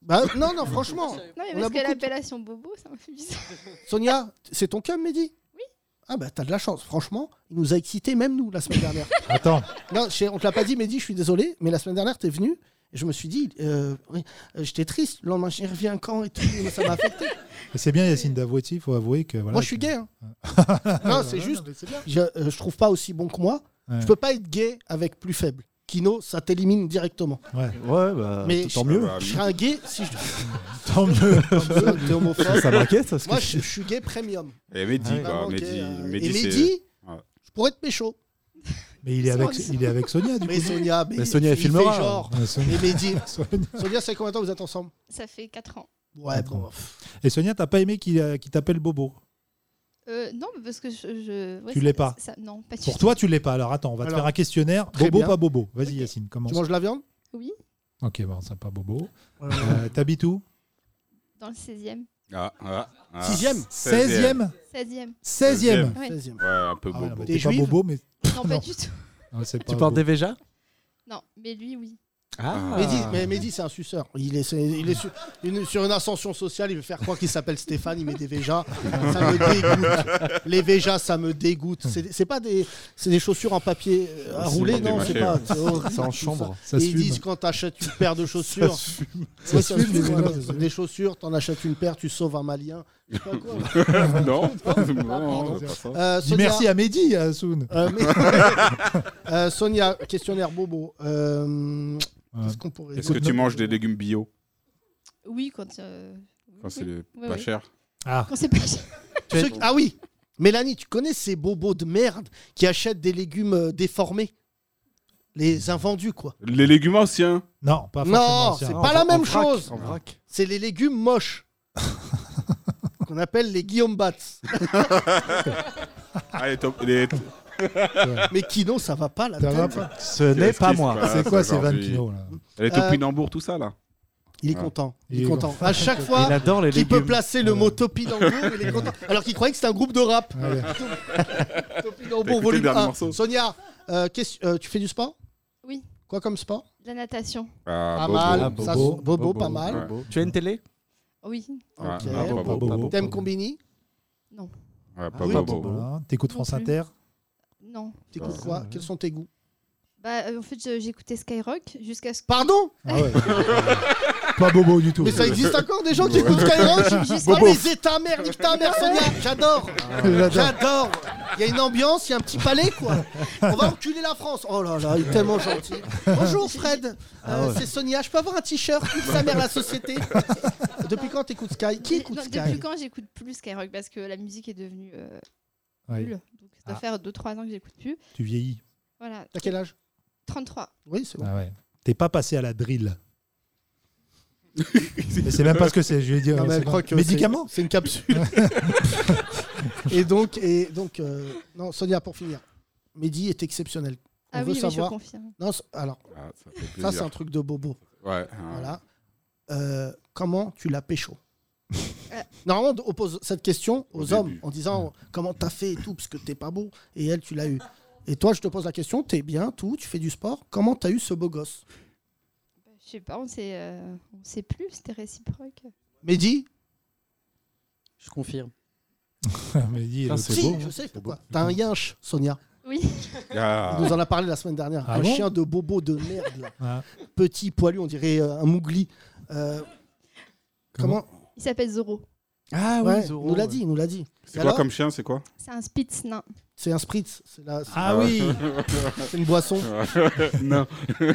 Speaker 5: Bah, non, non, franchement
Speaker 9: Non, mais parce que
Speaker 5: on a beaucoup de-
Speaker 9: l'appellation bobo, ça m'a fait bizarre.
Speaker 5: Sonia, c'est ton cum, Mehdi Oui. Ah, bah, t'as de la chance, franchement, il nous a excités, même nous, la semaine dernière.
Speaker 2: Attends.
Speaker 5: Non, je sais, on te l'a pas dit, Mehdi, je suis désolé, mais la semaine dernière, t'es venu. et Je me suis dit, euh, oui, euh, j'étais triste. Le lendemain, je reviens quand et tout. mais Ça m'a affecté.
Speaker 2: C'est bien, Yacine, d'avouer. Il faut avouer que. Voilà,
Speaker 5: moi, je suis gay. hein. non, c'est juste, je, euh, je trouve pas aussi bon que moi.
Speaker 2: Ouais.
Speaker 5: Je peux pas être gay avec plus faible. Kino, ça t'élimine directement.
Speaker 2: Ouais.
Speaker 6: Ouais, bah,
Speaker 5: Mais
Speaker 6: tant
Speaker 5: je-
Speaker 6: mieux. Ah,
Speaker 5: Je serais un gay si je.
Speaker 2: Tant mieux.
Speaker 5: T'es homophobe.
Speaker 6: Ça m'inquiète, parce que
Speaker 5: Moi, je,
Speaker 6: c'est-
Speaker 5: je suis gay premium.
Speaker 7: Et Mehdi, quoi.
Speaker 5: Vraiment gay,
Speaker 7: Mehdi,
Speaker 5: euh,
Speaker 7: Mehdi,
Speaker 5: et
Speaker 7: c'est-
Speaker 5: Mehdi,
Speaker 7: Ouais.
Speaker 5: je pourrais te pécho.
Speaker 2: Mais il est avec, il est avec Sonia, du coup.
Speaker 5: Mais Sonia, mais,
Speaker 2: Mais Bah, Sonia, elle
Speaker 5: il
Speaker 2: filmera.
Speaker 5: Fait genre.
Speaker 2: Ouais, Sonia.
Speaker 5: Et Mehdi.
Speaker 2: Sonia.
Speaker 5: Sonia, c'est combien de temps que vous êtes ensemble
Speaker 9: Ça fait 4 ans.
Speaker 5: Ouais, bon. bah,
Speaker 2: Et Sonia, t'as pas aimé qu'il euh, qu'il t'appelle Bobo.
Speaker 9: Euh, non, parce que je. je- ouais,
Speaker 2: tu
Speaker 9: ça-
Speaker 2: l'es pas.
Speaker 9: ça- Non, pas du
Speaker 2: Pour
Speaker 9: tout.
Speaker 2: toi, tu l'es pas. Alors attends, on va
Speaker 5: Alors,
Speaker 2: te faire un questionnaire.
Speaker 5: très
Speaker 2: Bobo,
Speaker 5: bien.
Speaker 2: pas Bobo. Vas-y, Yacine, commence.
Speaker 5: Tu manges de la viande
Speaker 9: Oui,
Speaker 2: Ok, bon, c'est pas Bobo.
Speaker 5: Ouais, ouais.
Speaker 2: Euh, T'habites où
Speaker 9: dans le 16e.
Speaker 7: Ah, ah, ah.
Speaker 5: Sixième.
Speaker 2: 16e
Speaker 9: 16e.
Speaker 2: 16e.
Speaker 9: Ouais.
Speaker 5: Seizième.
Speaker 7: Ouais, un peu
Speaker 2: Ah ouais,
Speaker 7: beau.
Speaker 2: non, mais
Speaker 5: T'es
Speaker 2: t'es pas
Speaker 5: juive
Speaker 2: Bobo, mais.
Speaker 9: Non, pas du tout.
Speaker 2: Ah, c'est pas
Speaker 6: Tu portes
Speaker 2: Bobo.
Speaker 6: des Véjas
Speaker 9: Non, mais lui, oui.
Speaker 6: Ah.
Speaker 5: Mehdi, mais Mehdi, c'est un suceur. Il est, c'est- il est sur, une, sur une ascension sociale, il veut faire croire qu'il s'appelle Stéphane, il met des Véjas. Ça me dégoûte. Les Véjas, ça me dégoûte. C'est c'est pas des, c'est des chaussures en papier euh, à
Speaker 6: C'est
Speaker 5: rouler,
Speaker 6: des
Speaker 5: non, c'est
Speaker 6: machets,
Speaker 5: pas.
Speaker 6: ouais.
Speaker 5: c'est horrible,
Speaker 6: C'est en
Speaker 5: tout
Speaker 6: chambre.
Speaker 5: ça.
Speaker 6: Ça
Speaker 5: Et
Speaker 6: se
Speaker 5: ils
Speaker 6: fume.
Speaker 5: disent quand t'achètes une paire de chaussures.
Speaker 6: Ça
Speaker 5: Ouais, ça se
Speaker 6: se fume. Ça se fume,
Speaker 5: fume,
Speaker 6: les
Speaker 5: ouais.
Speaker 6: Véjas.
Speaker 5: Des chaussures, t'en achètes une paire, tu sauves un Malien. Je sais pas quoi.
Speaker 7: Non, non,
Speaker 5: pardon.
Speaker 7: c'est pas ça.
Speaker 5: Euh,
Speaker 2: Dis
Speaker 5: Sonia-
Speaker 2: merci à Mehdi, à Soun.
Speaker 5: Euh, mais- Euh, Sonia, questionnaire Bobo. Euh, Qu'est-ce qu'on pourrait
Speaker 7: Est-ce que tu manges des légumes bio
Speaker 9: Oui, quand. euh,
Speaker 7: quand
Speaker 9: oui.
Speaker 7: c'est
Speaker 9: Ouais,
Speaker 7: pas
Speaker 9: ouais.
Speaker 7: cher
Speaker 2: Ah.
Speaker 9: Quand c'est pas cher.
Speaker 5: Ceux- Ah oui Mélanie, tu connais ces bobos de merde qui achètent des légumes euh, déformés Les invendus, quoi.
Speaker 7: Les légumes anciens.
Speaker 2: Non, pas
Speaker 5: non, c'est pas la même chose. C'est les légumes moches. qu'on appelle les Guillaume Batz.
Speaker 7: Ah, les top- les-
Speaker 5: Mais Kino, ça va pas la
Speaker 2: Ça
Speaker 5: tête.
Speaker 2: va pas. Ce n'est
Speaker 7: Qu'est-ce
Speaker 2: pas
Speaker 7: qui se
Speaker 2: moi.
Speaker 7: passe
Speaker 2: C'est quoi ces
Speaker 7: aujourd'hui
Speaker 2: vannes Pinot, là
Speaker 7: Les
Speaker 5: Euh,
Speaker 7: topinambours, tout ça là. Ah.
Speaker 5: Il est
Speaker 7: Ouais.
Speaker 5: content. Il est content. À chaque fois
Speaker 7: Il adore les
Speaker 5: qu'il peut
Speaker 7: légumes.
Speaker 5: placer le mot Topinambour, il est content. Alors qu'il croyait que c'était un groupe de rap.
Speaker 2: Ouais.
Speaker 7: T'as
Speaker 5: Topinambour
Speaker 7: écouté le
Speaker 5: volume
Speaker 7: dernier
Speaker 5: 1.
Speaker 7: morceau
Speaker 5: Sonia, euh, qu'est-ce- euh, tu fais du sport
Speaker 9: Oui.
Speaker 5: Quoi comme sport
Speaker 9: De la natation.
Speaker 7: Ah,
Speaker 5: Pas
Speaker 7: Bobo.
Speaker 5: mal.
Speaker 7: Ah,
Speaker 5: Ça,
Speaker 7: Bobo.
Speaker 5: c'est- Bobo,
Speaker 7: Bobo.
Speaker 5: pas mal.
Speaker 7: Ouais.
Speaker 6: Tu as une télé
Speaker 9: Oui.
Speaker 5: Ok.
Speaker 7: Ah, ah, pas Bobo, pas Bobo.
Speaker 5: T'aimes Combini
Speaker 9: Non.
Speaker 7: Ouais,
Speaker 2: Ah
Speaker 7: pas
Speaker 2: oui,
Speaker 7: Bobo.
Speaker 2: voilà. T'écoutes
Speaker 9: Non
Speaker 2: France
Speaker 9: plus.
Speaker 2: Inter
Speaker 9: Non.
Speaker 5: T'écoutes
Speaker 2: Ah.
Speaker 5: quoi Quels sont tes goûts
Speaker 9: Bah, euh, en fait, je- j'écoutais Skyrock jusqu'à ce que.
Speaker 5: Pardon
Speaker 2: Ah ouais. Pas bobo du tout.
Speaker 5: Mais ça existe encore des gens qui écoutent Skyrock Ah
Speaker 2: Bobo.
Speaker 5: mais c'est ta mère, nique ta mère Sonia J'adore
Speaker 2: J'adore.
Speaker 5: J'adore Il y a une ambiance, il y a un petit palais quoi On va enculer la France Oh là là, il est tellement gentil Bonjour Fred Euh,
Speaker 2: Ah ouais.
Speaker 5: C'est Sonia, je peux avoir un t-shirt Nique sa mère la société Depuis quand t'écoutes Sky Qui écoute
Speaker 9: Non,
Speaker 5: Sky
Speaker 9: depuis quand j'écoute plus Skyrock Parce que la musique est devenue euh,
Speaker 2: Ouais.
Speaker 9: nulle. Donc ça doit
Speaker 2: Ah.
Speaker 9: faire 2-3 ans que j'écoute plus.
Speaker 2: Tu vieillis.
Speaker 9: Voilà.
Speaker 5: T'as quel âge
Speaker 9: 33.
Speaker 5: Oui, c'est bon.
Speaker 2: Ah ouais. T'es pas passé à la drill. Mais c'est même pas ce que hein, c'est. Je vais dire.
Speaker 5: Non, mais elle croit que
Speaker 2: Médicament
Speaker 5: c'est- C'est une capsule. et donc, et donc euh, non, Sonia, pour finir, Mehdi est exceptionnel. On
Speaker 9: Ah
Speaker 5: veut
Speaker 9: oui, oui, je
Speaker 5: savoir.
Speaker 9: confirme.
Speaker 5: non, c- alors,
Speaker 7: Ah, ça fait
Speaker 5: ça,
Speaker 7: plaisir.
Speaker 5: c'est un truc de bobo.
Speaker 7: Ouais. hein.
Speaker 5: Voilà. Euh, comment tu l'as pécho Normalement, on pose cette question aux
Speaker 7: Au
Speaker 5: hommes
Speaker 7: début. Mm.
Speaker 5: en disant comment t'as fait et tout, parce que t'es pas beau. Et elle, tu l'as eu. Et toi, je te pose la question t'es bien, tout, tu fais du sport. Comment t'as eu ce beau gosse
Speaker 9: Je sais pas, on sait, euh, on sait plus, c'était réciproque.
Speaker 5: Mehdi
Speaker 15: Je confirme.
Speaker 2: Mais dis,
Speaker 15: Putain,
Speaker 2: euh,
Speaker 15: c'est
Speaker 2: c'est
Speaker 5: Ah, Si,
Speaker 2: beau.
Speaker 5: je sais pourquoi. T'as un yinche, Sonia.
Speaker 9: Oui.
Speaker 7: Ah.
Speaker 5: On nous en a parlé la semaine dernière.
Speaker 2: Ah
Speaker 5: un
Speaker 2: bon
Speaker 5: chien de bobo de merde, là.
Speaker 2: Ah.
Speaker 5: Petit poilu, on dirait euh, un mougli. Euh, comment,
Speaker 9: Il s'appelle Zoro.
Speaker 6: Ah
Speaker 5: Ouais, nous l'a dit, il nous l'a dit. Et
Speaker 7: C'est quoi
Speaker 5: alors
Speaker 7: comme chien C'est quoi
Speaker 9: C'est un Spitz nain.
Speaker 5: C'est un spritz. c'est la- c'est-
Speaker 2: Ah oui.
Speaker 5: C'est une boisson.
Speaker 7: Non. tu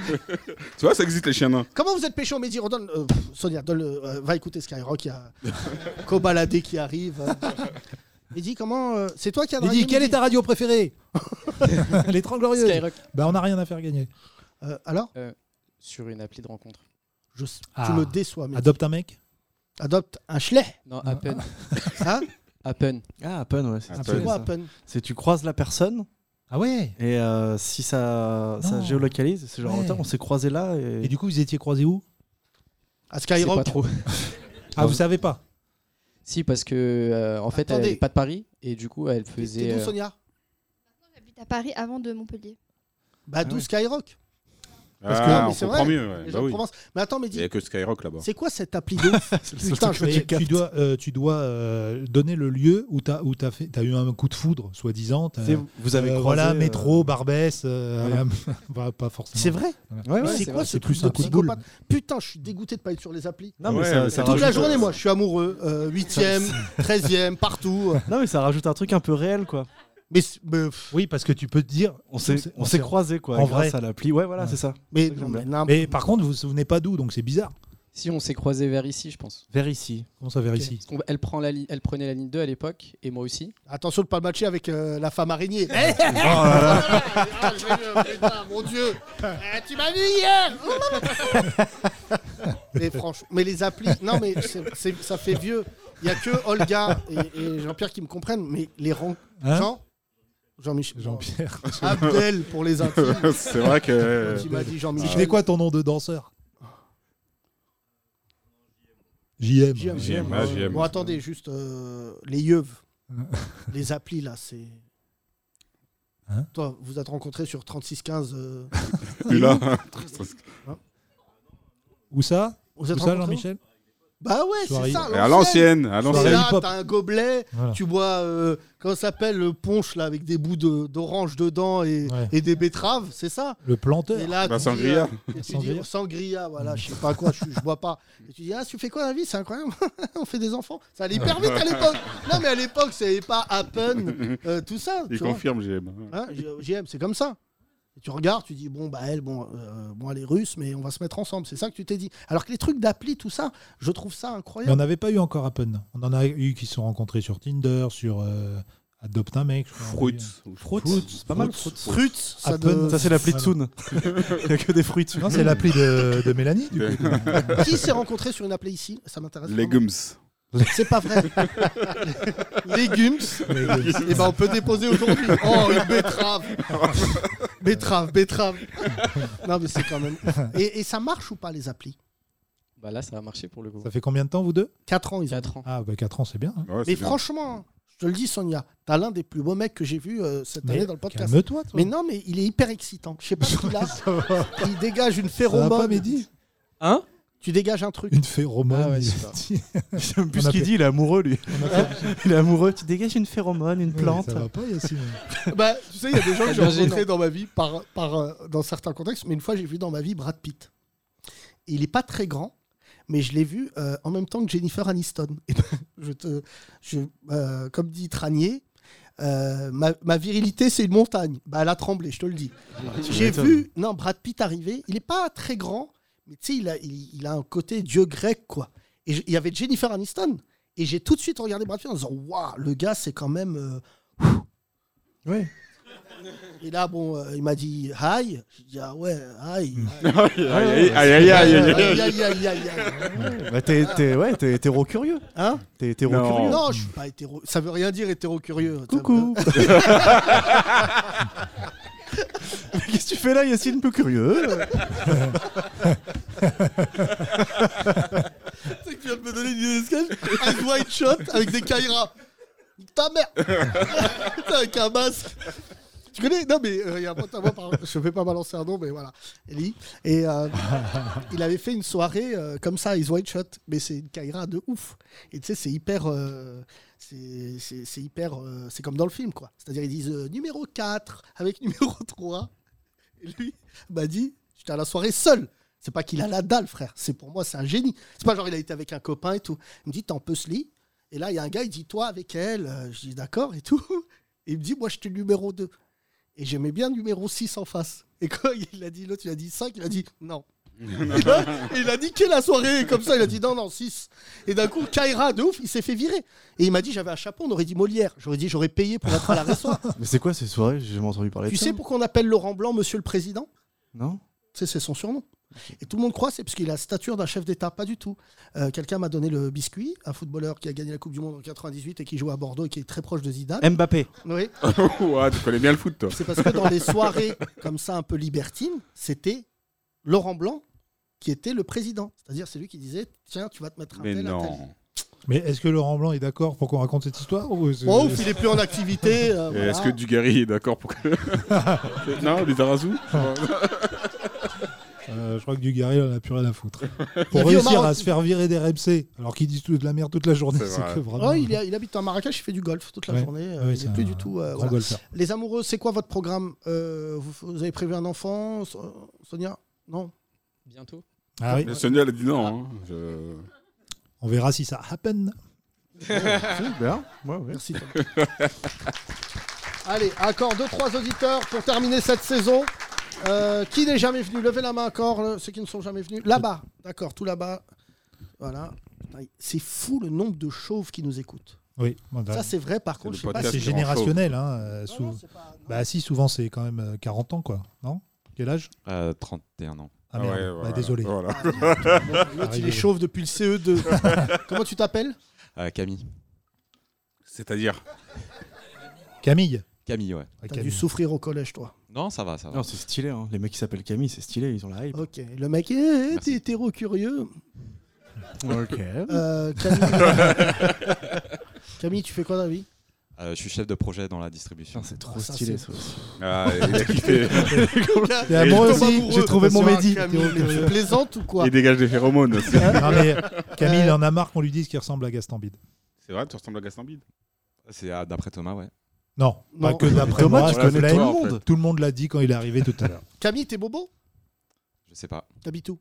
Speaker 7: vois, ça existe les chiens nains.
Speaker 5: Comment vous êtes pécho, Mehdi Redonne- euh, pff, Sonia, donne le- euh, va écouter Skyrock, il y a Kobalade qui arrive. Euh, Mehdi, comment. euh, c'est toi qui as
Speaker 2: Il dit quelle est ta radio préférée Les 30 glorieuses.
Speaker 15: Skyrock.
Speaker 2: Bah on n'a rien à faire gagner.
Speaker 5: Euh, alors
Speaker 15: Euh, Sur une appli de rencontre.
Speaker 5: Je s-
Speaker 2: Ah.
Speaker 5: Tu me déçois, Mehdi.
Speaker 2: Adopte un mec.
Speaker 5: Adopte un schleh.
Speaker 15: Non, Appen.
Speaker 5: Hein
Speaker 15: Appen.
Speaker 6: Ah, Appen, ouais.
Speaker 5: C'est quoi,
Speaker 6: ça.
Speaker 5: Appen
Speaker 6: C'est tu croises la personne
Speaker 2: Ah ouais.
Speaker 6: et euh, si ça,
Speaker 2: Non.
Speaker 6: ça géolocalise, c'est genre
Speaker 2: Ouais.
Speaker 6: attends, on s'est croisés là et,
Speaker 2: Et du coup vous étiez croisés où
Speaker 5: À
Speaker 15: C'est
Speaker 5: Skyrock.
Speaker 15: pas trop.
Speaker 2: Ah vous savez pas.
Speaker 15: Si, parce que euh, en fait,
Speaker 5: Attendez.
Speaker 15: elle n'est pas de Paris et du coup, elle
Speaker 5: T'es
Speaker 15: faisait.
Speaker 5: d'où,
Speaker 15: euh,
Speaker 5: Sonia
Speaker 9: J'habite à Paris avant de Montpellier.
Speaker 5: Bah, d'où
Speaker 2: Ah
Speaker 6: ouais.
Speaker 5: Skyrock
Speaker 7: Parce
Speaker 5: que-
Speaker 7: ah,
Speaker 5: mais
Speaker 7: on
Speaker 5: c'est
Speaker 7: comprend
Speaker 5: vrai,
Speaker 7: mieux. Ouais.
Speaker 5: les
Speaker 7: Bah
Speaker 5: gens de
Speaker 7: oui.
Speaker 5: Provence. Mais attends,
Speaker 7: Il n'y
Speaker 5: Mehdi,
Speaker 7: a que Skyrock là-bas.
Speaker 5: c'est quoi cette appli de ouf
Speaker 6: c'est le seul
Speaker 5: Putain,
Speaker 6: truc que
Speaker 5: je
Speaker 2: Mais
Speaker 6: tu
Speaker 2: tu,
Speaker 6: captes.
Speaker 2: dois, euh, tu dois, euh, donner le lieu où t'as où t'as fait, t'as eu un coup de foudre, soi-disant. t'as-
Speaker 6: Tu sais, vous avez
Speaker 2: euh,
Speaker 6: croisé,
Speaker 2: voilà,
Speaker 6: euh,
Speaker 2: métro, Barbès, euh,
Speaker 6: voilà.
Speaker 2: bah, pas forcément.
Speaker 5: C'est vrai
Speaker 6: Ouais,
Speaker 5: Mais
Speaker 6: ouais.
Speaker 5: c'est
Speaker 15: c'est
Speaker 5: quoi
Speaker 15: vrai,
Speaker 5: ce
Speaker 2: c'est
Speaker 5: truc
Speaker 2: plus
Speaker 5: de
Speaker 2: un coup de boule.
Speaker 5: psychopathe Putain, je suis dégoûté de pas être sur les applis.
Speaker 6: Non, mais
Speaker 7: Ouais,
Speaker 6: ça,
Speaker 7: euh,
Speaker 6: ça
Speaker 7: toute
Speaker 5: Toute
Speaker 6: rajoute,
Speaker 5: la
Speaker 7: Rajoute,
Speaker 5: journée,
Speaker 7: euh,
Speaker 5: moi, je suis amoureux. euh, 8ème, 13ème, partout. euh.
Speaker 6: Non, mais ça rajoute un truc un peu réel, quoi.
Speaker 5: Mais, c'est- mais, pff,
Speaker 2: Oui, parce que tu peux te dire.
Speaker 6: On s'est on s'est croisés, quoi,
Speaker 2: En
Speaker 6: grâce
Speaker 2: vrai.
Speaker 6: à l'appli. Ouais, voilà,
Speaker 2: Ouais.
Speaker 6: c'est ça.
Speaker 5: mais,
Speaker 6: que
Speaker 5: non,
Speaker 6: j'aime
Speaker 5: mais
Speaker 6: bien.
Speaker 5: n'importe-
Speaker 2: Mais par contre, vous vous souvenez pas d'où, donc c'est bizarre.
Speaker 15: Si, on s'est croisés vers ici, je pense.
Speaker 6: Vers ici.
Speaker 2: Comment ça, vers ici
Speaker 15: Parce qu'on- elle, prend la li- elle prenait la ligne 2 à l'époque et moi aussi.
Speaker 5: Attention de pas matcher avec euh, la femme araignée. Putain, je l'ai vu, putain, mon Dieu. Eh, tu m'as vu hier Mais franchement, mais les applis, non mais c'est- c'est- ça fait vieux. Il y a que Olga et, et Jean-Pierre qui me comprennent, mais les rangs.
Speaker 2: Hein
Speaker 5: Jean Jean-Michel.
Speaker 2: Jean-Pierre.
Speaker 5: Abdel pour les intimes.
Speaker 7: c'est vrai que.
Speaker 5: Quand il m'a dit
Speaker 2: Si je
Speaker 5: Jean-Michel.
Speaker 2: fais quoi ton nom de danseur JM.
Speaker 5: JM.
Speaker 7: JM,
Speaker 5: Euh,
Speaker 7: JM.
Speaker 5: Bon, attendez, juste euh, les yeux. les applis, là, c'est.
Speaker 2: Hein
Speaker 5: Toi, vous êtes rencontrés sur 3615. euh,
Speaker 7: Plus là.
Speaker 2: Où ça
Speaker 5: Vous
Speaker 2: Où
Speaker 5: êtes
Speaker 2: ça,
Speaker 5: rencontrés
Speaker 2: Jean-Michel
Speaker 5: Bah ouais, c'est
Speaker 2: Soirée.
Speaker 5: ça.
Speaker 7: Et à l'ancienne. À
Speaker 5: T'es
Speaker 2: Soirée
Speaker 7: l'ancienne.
Speaker 5: là,
Speaker 2: hip-hop.
Speaker 5: t'as un gobelet,
Speaker 2: Voilà.
Speaker 5: tu bois, euh, comment ça s'appelle, le punch là, avec des bouts de- d'orange dedans et,
Speaker 2: Ouais.
Speaker 5: et des betteraves, c'est ça
Speaker 2: Le planteur.
Speaker 5: Et là,
Speaker 7: La
Speaker 5: tu dis,
Speaker 7: sangria.
Speaker 5: euh, et tu dis,
Speaker 2: Bah, sangria.
Speaker 5: sangria, voilà, je sais pas quoi, je, je bois pas. Et tu dis, ah, tu fais quoi dans la vie C'est incroyable, on fait des enfants. Ça allait hyper vite à l'époque. Non, mais à l'époque, c'était pas Appen, euh, tout ça.
Speaker 7: Il
Speaker 5: tu vois.
Speaker 7: confirme, JM.
Speaker 5: Hein, J- JM, c'est comme ça. Et tu regardes, tu dis, bon, bah elle, bon, euh, bon, elle est russe, mais on va se mettre ensemble. C'est ça que tu t'es dit. Alors que les trucs d'appli, tout ça, je trouve ça
Speaker 2: Mais on
Speaker 5: incroyable.
Speaker 2: n'avait pas eu encore Appen. On en a eu qui se sont rencontrés sur Tinder, sur euh, Adopte un mec.
Speaker 12: Fruits.
Speaker 2: Fruits.
Speaker 12: Fruits, c'est pas mal,
Speaker 2: Fruits.
Speaker 12: Fruits. Fruits, ça
Speaker 2: Appen.
Speaker 12: donne- Ça, c'est l'appli de
Speaker 2: Voilà.
Speaker 6: Soon. Il y a que des fruits.
Speaker 2: Non, c'est l'appli de, de Mélanie, du coup.
Speaker 5: Qui s'est rencontré sur une appelée ici Ça m'intéresse. vraiment.
Speaker 7: Legumes.
Speaker 5: C'est pas vrai. Légumes.
Speaker 7: Légumes.
Speaker 5: Et ben on peut déposer aujourd'hui. Oh, une betterave. Betterave, betterave. Non, mais c'est quand même. Et, et ça marche ou pas les applis
Speaker 15: Bah là, ça a marché pour le coup.
Speaker 2: Ça fait combien de temps, vous deux
Speaker 5: 4 ans, ils
Speaker 15: ont. 4 ans.
Speaker 2: Ah, bah 4 ans, c'est bien. hein.
Speaker 5: Mais franchement, je te le dis, Sonia, t'as l'un des plus beaux mecs que j'ai vu euh, cette
Speaker 2: Mais
Speaker 5: année dans le podcast.
Speaker 2: calme-toi, toi.
Speaker 5: Mais non, mais il est hyper excitant. Je sais pas ce qu'il a. il dégage une phéromone.
Speaker 2: pas, Mehdi
Speaker 15: Hein
Speaker 5: Tu dégages un truc. Ah
Speaker 2: Une phéromone.
Speaker 6: J'aime plus ce
Speaker 2: On a
Speaker 6: qu'il
Speaker 2: fait-
Speaker 6: dit, il est amoureux lui.
Speaker 2: On a
Speaker 6: Il est amoureux, tu dégages une phéromone, une plante.
Speaker 2: ça va pas, Yacine.
Speaker 5: Bah, tu sais, il y a des gens que j'ai
Speaker 6: Imagine.
Speaker 5: rencontrés dans ma vie par, par, euh, dans certains contextes, mais une fois, j'ai vu dans ma vie Brad Pitt. Il n'est pas très grand, mais je l'ai vu euh, en même temps que Jennifer Aniston. Et ben, je te, je, euh, comme dit Tranier, euh, ma, ma virilité, c'est une montagne. Bah, elle a tremblé, je te le dis.
Speaker 6: Ah, tu
Speaker 5: J'ai
Speaker 6: m'étonnes.
Speaker 5: vu non, Brad Pitt arriver. Il n'est pas très grand, mais tu sais, il a, il, il a un côté dieu grec, quoi. Et je- il y avait Jennifer Aniston. Et j'ai tout de suite regardé Brad Pitt en disant Waouh, le gars, c'est quand même. euh,
Speaker 6: Ouais.
Speaker 5: et là, bon, euh, il m'a dit hi. J'ai dit ah ouais, hi.
Speaker 6: Hmm.
Speaker 7: Aïe, aïe, aïe, aïe, aïe, aïe, aïe.
Speaker 5: aïe, aïe, aïe.
Speaker 6: Bah, t'es, t'es- ouais, t'es hétéro-curieux.
Speaker 5: Hein
Speaker 6: T'es hétéro-curieux.
Speaker 5: Non, je suis pas hétéro. Ça veut rien dire hétéro curieux.
Speaker 6: Coucou. Qu'est-ce que tu fais là, Yacine, peu curieux
Speaker 5: Tu sais que tu viens de me donner une idée de sketch avec White Shot, avec des Kaira. Ta mère Putain, Avec un masque Tu connais Non, mais euh, il y a un pote à moi, par- je vais pas balancer un nom, mais voilà. Eli. Et euh, il avait fait une soirée euh, comme ça, Ice White Shot. Mais c'est une Kaira de ouf. Et tu sais, c'est hyper. euh, c'est c'est- c'est hyper. euh, c'est comme dans le film, quoi. C'est-à-dire, ils disent euh, numéro 4 avec numéro 3. Et lui m'a dit J'étais à la soirée seul. C'est pas qu'il a la dalle, frère. C'est pour moi, c'est un génie. C'est pas genre il a été avec un copain et tout. Il me dit T'en peux ce lit Et là, il y a un gars, il dit Toi avec elle. Euh, Je dis D'accord et tout. Et il me dit Moi, j'étais le numéro 2. Et j'aimais bien le numéro 6 en face. Et quand il a dit l'autre, il a dit 5, il a dit Non. Et là, il a niqué la soirée comme ça. Il a dit non, non, 6. Et d'un coup, Kaira, de ouf, il s'est fait virer. Et il m'a dit J'avais un chapeau, on aurait dit Molière. J'aurais dit J'aurais payé pour être à la resto.
Speaker 6: Mais c'est quoi ces soirées J'ai jamais entendu parler
Speaker 5: Tu
Speaker 6: de ça.
Speaker 5: sais pourquoi on appelle Laurent Blanc Monsieur le Président
Speaker 6: Non.
Speaker 5: Tu sais, C'est son surnom. Et tout le monde croit c'est parce qu'il a la stature d'un chef d'État. Pas du tout. Euh, Quelqu'un m'a donné le biscuit, un footballeur qui a gagné la Coupe du Monde en 98 et qui joue à Bordeaux et qui est très proche de Zidane.
Speaker 6: Mbappé.
Speaker 5: Oui.
Speaker 7: Ouah, tu connais bien le foot, toi.
Speaker 5: C'est parce que dans les soirées comme ça un peu libertines, c'était Laurent Blanc qui était le président. C'est-à-dire c'est lui qui disait tiens tu vas te mettre un tel, un tel.
Speaker 2: Mais est-ce que Laurent Blanc est d'accord pour qu'on raconte cette histoire ou
Speaker 5: Oh, ouf, il est plus en activité. euh,
Speaker 7: Et Est-ce que
Speaker 5: voilà.
Speaker 7: Dugarry est d'accord pour que. non, Ah Lutarazou
Speaker 2: Euh, je crois que Dugarry on a plus rien à foutre.
Speaker 5: Il
Speaker 2: Pour
Speaker 5: vit au
Speaker 2: réussir
Speaker 5: Maroc.
Speaker 2: à se faire virer des RMC, alors qu'ils disent tout de la merde toute la journée,
Speaker 5: C'est
Speaker 2: c'est
Speaker 5: vrai.
Speaker 2: que vraiment.
Speaker 5: Ouais, Oh, il, est- il habite en Marrakech, il fait du golf toute la
Speaker 2: Ouais.
Speaker 5: journée. euh,
Speaker 2: Ouais,
Speaker 5: il
Speaker 2: c'est
Speaker 5: n'est plus
Speaker 2: un
Speaker 5: du tout. euh,
Speaker 2: grand
Speaker 5: voilà.
Speaker 2: golfeur.
Speaker 5: Les amoureux, c'est quoi votre programme Euh, vous, vous avez prévu un enfant, So- Sonia Non
Speaker 15: Bientôt.
Speaker 2: Ah oui.
Speaker 7: Mais Sonia, elle a dit non. hein. Je-
Speaker 2: On verra si ça happen.
Speaker 5: Merci. Thomas. Allez, encore deux, trois auditeurs pour terminer cette saison. Euh, qui n'est jamais venu Levez la main encore, là, ceux qui ne sont jamais venus. Là-bas, d'accord, tout là-bas. Voilà. Putain, C'est fou le nombre de chauves qui nous écoutent.
Speaker 2: Oui, bon,
Speaker 5: Ça,
Speaker 2: bah,
Speaker 5: c'est vrai, par contre. je sais pas
Speaker 2: c'est
Speaker 5: si-
Speaker 2: générationnel. hein, euh, sou- Bah si, souvent c'est quand même euh, 40 ans, quoi. Non Quel âge
Speaker 12: Euh, 31 ans.
Speaker 2: Ah, merde. Bah, désolé.
Speaker 5: L'autre, il est chauve depuis le CE2. Comment tu t'appelles
Speaker 12: Euh, Camille.
Speaker 7: C'est-à-dire
Speaker 2: Camille.
Speaker 12: Camille, ouais.
Speaker 5: T'as dû souffrir au collège, toi.
Speaker 12: Non, ça va, ça va.
Speaker 6: Non, c'est stylé. hein. Les mecs qui s'appellent Camille, c'est stylé. Ils ont la hype.
Speaker 5: Ok, le mec, eh, eh, t'es hétéro-curieux.
Speaker 6: Ok.
Speaker 5: Euh, Camille... Camille, tu fais quoi dans la vie
Speaker 12: Euh, je suis chef de projet dans la distribution.
Speaker 6: C'est
Speaker 5: Ah, ça, stylé, c'est- ça
Speaker 6: aussi.
Speaker 12: Ah, il a kiffé.
Speaker 2: Et amoureux aussi,
Speaker 5: amoureux.
Speaker 2: j'ai trouvé mon
Speaker 5: Attention à
Speaker 2: Mehdi.
Speaker 5: Camille, mais tu plaisantes ou quoi
Speaker 7: Il dégage des phéromones aussi.
Speaker 2: Non, mais Camille,
Speaker 5: Euh.
Speaker 2: il en a marre qu'on lui dise qu'il ressemble à Gastambide.
Speaker 7: C'est vrai, tu ressembles à Gaston Bide
Speaker 12: C'est ah, d'après Thomas, ouais.
Speaker 2: Non, pas
Speaker 12: Non.
Speaker 2: que d'après
Speaker 12: Thomas,
Speaker 2: moi,
Speaker 12: tu
Speaker 2: je
Speaker 12: connais
Speaker 2: te
Speaker 12: tout le
Speaker 2: l'aime.
Speaker 12: monde.
Speaker 2: Tout le monde l'a dit quand il est arrivé tout à l'heure.
Speaker 5: Camille, t'es bobo
Speaker 12: Je sais pas.
Speaker 5: T'habites où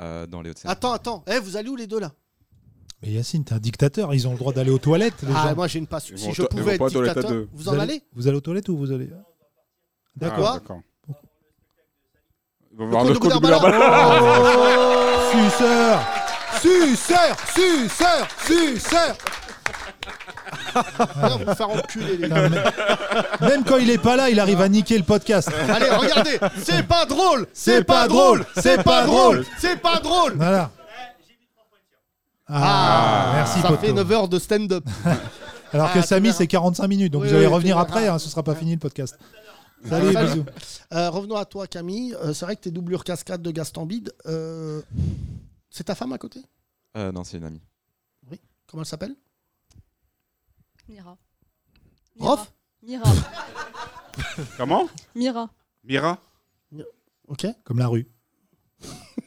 Speaker 12: Euh, dans les Hauts-de-Seine.
Speaker 5: Attends, attends. Eh, vous allez où les deux là
Speaker 2: Mais Yacine, t'es un dictateur, ils ont le droit d'aller aux toilettes. Les
Speaker 5: Ah,
Speaker 2: gens.
Speaker 5: moi j'ai une passion.
Speaker 7: Ils
Speaker 5: Si
Speaker 7: vont
Speaker 5: je
Speaker 7: aux to- ils
Speaker 5: pouvais
Speaker 7: vont
Speaker 5: être
Speaker 7: pas aux toilettes à
Speaker 5: dictateur,
Speaker 7: deux.
Speaker 5: vous en allez Ah,
Speaker 2: Vous allez aux toilettes ou vous allez
Speaker 5: D'accord.
Speaker 7: On va
Speaker 5: Le
Speaker 7: voir
Speaker 5: coup
Speaker 7: notre
Speaker 5: de
Speaker 7: coup de
Speaker 5: Boudarbala.
Speaker 7: Boudarbala.
Speaker 5: oh,
Speaker 2: Suceur
Speaker 5: Suceur Suceur Suceur Viens vous faire enculer, les gars.
Speaker 2: Non, mais- Même quand il est pas là, il arrive à niquer le podcast.
Speaker 5: Allez, regardez, c'est pas drôle,
Speaker 2: C'est
Speaker 5: c'est
Speaker 2: pas
Speaker 5: pas drôle,
Speaker 2: drôle,
Speaker 5: c'est pas drôle, c'est pas drôle.
Speaker 2: Voilà.
Speaker 5: Ah,
Speaker 2: merci,
Speaker 5: Ça
Speaker 2: Poto.
Speaker 5: fait 9 heures de stand-up.
Speaker 2: Alors
Speaker 5: Ah,
Speaker 2: que
Speaker 5: tu
Speaker 2: Samy,
Speaker 5: verras.
Speaker 2: c'est 45 minutes. Donc
Speaker 5: Oui,
Speaker 2: vous allez
Speaker 5: oui, Ah,
Speaker 2: revenir
Speaker 5: tu
Speaker 2: après,
Speaker 5: verras.
Speaker 2: hein, ce sera pas fini le podcast. Salut,
Speaker 5: Salut.
Speaker 2: bisous.
Speaker 5: Euh, revenons à toi, Camille. Euh, c'est vrai que tes doublures cascades de Gaston Bide, euh, c'est ta femme à côté
Speaker 12: Euh, non, c'est une amie.
Speaker 5: Oui. Comment elle s'appelle
Speaker 16: Mira. Mira.
Speaker 5: Rof
Speaker 16: Mira.
Speaker 5: Oh. Hein
Speaker 7: Comment
Speaker 16: Mira.
Speaker 7: Mira
Speaker 5: Ok.
Speaker 2: Comme la rue.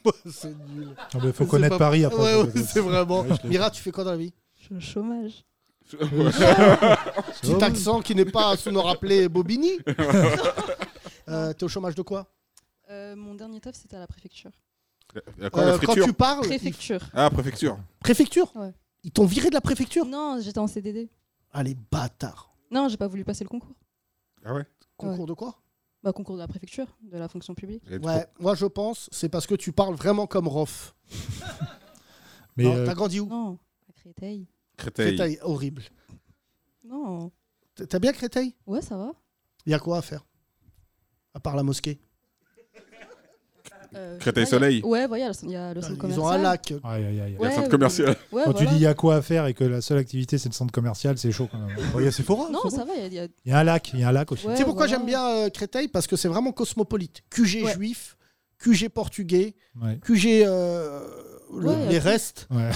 Speaker 5: Bah, C'est nul.
Speaker 2: Ah, mais faut
Speaker 5: C'est
Speaker 2: connaître Paris, après,
Speaker 5: Ouais,
Speaker 2: faut
Speaker 5: ouais,
Speaker 2: connaître.
Speaker 5: c'est vraiment.
Speaker 2: Ouais, je l'ai.
Speaker 5: Mira, tu fais quoi dans la vie
Speaker 16: Je suis au chômage.
Speaker 5: Petit accent qui n'est pas sous nous rappeler Bobigny. Euh, T'es au chômage de quoi
Speaker 16: Euh, mon dernier taf, c'était à la préfecture.
Speaker 7: Euh, quoi, la
Speaker 5: Euh, quand
Speaker 7: friture
Speaker 5: tu parles.
Speaker 16: Préfecture.
Speaker 7: Ah, préfecture.
Speaker 5: Euh, Préfecture
Speaker 16: Ouais.
Speaker 5: Ils t'ont viré de la préfecture
Speaker 16: Non, j'étais en CDD.
Speaker 5: Ah, les bâtards.
Speaker 16: Non, j'ai pas voulu passer le concours.
Speaker 7: Ah ouais
Speaker 5: Concours de quoi
Speaker 16: Bah, concours de la préfecture, de la fonction publique.
Speaker 5: Ouais, moi je pense, c'est parce que tu parles vraiment comme Rof.
Speaker 2: Mais,
Speaker 5: Non,
Speaker 2: euh,
Speaker 5: T'as grandi où
Speaker 16: Non, à Créteil.
Speaker 7: Créteil.
Speaker 5: horrible.
Speaker 16: Non.
Speaker 5: T- T'as bien Créteil
Speaker 16: Ouais, ça va.
Speaker 5: Il y a quoi à faire À part la mosquée.
Speaker 16: Euh,
Speaker 7: Créteil
Speaker 16: je sais pas, il y a-
Speaker 7: Soleil.
Speaker 16: Ouais, voilà, il y a le centre commercial.
Speaker 5: Ils ont un lac.
Speaker 2: Aïe, aïe, aïe.
Speaker 16: Ouais,
Speaker 7: centre commercial.
Speaker 16: ouais,
Speaker 2: quand tu
Speaker 16: voilà.
Speaker 2: dis il y a quoi à faire et que la seule activité c'est le centre commercial, c'est chaud quand même. Il y a Sephora.
Speaker 16: Non, ça va, il y a- il y a
Speaker 2: Il y a un lac, il y a un lac aussi.
Speaker 5: tu sais pourquoi j'aime bien euh, Créteil Parce que c'est vraiment cosmopolite. QG juif, QG portugais,
Speaker 2: Ouais.
Speaker 5: QG euh, le-
Speaker 16: Ouais,
Speaker 5: les
Speaker 16: ok.
Speaker 5: restes.
Speaker 2: Ouais.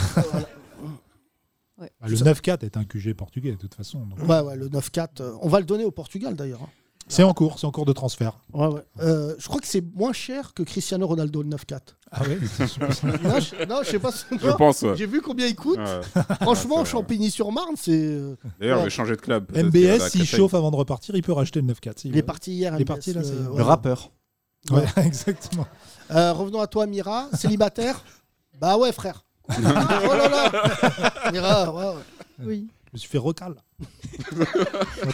Speaker 5: Voilà.
Speaker 2: Bah, le 9-4 est un QG portugais de toute façon. donc.
Speaker 5: Ouais, ouais, le 9-4. euh, on va le donner au Portugal d'ailleurs. hein.
Speaker 2: C'est en cours, c'est en cours de transfert.
Speaker 5: Ouais, ouais. Euh, je crois que c'est moins cher que Cristiano Ronaldo le 9-4.
Speaker 2: Ah ouais c'est super.
Speaker 5: non, je, non, je sais pas.
Speaker 7: Je pense, ouais.
Speaker 5: J'ai vu combien il coûte.
Speaker 7: Ouais. Ah,
Speaker 5: Franchement, Champigny-sur-Marne, c'est. euh,
Speaker 7: D'ailleurs, je vais
Speaker 5: ouais.
Speaker 7: changer de club. peut-être qu'il y en a à
Speaker 2: MBS, s'il
Speaker 7: Créteil.
Speaker 2: chauffe avant de repartir, il peut racheter le 9-4. s'il
Speaker 5: Il est
Speaker 2: veut.
Speaker 5: parti hier,
Speaker 2: Il est
Speaker 5: MBS,
Speaker 2: parti là,
Speaker 5: le-
Speaker 2: c'est
Speaker 5: ouais.
Speaker 6: Le rappeur.
Speaker 2: Ouais, exactement.
Speaker 5: Euh, revenons à toi, Mira, célibataire. bah ouais, frère. oh là là Mira, ouais, ouais.
Speaker 16: Oui.
Speaker 2: Je me suis fait recal.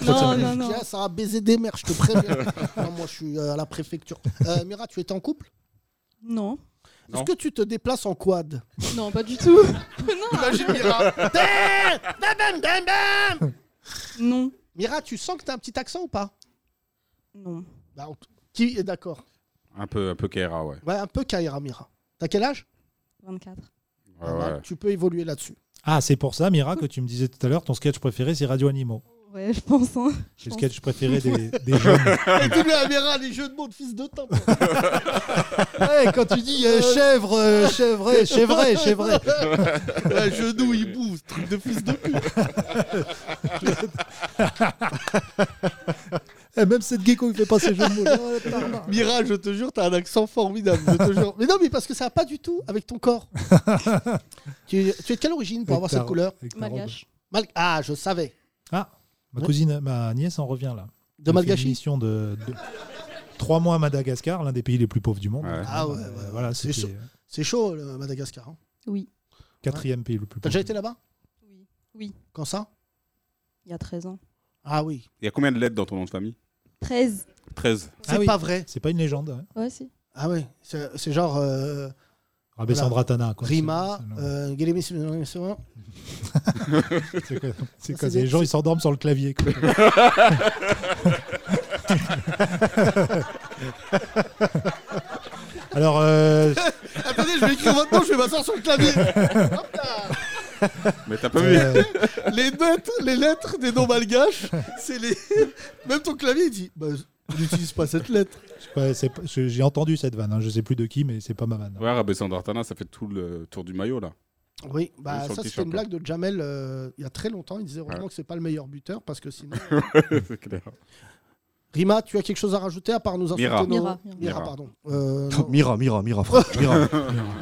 Speaker 16: Non, non, non.
Speaker 5: Tiens, ça va baiser des mères, je te préviens. Non, moi, je suis euh, à la préfecture. Euh, Mira, tu étais en couple
Speaker 16: Non.
Speaker 5: Est-ce que tu te déplaces en quad
Speaker 16: Non, pas du tout. non.
Speaker 5: Imagine Mira. Bam, bam, bam, bam, bam.
Speaker 16: Non.
Speaker 5: Mira, tu sens que t'as un petit accent ou pas
Speaker 16: Non.
Speaker 5: Bah, on t- qui est d'accord
Speaker 7: Un peu, un peu Kaira, ouais.
Speaker 5: Ouais, un peu Kaira, Mira. T'as quel âge
Speaker 16: 24.
Speaker 7: Ouais,
Speaker 5: Ah,
Speaker 7: ouais.
Speaker 5: Tu peux évoluer là-dessus.
Speaker 2: Ah, c'est pour ça, Mira, que tu me disais tout à l'heure, ton sketch préféré, c'est Radio Animaux.
Speaker 16: Ouais, je pense. Hein.
Speaker 2: C'est
Speaker 16: Je
Speaker 2: le
Speaker 16: pense.
Speaker 2: sketch préféré des, des jeunes.
Speaker 5: Et tu lui à Mira les jeux de mots de fils de temps. Ouais, quand tu dis euh,
Speaker 2: chèvre, euh, chèvre, chèvre, chèvre.
Speaker 5: Ouais, genou, il bouffe, truc de fils de pute.
Speaker 2: Eh, même cette gecko, il fait pas ses jeux de mots. Oh, la tarma.
Speaker 5: Mira, je te jure, t'as un accent formidable. je te jure. Mais non, mais parce que ça va pas du tout avec ton corps. tu, tu es de quelle origine pour
Speaker 2: Avec
Speaker 5: avoir
Speaker 2: ta
Speaker 5: cette
Speaker 2: ro-
Speaker 5: couleur
Speaker 2: avec bah. ta robe. Malgache.
Speaker 5: Mal- Ah, je savais.
Speaker 2: Ah, ma
Speaker 5: Ouais.
Speaker 2: cousine, ma nièce en revient là.
Speaker 5: De Malgachi
Speaker 2: mission de, de- trois mois à Madagascar, l'un des pays les plus pauvres du monde.
Speaker 5: Ah ouais, ouais,
Speaker 2: Euh,
Speaker 5: ouais.
Speaker 2: Voilà,
Speaker 5: c'est
Speaker 2: c'est
Speaker 5: chaud. C'est chaud, le Madagascar. hein.
Speaker 16: Oui,
Speaker 2: quatrième pays le plus
Speaker 5: T'as
Speaker 2: pauvre.
Speaker 5: déjà été là-bas
Speaker 16: oui,
Speaker 5: Quand ça
Speaker 16: il y a 13 ans.
Speaker 5: Ah oui.
Speaker 7: Il y a combien de lettres dans ton nom de famille
Speaker 16: 13
Speaker 7: 13.
Speaker 5: C'est
Speaker 2: Ah oui.
Speaker 5: pas vrai.
Speaker 2: C'est pas une légende. ouais.
Speaker 16: Ouais, si.
Speaker 5: Ah oui. C'est c'est genre. Euh,
Speaker 2: Ah, Rabessandratana, quoi.
Speaker 5: Rima.
Speaker 2: C'est-
Speaker 5: euh, Guélémé-
Speaker 2: C'est quoi, c'est
Speaker 5: Ça,
Speaker 2: quoi,
Speaker 5: c'est
Speaker 2: Les
Speaker 5: des-
Speaker 2: gens, ils s'endorment sur le clavier. quoi. Alors, euh,
Speaker 5: Attendez, je vais écrire maintenant, je vais m'asseoir sur le clavier. Hop là.
Speaker 7: Mais t'as pas vu
Speaker 2: Euh,
Speaker 5: les, lettres, les lettres des noms malgaches, c'est les. Même ton clavier, il dit bah, n'utilise pas cette lettre.
Speaker 2: je sais pas, c'est pas- je- j'ai entendu cette vanne. hein, je sais plus de qui, mais c'est pas ma vanne.
Speaker 7: Ouais, Rabessandratana, ça fait tout le tour du maillot, là.
Speaker 5: Oui, bah,
Speaker 7: Sur le
Speaker 5: ça, c'était
Speaker 7: t-shirt,
Speaker 5: une
Speaker 7: quoi.
Speaker 5: blague de Jamel euh, il y a très longtemps. Il disait heureusement que c'est pas le meilleur buteur parce que sinon.
Speaker 7: C'est clair.
Speaker 5: Rima, tu as quelque chose à rajouter à part nous insulter
Speaker 7: Mira.
Speaker 5: nos-
Speaker 16: Mira.
Speaker 5: Mira,
Speaker 7: Mira.
Speaker 5: pardon. Euh, non.
Speaker 6: Mira, Mira, Mira, frère.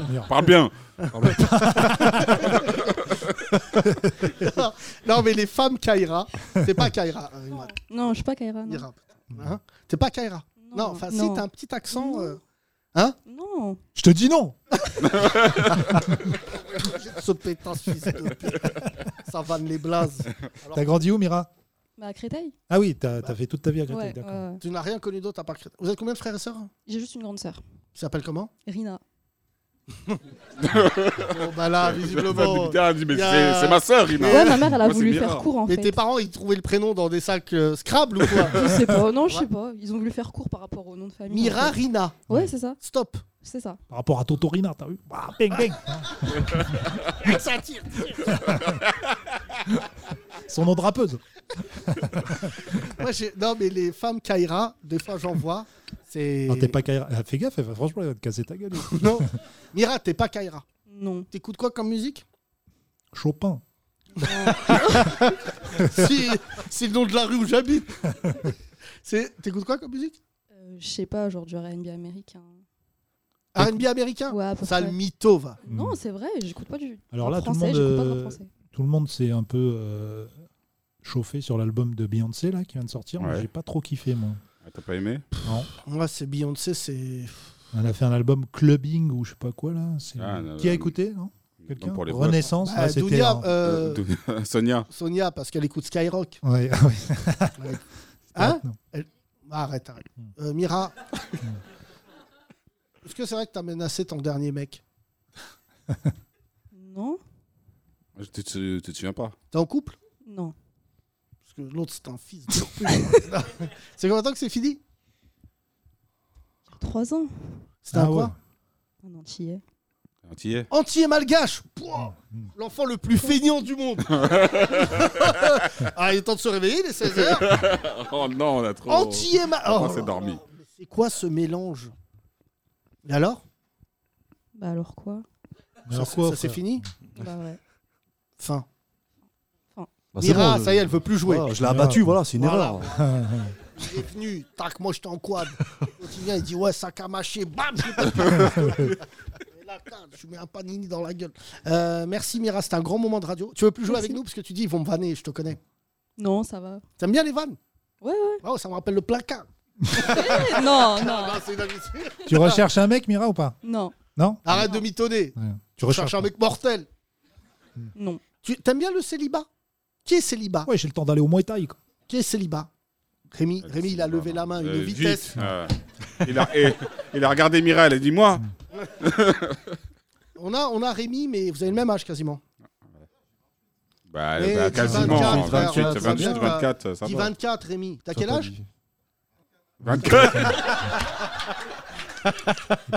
Speaker 6: Mira.
Speaker 7: Parle bien.
Speaker 5: non, mais les femmes Kaira, t'es pas Kaira, euh, Rima.
Speaker 16: Non, je suis pas Kaira. Non.
Speaker 5: Mira, putain. Hein t'es pas Kaira. Non, enfin, si,
Speaker 16: non.
Speaker 5: t'as un petit accent. euh, Hein
Speaker 16: Non.
Speaker 2: Je te dis non.
Speaker 5: J'ai de ce pétain, ce fils de pute. Ça vanne les blazes. Alors,
Speaker 2: T'as grandi où, Mira
Speaker 16: Bah, à Créteil
Speaker 2: Ah oui, t'as
Speaker 5: Bah.
Speaker 2: t'as fait toute ta vie à Créteil,
Speaker 16: Ouais,
Speaker 2: d'accord.
Speaker 16: ouais, ouais.
Speaker 5: Tu n'as rien connu d'autre à part Créteil. Vous êtes combien de frères et sœurs
Speaker 16: J'ai juste une grande sœur,
Speaker 5: Ils s'appellent comment
Speaker 16: Rina.
Speaker 5: Bon, bah là, visiblement.
Speaker 7: Putain, elle dit, mais
Speaker 5: il y
Speaker 7: c'est- c'est ma sœur, Rina. Ouais, ma mère, elle a Moi, c'est voulu bien. faire
Speaker 16: court, en
Speaker 5: Mais
Speaker 16: fait.
Speaker 5: tes parents, ils trouvaient le prénom dans des sacs euh, Scrabble ou quoi
Speaker 16: Je sais pas, non, je sais pas. Ils ont voulu faire court par rapport au nom de famille.
Speaker 5: Mira
Speaker 16: en fait.
Speaker 5: Rina.
Speaker 16: Ouais, c'est ça.
Speaker 5: Stop.
Speaker 16: C'est ça.
Speaker 2: Par rapport à Tonton Rinard, t'as vu Bah, bang, bang.
Speaker 5: Ça tire, tire.
Speaker 2: Son nom de rappeuse.
Speaker 5: Moi, j'ai- non, mais les femmes Kaira, des fois, j'en vois. C'est.
Speaker 2: Non, t'es pas Kaira. Ah, Fais gaffe, elle va- franchement, elle va te casser ta gueule.
Speaker 5: Non. Mira, t'es pas Kaira.
Speaker 16: Non.
Speaker 5: T'écoutes quoi comme musique
Speaker 2: Chopin.
Speaker 5: si, C'est le nom de la rue où j'habite. C'est- T'écoutes quoi comme musique
Speaker 16: Euh, je sais pas, genre du RB américain.
Speaker 5: RB américain
Speaker 16: Ouais, à peu
Speaker 5: Ça,
Speaker 16: près.
Speaker 5: le mytho, va.
Speaker 16: Non, c'est vrai, j'écoute pas du.
Speaker 2: Alors
Speaker 16: rap
Speaker 2: là, tout le,
Speaker 16: français,
Speaker 2: monde,
Speaker 16: j'écoute pas de rap
Speaker 2: euh,
Speaker 16: français.
Speaker 2: tout le monde s'est un peu euh, chauffé sur l'album de Beyoncé là, qui vient de sortir. mais
Speaker 7: Ouais.
Speaker 2: J'ai pas trop kiffé, moi.
Speaker 7: Ah, T'as pas aimé
Speaker 2: Non.
Speaker 5: Moi, c'est Beyoncé, c'est.
Speaker 2: Elle a fait un album clubbing ou je sais pas quoi là. c'est-
Speaker 7: Ah, non,
Speaker 2: qui a
Speaker 7: non.
Speaker 2: écouté Euh, non Quelqu'un
Speaker 7: pour les votes.
Speaker 2: Renaissance.
Speaker 5: Bah,
Speaker 2: ah, c'était
Speaker 5: Dunia,
Speaker 2: un-
Speaker 5: euh,
Speaker 7: Euh, Sonia.
Speaker 5: Sonia, parce qu'elle écoute Skyrock.
Speaker 2: Ouais, ah oui.
Speaker 5: Ouais. Hein
Speaker 2: maintenant.
Speaker 5: Elle- Arrête, arrête. Euh, Mira, est-ce que c'est vrai que t'as menacé ton dernier mec
Speaker 16: Non
Speaker 7: Je te, tu te souviens pas
Speaker 5: T'es en couple
Speaker 16: Non.
Speaker 5: Parce que l'autre, c'est un fils de pute. Non. c'est combien de temps que c'est fini
Speaker 16: Trois ans.
Speaker 5: C'était
Speaker 2: Ah,
Speaker 5: un quoi
Speaker 16: Un antillais.
Speaker 7: Antillais.
Speaker 5: Antillais malgache Pouah L'enfant le plus feignant du monde Ah, il est temps de se réveiller, il est 16h
Speaker 7: oh non, on a trop.
Speaker 5: Antillais ma-
Speaker 7: Oh,
Speaker 5: Oh.
Speaker 7: c'est dormi.
Speaker 5: C'est quoi ce mélange Et alors
Speaker 16: Bah alors quoi
Speaker 2: Mais alors
Speaker 5: Ça,
Speaker 2: quoi,
Speaker 5: ça, c'est
Speaker 2: frère
Speaker 5: fini
Speaker 16: Bah ouais.
Speaker 5: Fin.
Speaker 6: Bah, c'est
Speaker 5: Mira,
Speaker 6: bon,
Speaker 5: ça y est, elle veut plus jouer.
Speaker 6: voilà, je l'ai abattu, voilà, c'est une erreur.
Speaker 5: Il est venu, tac, moi j'étais en quad. Quand il vient, il dit ouais, sac à mâcher, bam, je lui pète. Et là, tac, je lui mets un panini dans la gueule. Euh, merci Mira, c'était un grand moment de radio. Tu veux plus jouer
Speaker 16: Merci.
Speaker 5: avec nous parce que tu dis ils vont me vanner, je te connais.
Speaker 16: Non, ça va.
Speaker 5: T'aimes bien les vannes
Speaker 16: Ouais, ouais.
Speaker 5: Oh, ça me rappelle le placard.
Speaker 16: non,
Speaker 5: Ah,
Speaker 16: non.
Speaker 5: c'est inadmissible.
Speaker 2: Tu recherches un mec, Mira, ou pas
Speaker 16: Non.
Speaker 2: Non
Speaker 5: Arrête de mitonner.
Speaker 2: Tu
Speaker 5: Tu
Speaker 2: recherches
Speaker 5: recherches un mec mortel.
Speaker 16: Non.
Speaker 5: Tu t'aimes bien le célibat Qui est célibat
Speaker 2: Ouais, j'ai le temps d'aller au Muay Thai. quoi.
Speaker 5: Qui est célibat Rémi, Rémi, il a levé la main, une
Speaker 7: Euh,
Speaker 5: vitesse.
Speaker 7: vite. Ah. il, a, eh, il a regardé Mira, elle a dit Moi
Speaker 5: On a, on a Rémi, mais vous avez le même âge quasiment.
Speaker 7: Bah,
Speaker 5: Eh,
Speaker 7: bah,
Speaker 5: dis
Speaker 7: quasiment.
Speaker 5: 24,
Speaker 7: 28,
Speaker 5: frère,
Speaker 7: 28,
Speaker 5: dis
Speaker 7: 24, ça
Speaker 5: dis
Speaker 7: va.
Speaker 5: 24, Rémi. T'as
Speaker 7: Ça
Speaker 5: quel
Speaker 7: t'a
Speaker 5: âge
Speaker 7: 24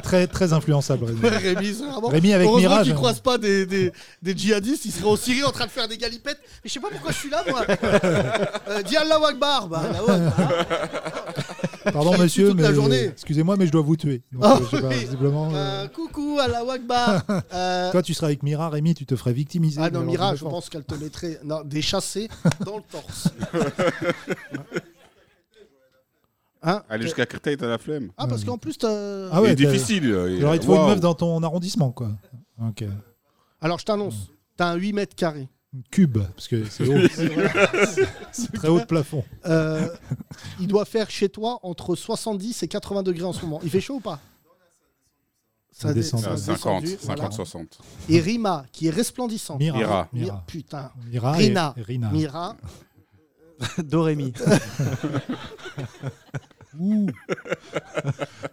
Speaker 2: Très, très influençable, Rémi.
Speaker 5: Rémi, c'est vraiment-
Speaker 2: Rémi avec
Speaker 5: Heureusement
Speaker 2: Mirage.
Speaker 5: qu'il croise pas des, des, des djihadistes, il serait en Syrie en train de faire des galipettes. Mais je sais pas pourquoi je suis là, moi. Euh, dis Allah Akbar. Bah, Allahu Akbar.
Speaker 2: Pardon,
Speaker 5: Je suis
Speaker 2: monsieur,
Speaker 5: toute la
Speaker 2: mais.
Speaker 5: journée.
Speaker 2: Excusez-moi, mais je dois vous tuer. Donc,
Speaker 5: Ah
Speaker 2: euh, je sais pas,
Speaker 5: oui.
Speaker 2: visiblement, euh,
Speaker 5: Euh, coucou, Allah Akbar. Euh,
Speaker 2: Toi, tu seras avec Mira, Rémi, tu te ferais victimiser.
Speaker 5: Ah non,
Speaker 2: Alors,
Speaker 5: Mira,
Speaker 2: me
Speaker 5: je
Speaker 2: force.
Speaker 5: pense qu'elle te mettrait non, des chassés dans le torse.
Speaker 7: Aller jusqu'à Créteil, t'as la flemme.
Speaker 5: Ah, parce qu'en plus, t'as-
Speaker 2: Ah ouais,
Speaker 7: il est
Speaker 2: t'as-
Speaker 7: difficile. euh, il-
Speaker 2: Alors, il te faut une
Speaker 7: waouh.
Speaker 2: meuf dans ton arrondissement, quoi. Ok.
Speaker 5: Alors, je t'annonce, t'as un 8 mètres carrés.
Speaker 2: Cube, parce que c'est haut. C'est très haut de plafond.
Speaker 5: Euh, il doit faire chez toi entre 70 et 80 degrés en ce moment. Il fait chaud ou pas
Speaker 2: Ça descend.
Speaker 5: ça a
Speaker 7: Ah, 50,
Speaker 5: descendu,
Speaker 7: 50,
Speaker 5: voilà.
Speaker 7: 60.
Speaker 5: Et Rima, qui est resplendissante.
Speaker 2: Mira.
Speaker 7: Mira.
Speaker 5: Mi-
Speaker 2: Mira.
Speaker 5: Putain.
Speaker 2: Mira et-
Speaker 5: Rina.
Speaker 2: et Rina.
Speaker 5: Mira.
Speaker 6: Dorémy.
Speaker 2: Ouh.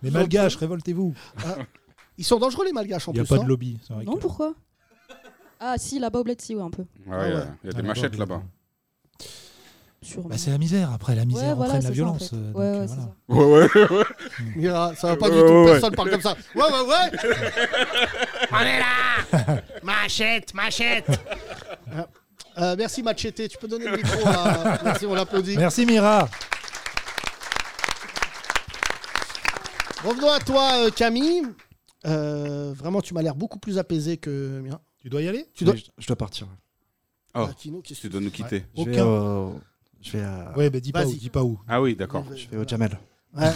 Speaker 2: Les malgaches, révoltez-vous.
Speaker 5: Ah, Ils sont dangereux, les malgaches, en
Speaker 2: Il n'y a
Speaker 5: plus.
Speaker 2: pas
Speaker 5: hein.
Speaker 2: de lobby. c'est vrai
Speaker 16: Non,
Speaker 2: que-
Speaker 16: pourquoi Ah, si, là-bas au bled, si, ouais, un peu.
Speaker 7: Ouais, il y a- il y a
Speaker 2: Ah,
Speaker 7: des machettes
Speaker 2: d'accord.
Speaker 7: là-bas.
Speaker 16: Sûrement.
Speaker 2: Bah, c'est la misère. Après, la misère
Speaker 16: Ouais, voilà,
Speaker 2: entraîne
Speaker 16: c'est
Speaker 2: la
Speaker 16: ça,
Speaker 2: violence.
Speaker 16: en fait.
Speaker 2: euh, donc,
Speaker 16: Ouais, ouais,
Speaker 2: euh,
Speaker 16: c'est
Speaker 2: voilà. Hmm.
Speaker 7: Ouais, ouais, ouais.
Speaker 5: Mira, ça va pas
Speaker 7: Euh, Ouais,
Speaker 5: du tout.
Speaker 7: ouais,
Speaker 5: Personne
Speaker 7: ouais.
Speaker 5: parle comme ça. Ouais, ouais, ouais.
Speaker 3: On est là Machette, machette
Speaker 5: Euh, merci, Machete. Tu peux donner le micro à. Merci, on l'applaudit.
Speaker 2: Merci, Mira.
Speaker 5: Revenons à toi, euh, Camille. Euh, vraiment, tu m'as l'air beaucoup plus apaisé que Mira.
Speaker 2: Tu dois y aller
Speaker 5: Tu dois...
Speaker 6: Mais Je, je dois partir.
Speaker 7: Oh,
Speaker 5: Ah, Kino, qu'est-ce
Speaker 7: tu dois nous quitter.
Speaker 6: Je vais,
Speaker 2: Aucun.
Speaker 6: au- je vais à-
Speaker 2: Ouais, bah, dis pas
Speaker 5: Vas-y.
Speaker 2: où. Dis pas où.
Speaker 7: Ah oui, d'accord.
Speaker 6: je vais au Jamel.
Speaker 5: Ouais.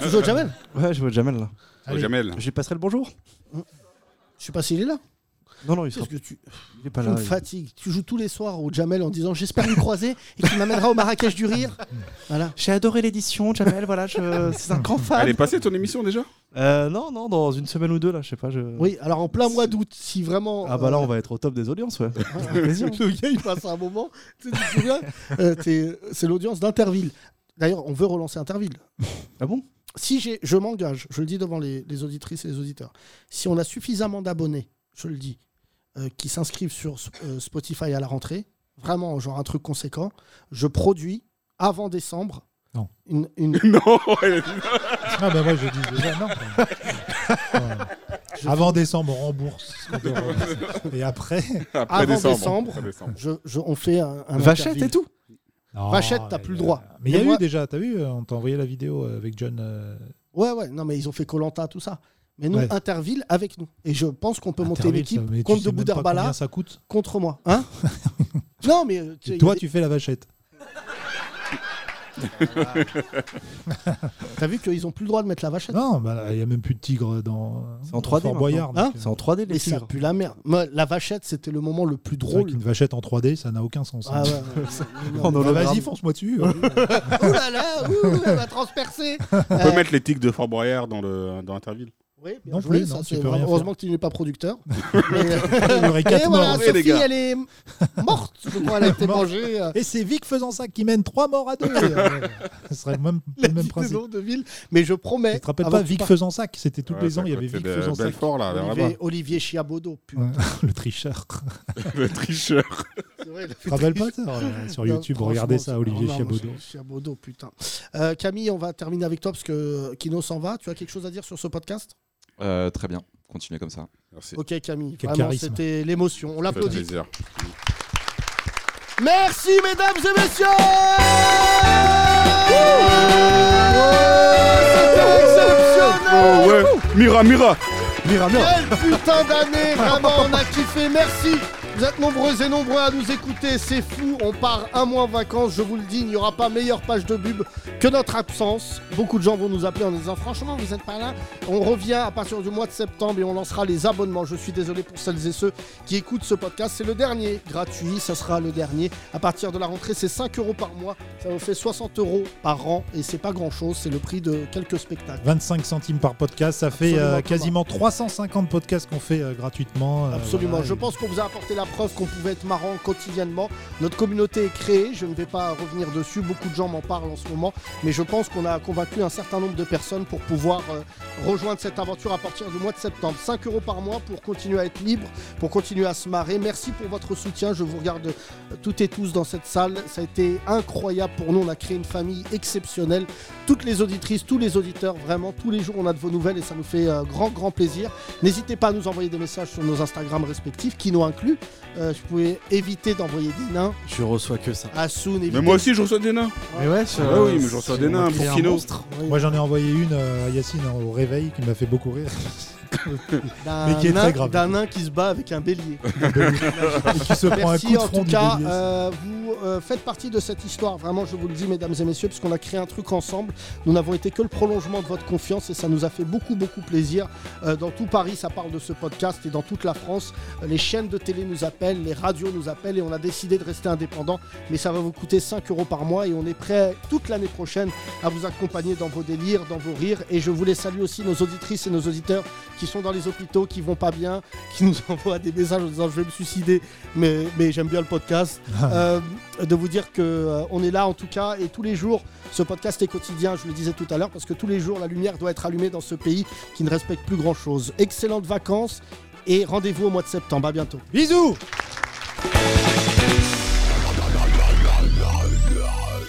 Speaker 5: tu joues au Jamel
Speaker 6: Ouais, je vais au Jamel là.
Speaker 7: Au Jamel.
Speaker 6: Je lui passerai le bonjour
Speaker 5: Je sais pas s'il est là.
Speaker 6: Non, non, il sera.
Speaker 5: Qu'est-ce que tu.
Speaker 6: Il est pas
Speaker 5: Tu
Speaker 6: là.
Speaker 5: me
Speaker 6: il-
Speaker 5: fatigues. Tu joues tous les soirs au Jamel en disant j'espère le croiser et qu'il m'amènera au Marrakech du Rire. Voilà.
Speaker 6: J'ai adoré l'édition, Jamel, voilà, je... c'est un grand fan.
Speaker 7: Elle est passée ton émission déjà
Speaker 6: Euh, non, non, dans une semaine ou deux, là, je sais pas. Je...
Speaker 5: Oui, alors en plein mois d'août, si vraiment. euh,
Speaker 6: Ah bah là, on va être au top des audiences, ouais. Avec plaisir.
Speaker 5: Le gars, il passe un moment. Tu sais, tu te Euh, souviens Euh, t'es- C'est l'audience d'Interville. D'ailleurs, on veut relancer Interville.
Speaker 6: Ah bon
Speaker 5: si j'ai, je m'engage, je le dis devant les, les auditrices et les auditeurs, si on a suffisamment d'abonnés, je le dis, euh, qui s'inscrivent sur euh, Spotify à la rentrée, vraiment, genre un truc conséquent, je produis avant décembre.
Speaker 2: Non.
Speaker 5: Une, une...
Speaker 7: non,
Speaker 2: Ah bah moi je dis déjà non. Ouais. Avant décembre, on rembourse. ce qu'on doit rembourser. Et après,
Speaker 5: Avant décembre, je- je- on fait un, un
Speaker 2: Vachette
Speaker 5: interview.
Speaker 2: et tout Non,
Speaker 5: Vachette, t'as plus le droit.
Speaker 2: Mais il y a
Speaker 5: moi-
Speaker 2: eu déjà, t'as vu, euh, on t'a envoyé la vidéo euh, avec John. euh,
Speaker 5: Ouais, ouais, non, mais ils ont fait Colanta, tout ça. Mais nous,
Speaker 2: Ouais.
Speaker 5: Interville avec nous. Et je pense qu'on peut monter
Speaker 2: Interville,
Speaker 5: l'équipe
Speaker 2: ça, mais tu
Speaker 5: contre
Speaker 2: sais
Speaker 5: de
Speaker 2: même pas
Speaker 5: Boudarbala
Speaker 2: combien ça coûte.
Speaker 5: contre moi. Hein non, mais. euh,
Speaker 2: Et
Speaker 5: il y
Speaker 2: toi,
Speaker 5: a-
Speaker 2: tu fais la vachette.
Speaker 5: T'as vu qu'ils ont plus le droit de mettre la vachette
Speaker 2: Non, bah, il y a même plus de tigre dans.
Speaker 5: C'est
Speaker 2: dans Fort Boyard. donc, euh,
Speaker 5: en 3D, les Hein ça pue la merde. Moi, la vachette, c'était le moment le plus
Speaker 2: c'est vrai
Speaker 5: drôle.
Speaker 2: qu'une vachette en 3D, ça n'a aucun sens.
Speaker 5: Ah
Speaker 2: hein.
Speaker 5: ouais, ouais, ouais, ouais, ouais.
Speaker 2: Bah, Vas-y, fonce-moi dessus.
Speaker 5: bah. Ouh là là, ouh, elle va transpercer.
Speaker 7: On
Speaker 5: Euh,
Speaker 7: peut mettre les tics de Fort Boyard dans, le, dans Interville.
Speaker 5: Oui, bien
Speaker 2: Non
Speaker 5: joué,
Speaker 2: plus,
Speaker 5: ça,
Speaker 2: non,
Speaker 5: c'est
Speaker 2: tu peux
Speaker 5: vrai.
Speaker 2: rien
Speaker 5: Heureusement que tu n'es pas producteur. Mais- euh,
Speaker 2: Il y aurait quatre
Speaker 5: Et voilà,
Speaker 2: morts.
Speaker 5: Sophie,
Speaker 2: Les gars.
Speaker 5: elle est morte. Je crois elle a été mangée. euh,
Speaker 2: Et c'est Vic faisant ça qui mène 3 morts à 2. Ce serait le même, le même
Speaker 5: des
Speaker 2: principe.
Speaker 5: noms de ville. Mais je promets.
Speaker 2: Tu te rappelles
Speaker 5: avant
Speaker 2: pas
Speaker 5: que tu
Speaker 2: Vic
Speaker 5: partes-
Speaker 2: Fezensac C'était tous
Speaker 7: Ouais,
Speaker 2: les ans,
Speaker 7: c'est
Speaker 2: il y
Speaker 7: à
Speaker 2: avait
Speaker 7: côté
Speaker 2: Vic
Speaker 7: de
Speaker 2: Fezensac.
Speaker 7: Belfort, là, là,
Speaker 5: Olivier, Olivier Chiabodo. putain.
Speaker 2: Le tricheur.
Speaker 7: Le tricheur.
Speaker 5: vrai, il a
Speaker 2: Tu te
Speaker 5: fait
Speaker 2: rappelles pas
Speaker 5: triche.
Speaker 2: ça euh, Sur
Speaker 5: Non,
Speaker 2: YouTube,
Speaker 5: franchement,
Speaker 2: regardez ça,
Speaker 5: c'est-
Speaker 2: Olivier
Speaker 5: non, non,
Speaker 2: Chiabaudot.
Speaker 5: c'est Chiabaudot, putain. Euh, Camille, on va terminer avec toi parce que Kino s'en va. Tu as quelque chose à dire sur ce podcast
Speaker 12: Euh, très bien, continuez comme ça.
Speaker 7: Merci.
Speaker 5: Ok, Camille.
Speaker 12: Quel
Speaker 5: Vraiment,
Speaker 12: charisme.
Speaker 5: c'était l'émotion. On l'applaudit.
Speaker 7: plaisir.
Speaker 5: Merci, mesdames et messieurs Ouais, c'était exceptionnel
Speaker 7: Oh ouais, Mira, Mira.
Speaker 6: Mira,
Speaker 5: Quelle putain d'année, vraiment, on a kiffé, merci Vous êtes nombreux et nombreux à nous écouter, c'est fou, on part un mois en vacances, je vous le dis, il n'y aura pas meilleure page de bub que notre absence. Beaucoup de gens vont nous appeler en nous disant franchement vous n'êtes pas là. On revient à partir du mois de septembre et on lancera les abonnements. Je suis désolé pour celles et ceux qui écoutent ce podcast, c'est le dernier, gratuit, ça sera le dernier. À partir de la rentrée, c'est 5 euros par mois, ça vous fait 60 euros par an et c'est pas grand chose, c'est le prix de quelques spectacles.
Speaker 2: 25 centimes par podcast, ça fait
Speaker 5: Absolument,
Speaker 2: euh,
Speaker 5: Thomas.
Speaker 2: quasiment 350 podcasts qu'on fait euh, gratuitement. euh,
Speaker 5: Absolument.
Speaker 2: voilà,
Speaker 5: je
Speaker 2: et-
Speaker 5: pense qu'on vous a apporté la preuve qu'on pouvait être marrant quotidiennement. Notre communauté est créée. Je ne vais pas revenir dessus. Beaucoup de gens m'en parlent en ce moment. Mais je pense qu'on a convaincu un certain nombre de personnes pour pouvoir euh, rejoindre cette aventure à partir du mois de septembre. 5 euros par mois pour continuer à être libre, pour continuer à se marrer. Merci pour votre soutien. Je vous regarde euh, toutes et tous dans cette salle. Ça a été incroyable pour nous. On a créé une famille exceptionnelle. Toutes les auditrices, tous les auditeurs, vraiment, tous les jours, on a de vos nouvelles et ça nous fait euh, grand, grand plaisir. N'hésitez pas à nous envoyer des messages sur nos Instagram respectifs, qui nous inclus. Euh, je pouvais éviter d'envoyer des nains.
Speaker 6: Je reçois que ça.
Speaker 5: Assoun,
Speaker 7: Mais moi aussi, je reçois des nains.
Speaker 6: Mais ouais,
Speaker 7: Ah bah oui, mais je reçois des nains, un Burkino.
Speaker 2: Moi j'en ai envoyé une euh, à Yacine hein, au réveil qui m'a fait beaucoup rire.
Speaker 5: D'un
Speaker 2: Mais qui est
Speaker 5: nain-
Speaker 2: très grave.
Speaker 5: D'un nain qui se bat avec un bélier.
Speaker 2: Et qui se prend un
Speaker 5: Merci
Speaker 2: coup de
Speaker 5: en
Speaker 2: front
Speaker 5: tout
Speaker 2: du
Speaker 5: cas,
Speaker 2: bélier, ça.
Speaker 5: euh, vous euh, faites partie de cette histoire. Vraiment, je vous le dis, mesdames et messieurs, puisqu'on a créé un truc ensemble. Nous n'avons été que le prolongement de votre confiance et ça nous a fait beaucoup, beaucoup plaisir. Euh, dans tout Paris, ça parle de ce podcast et dans toute la France, euh, les chaînes de télé nous appellent, les radios nous appellent et on a décidé de rester indépendant. Mais ça va vous coûter 5 euros par mois et on est prêt toute l'année prochaine à vous accompagner dans vos délires, dans vos rires. Et je voulais saluer aussi nos auditrices et nos auditeurs qui sont dans les hôpitaux, qui vont pas bien, qui nous envoient des messages en disant je vais me suicider, mais, mais j'aime bien le podcast. Euh, de vous dire que euh, on est là en tout cas et tous les jours, ce podcast est quotidien, je le disais tout à l'heure, parce que tous les jours la lumière doit être allumée dans ce pays qui ne respecte plus grand chose. Excellentes vacances et rendez-vous au mois de septembre. À bientôt. Bisous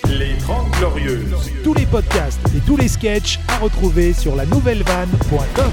Speaker 17: Les 30 Glorieuses.
Speaker 18: Tous les podcasts et tous les sketchs à retrouver sur la nouvellevanne.com.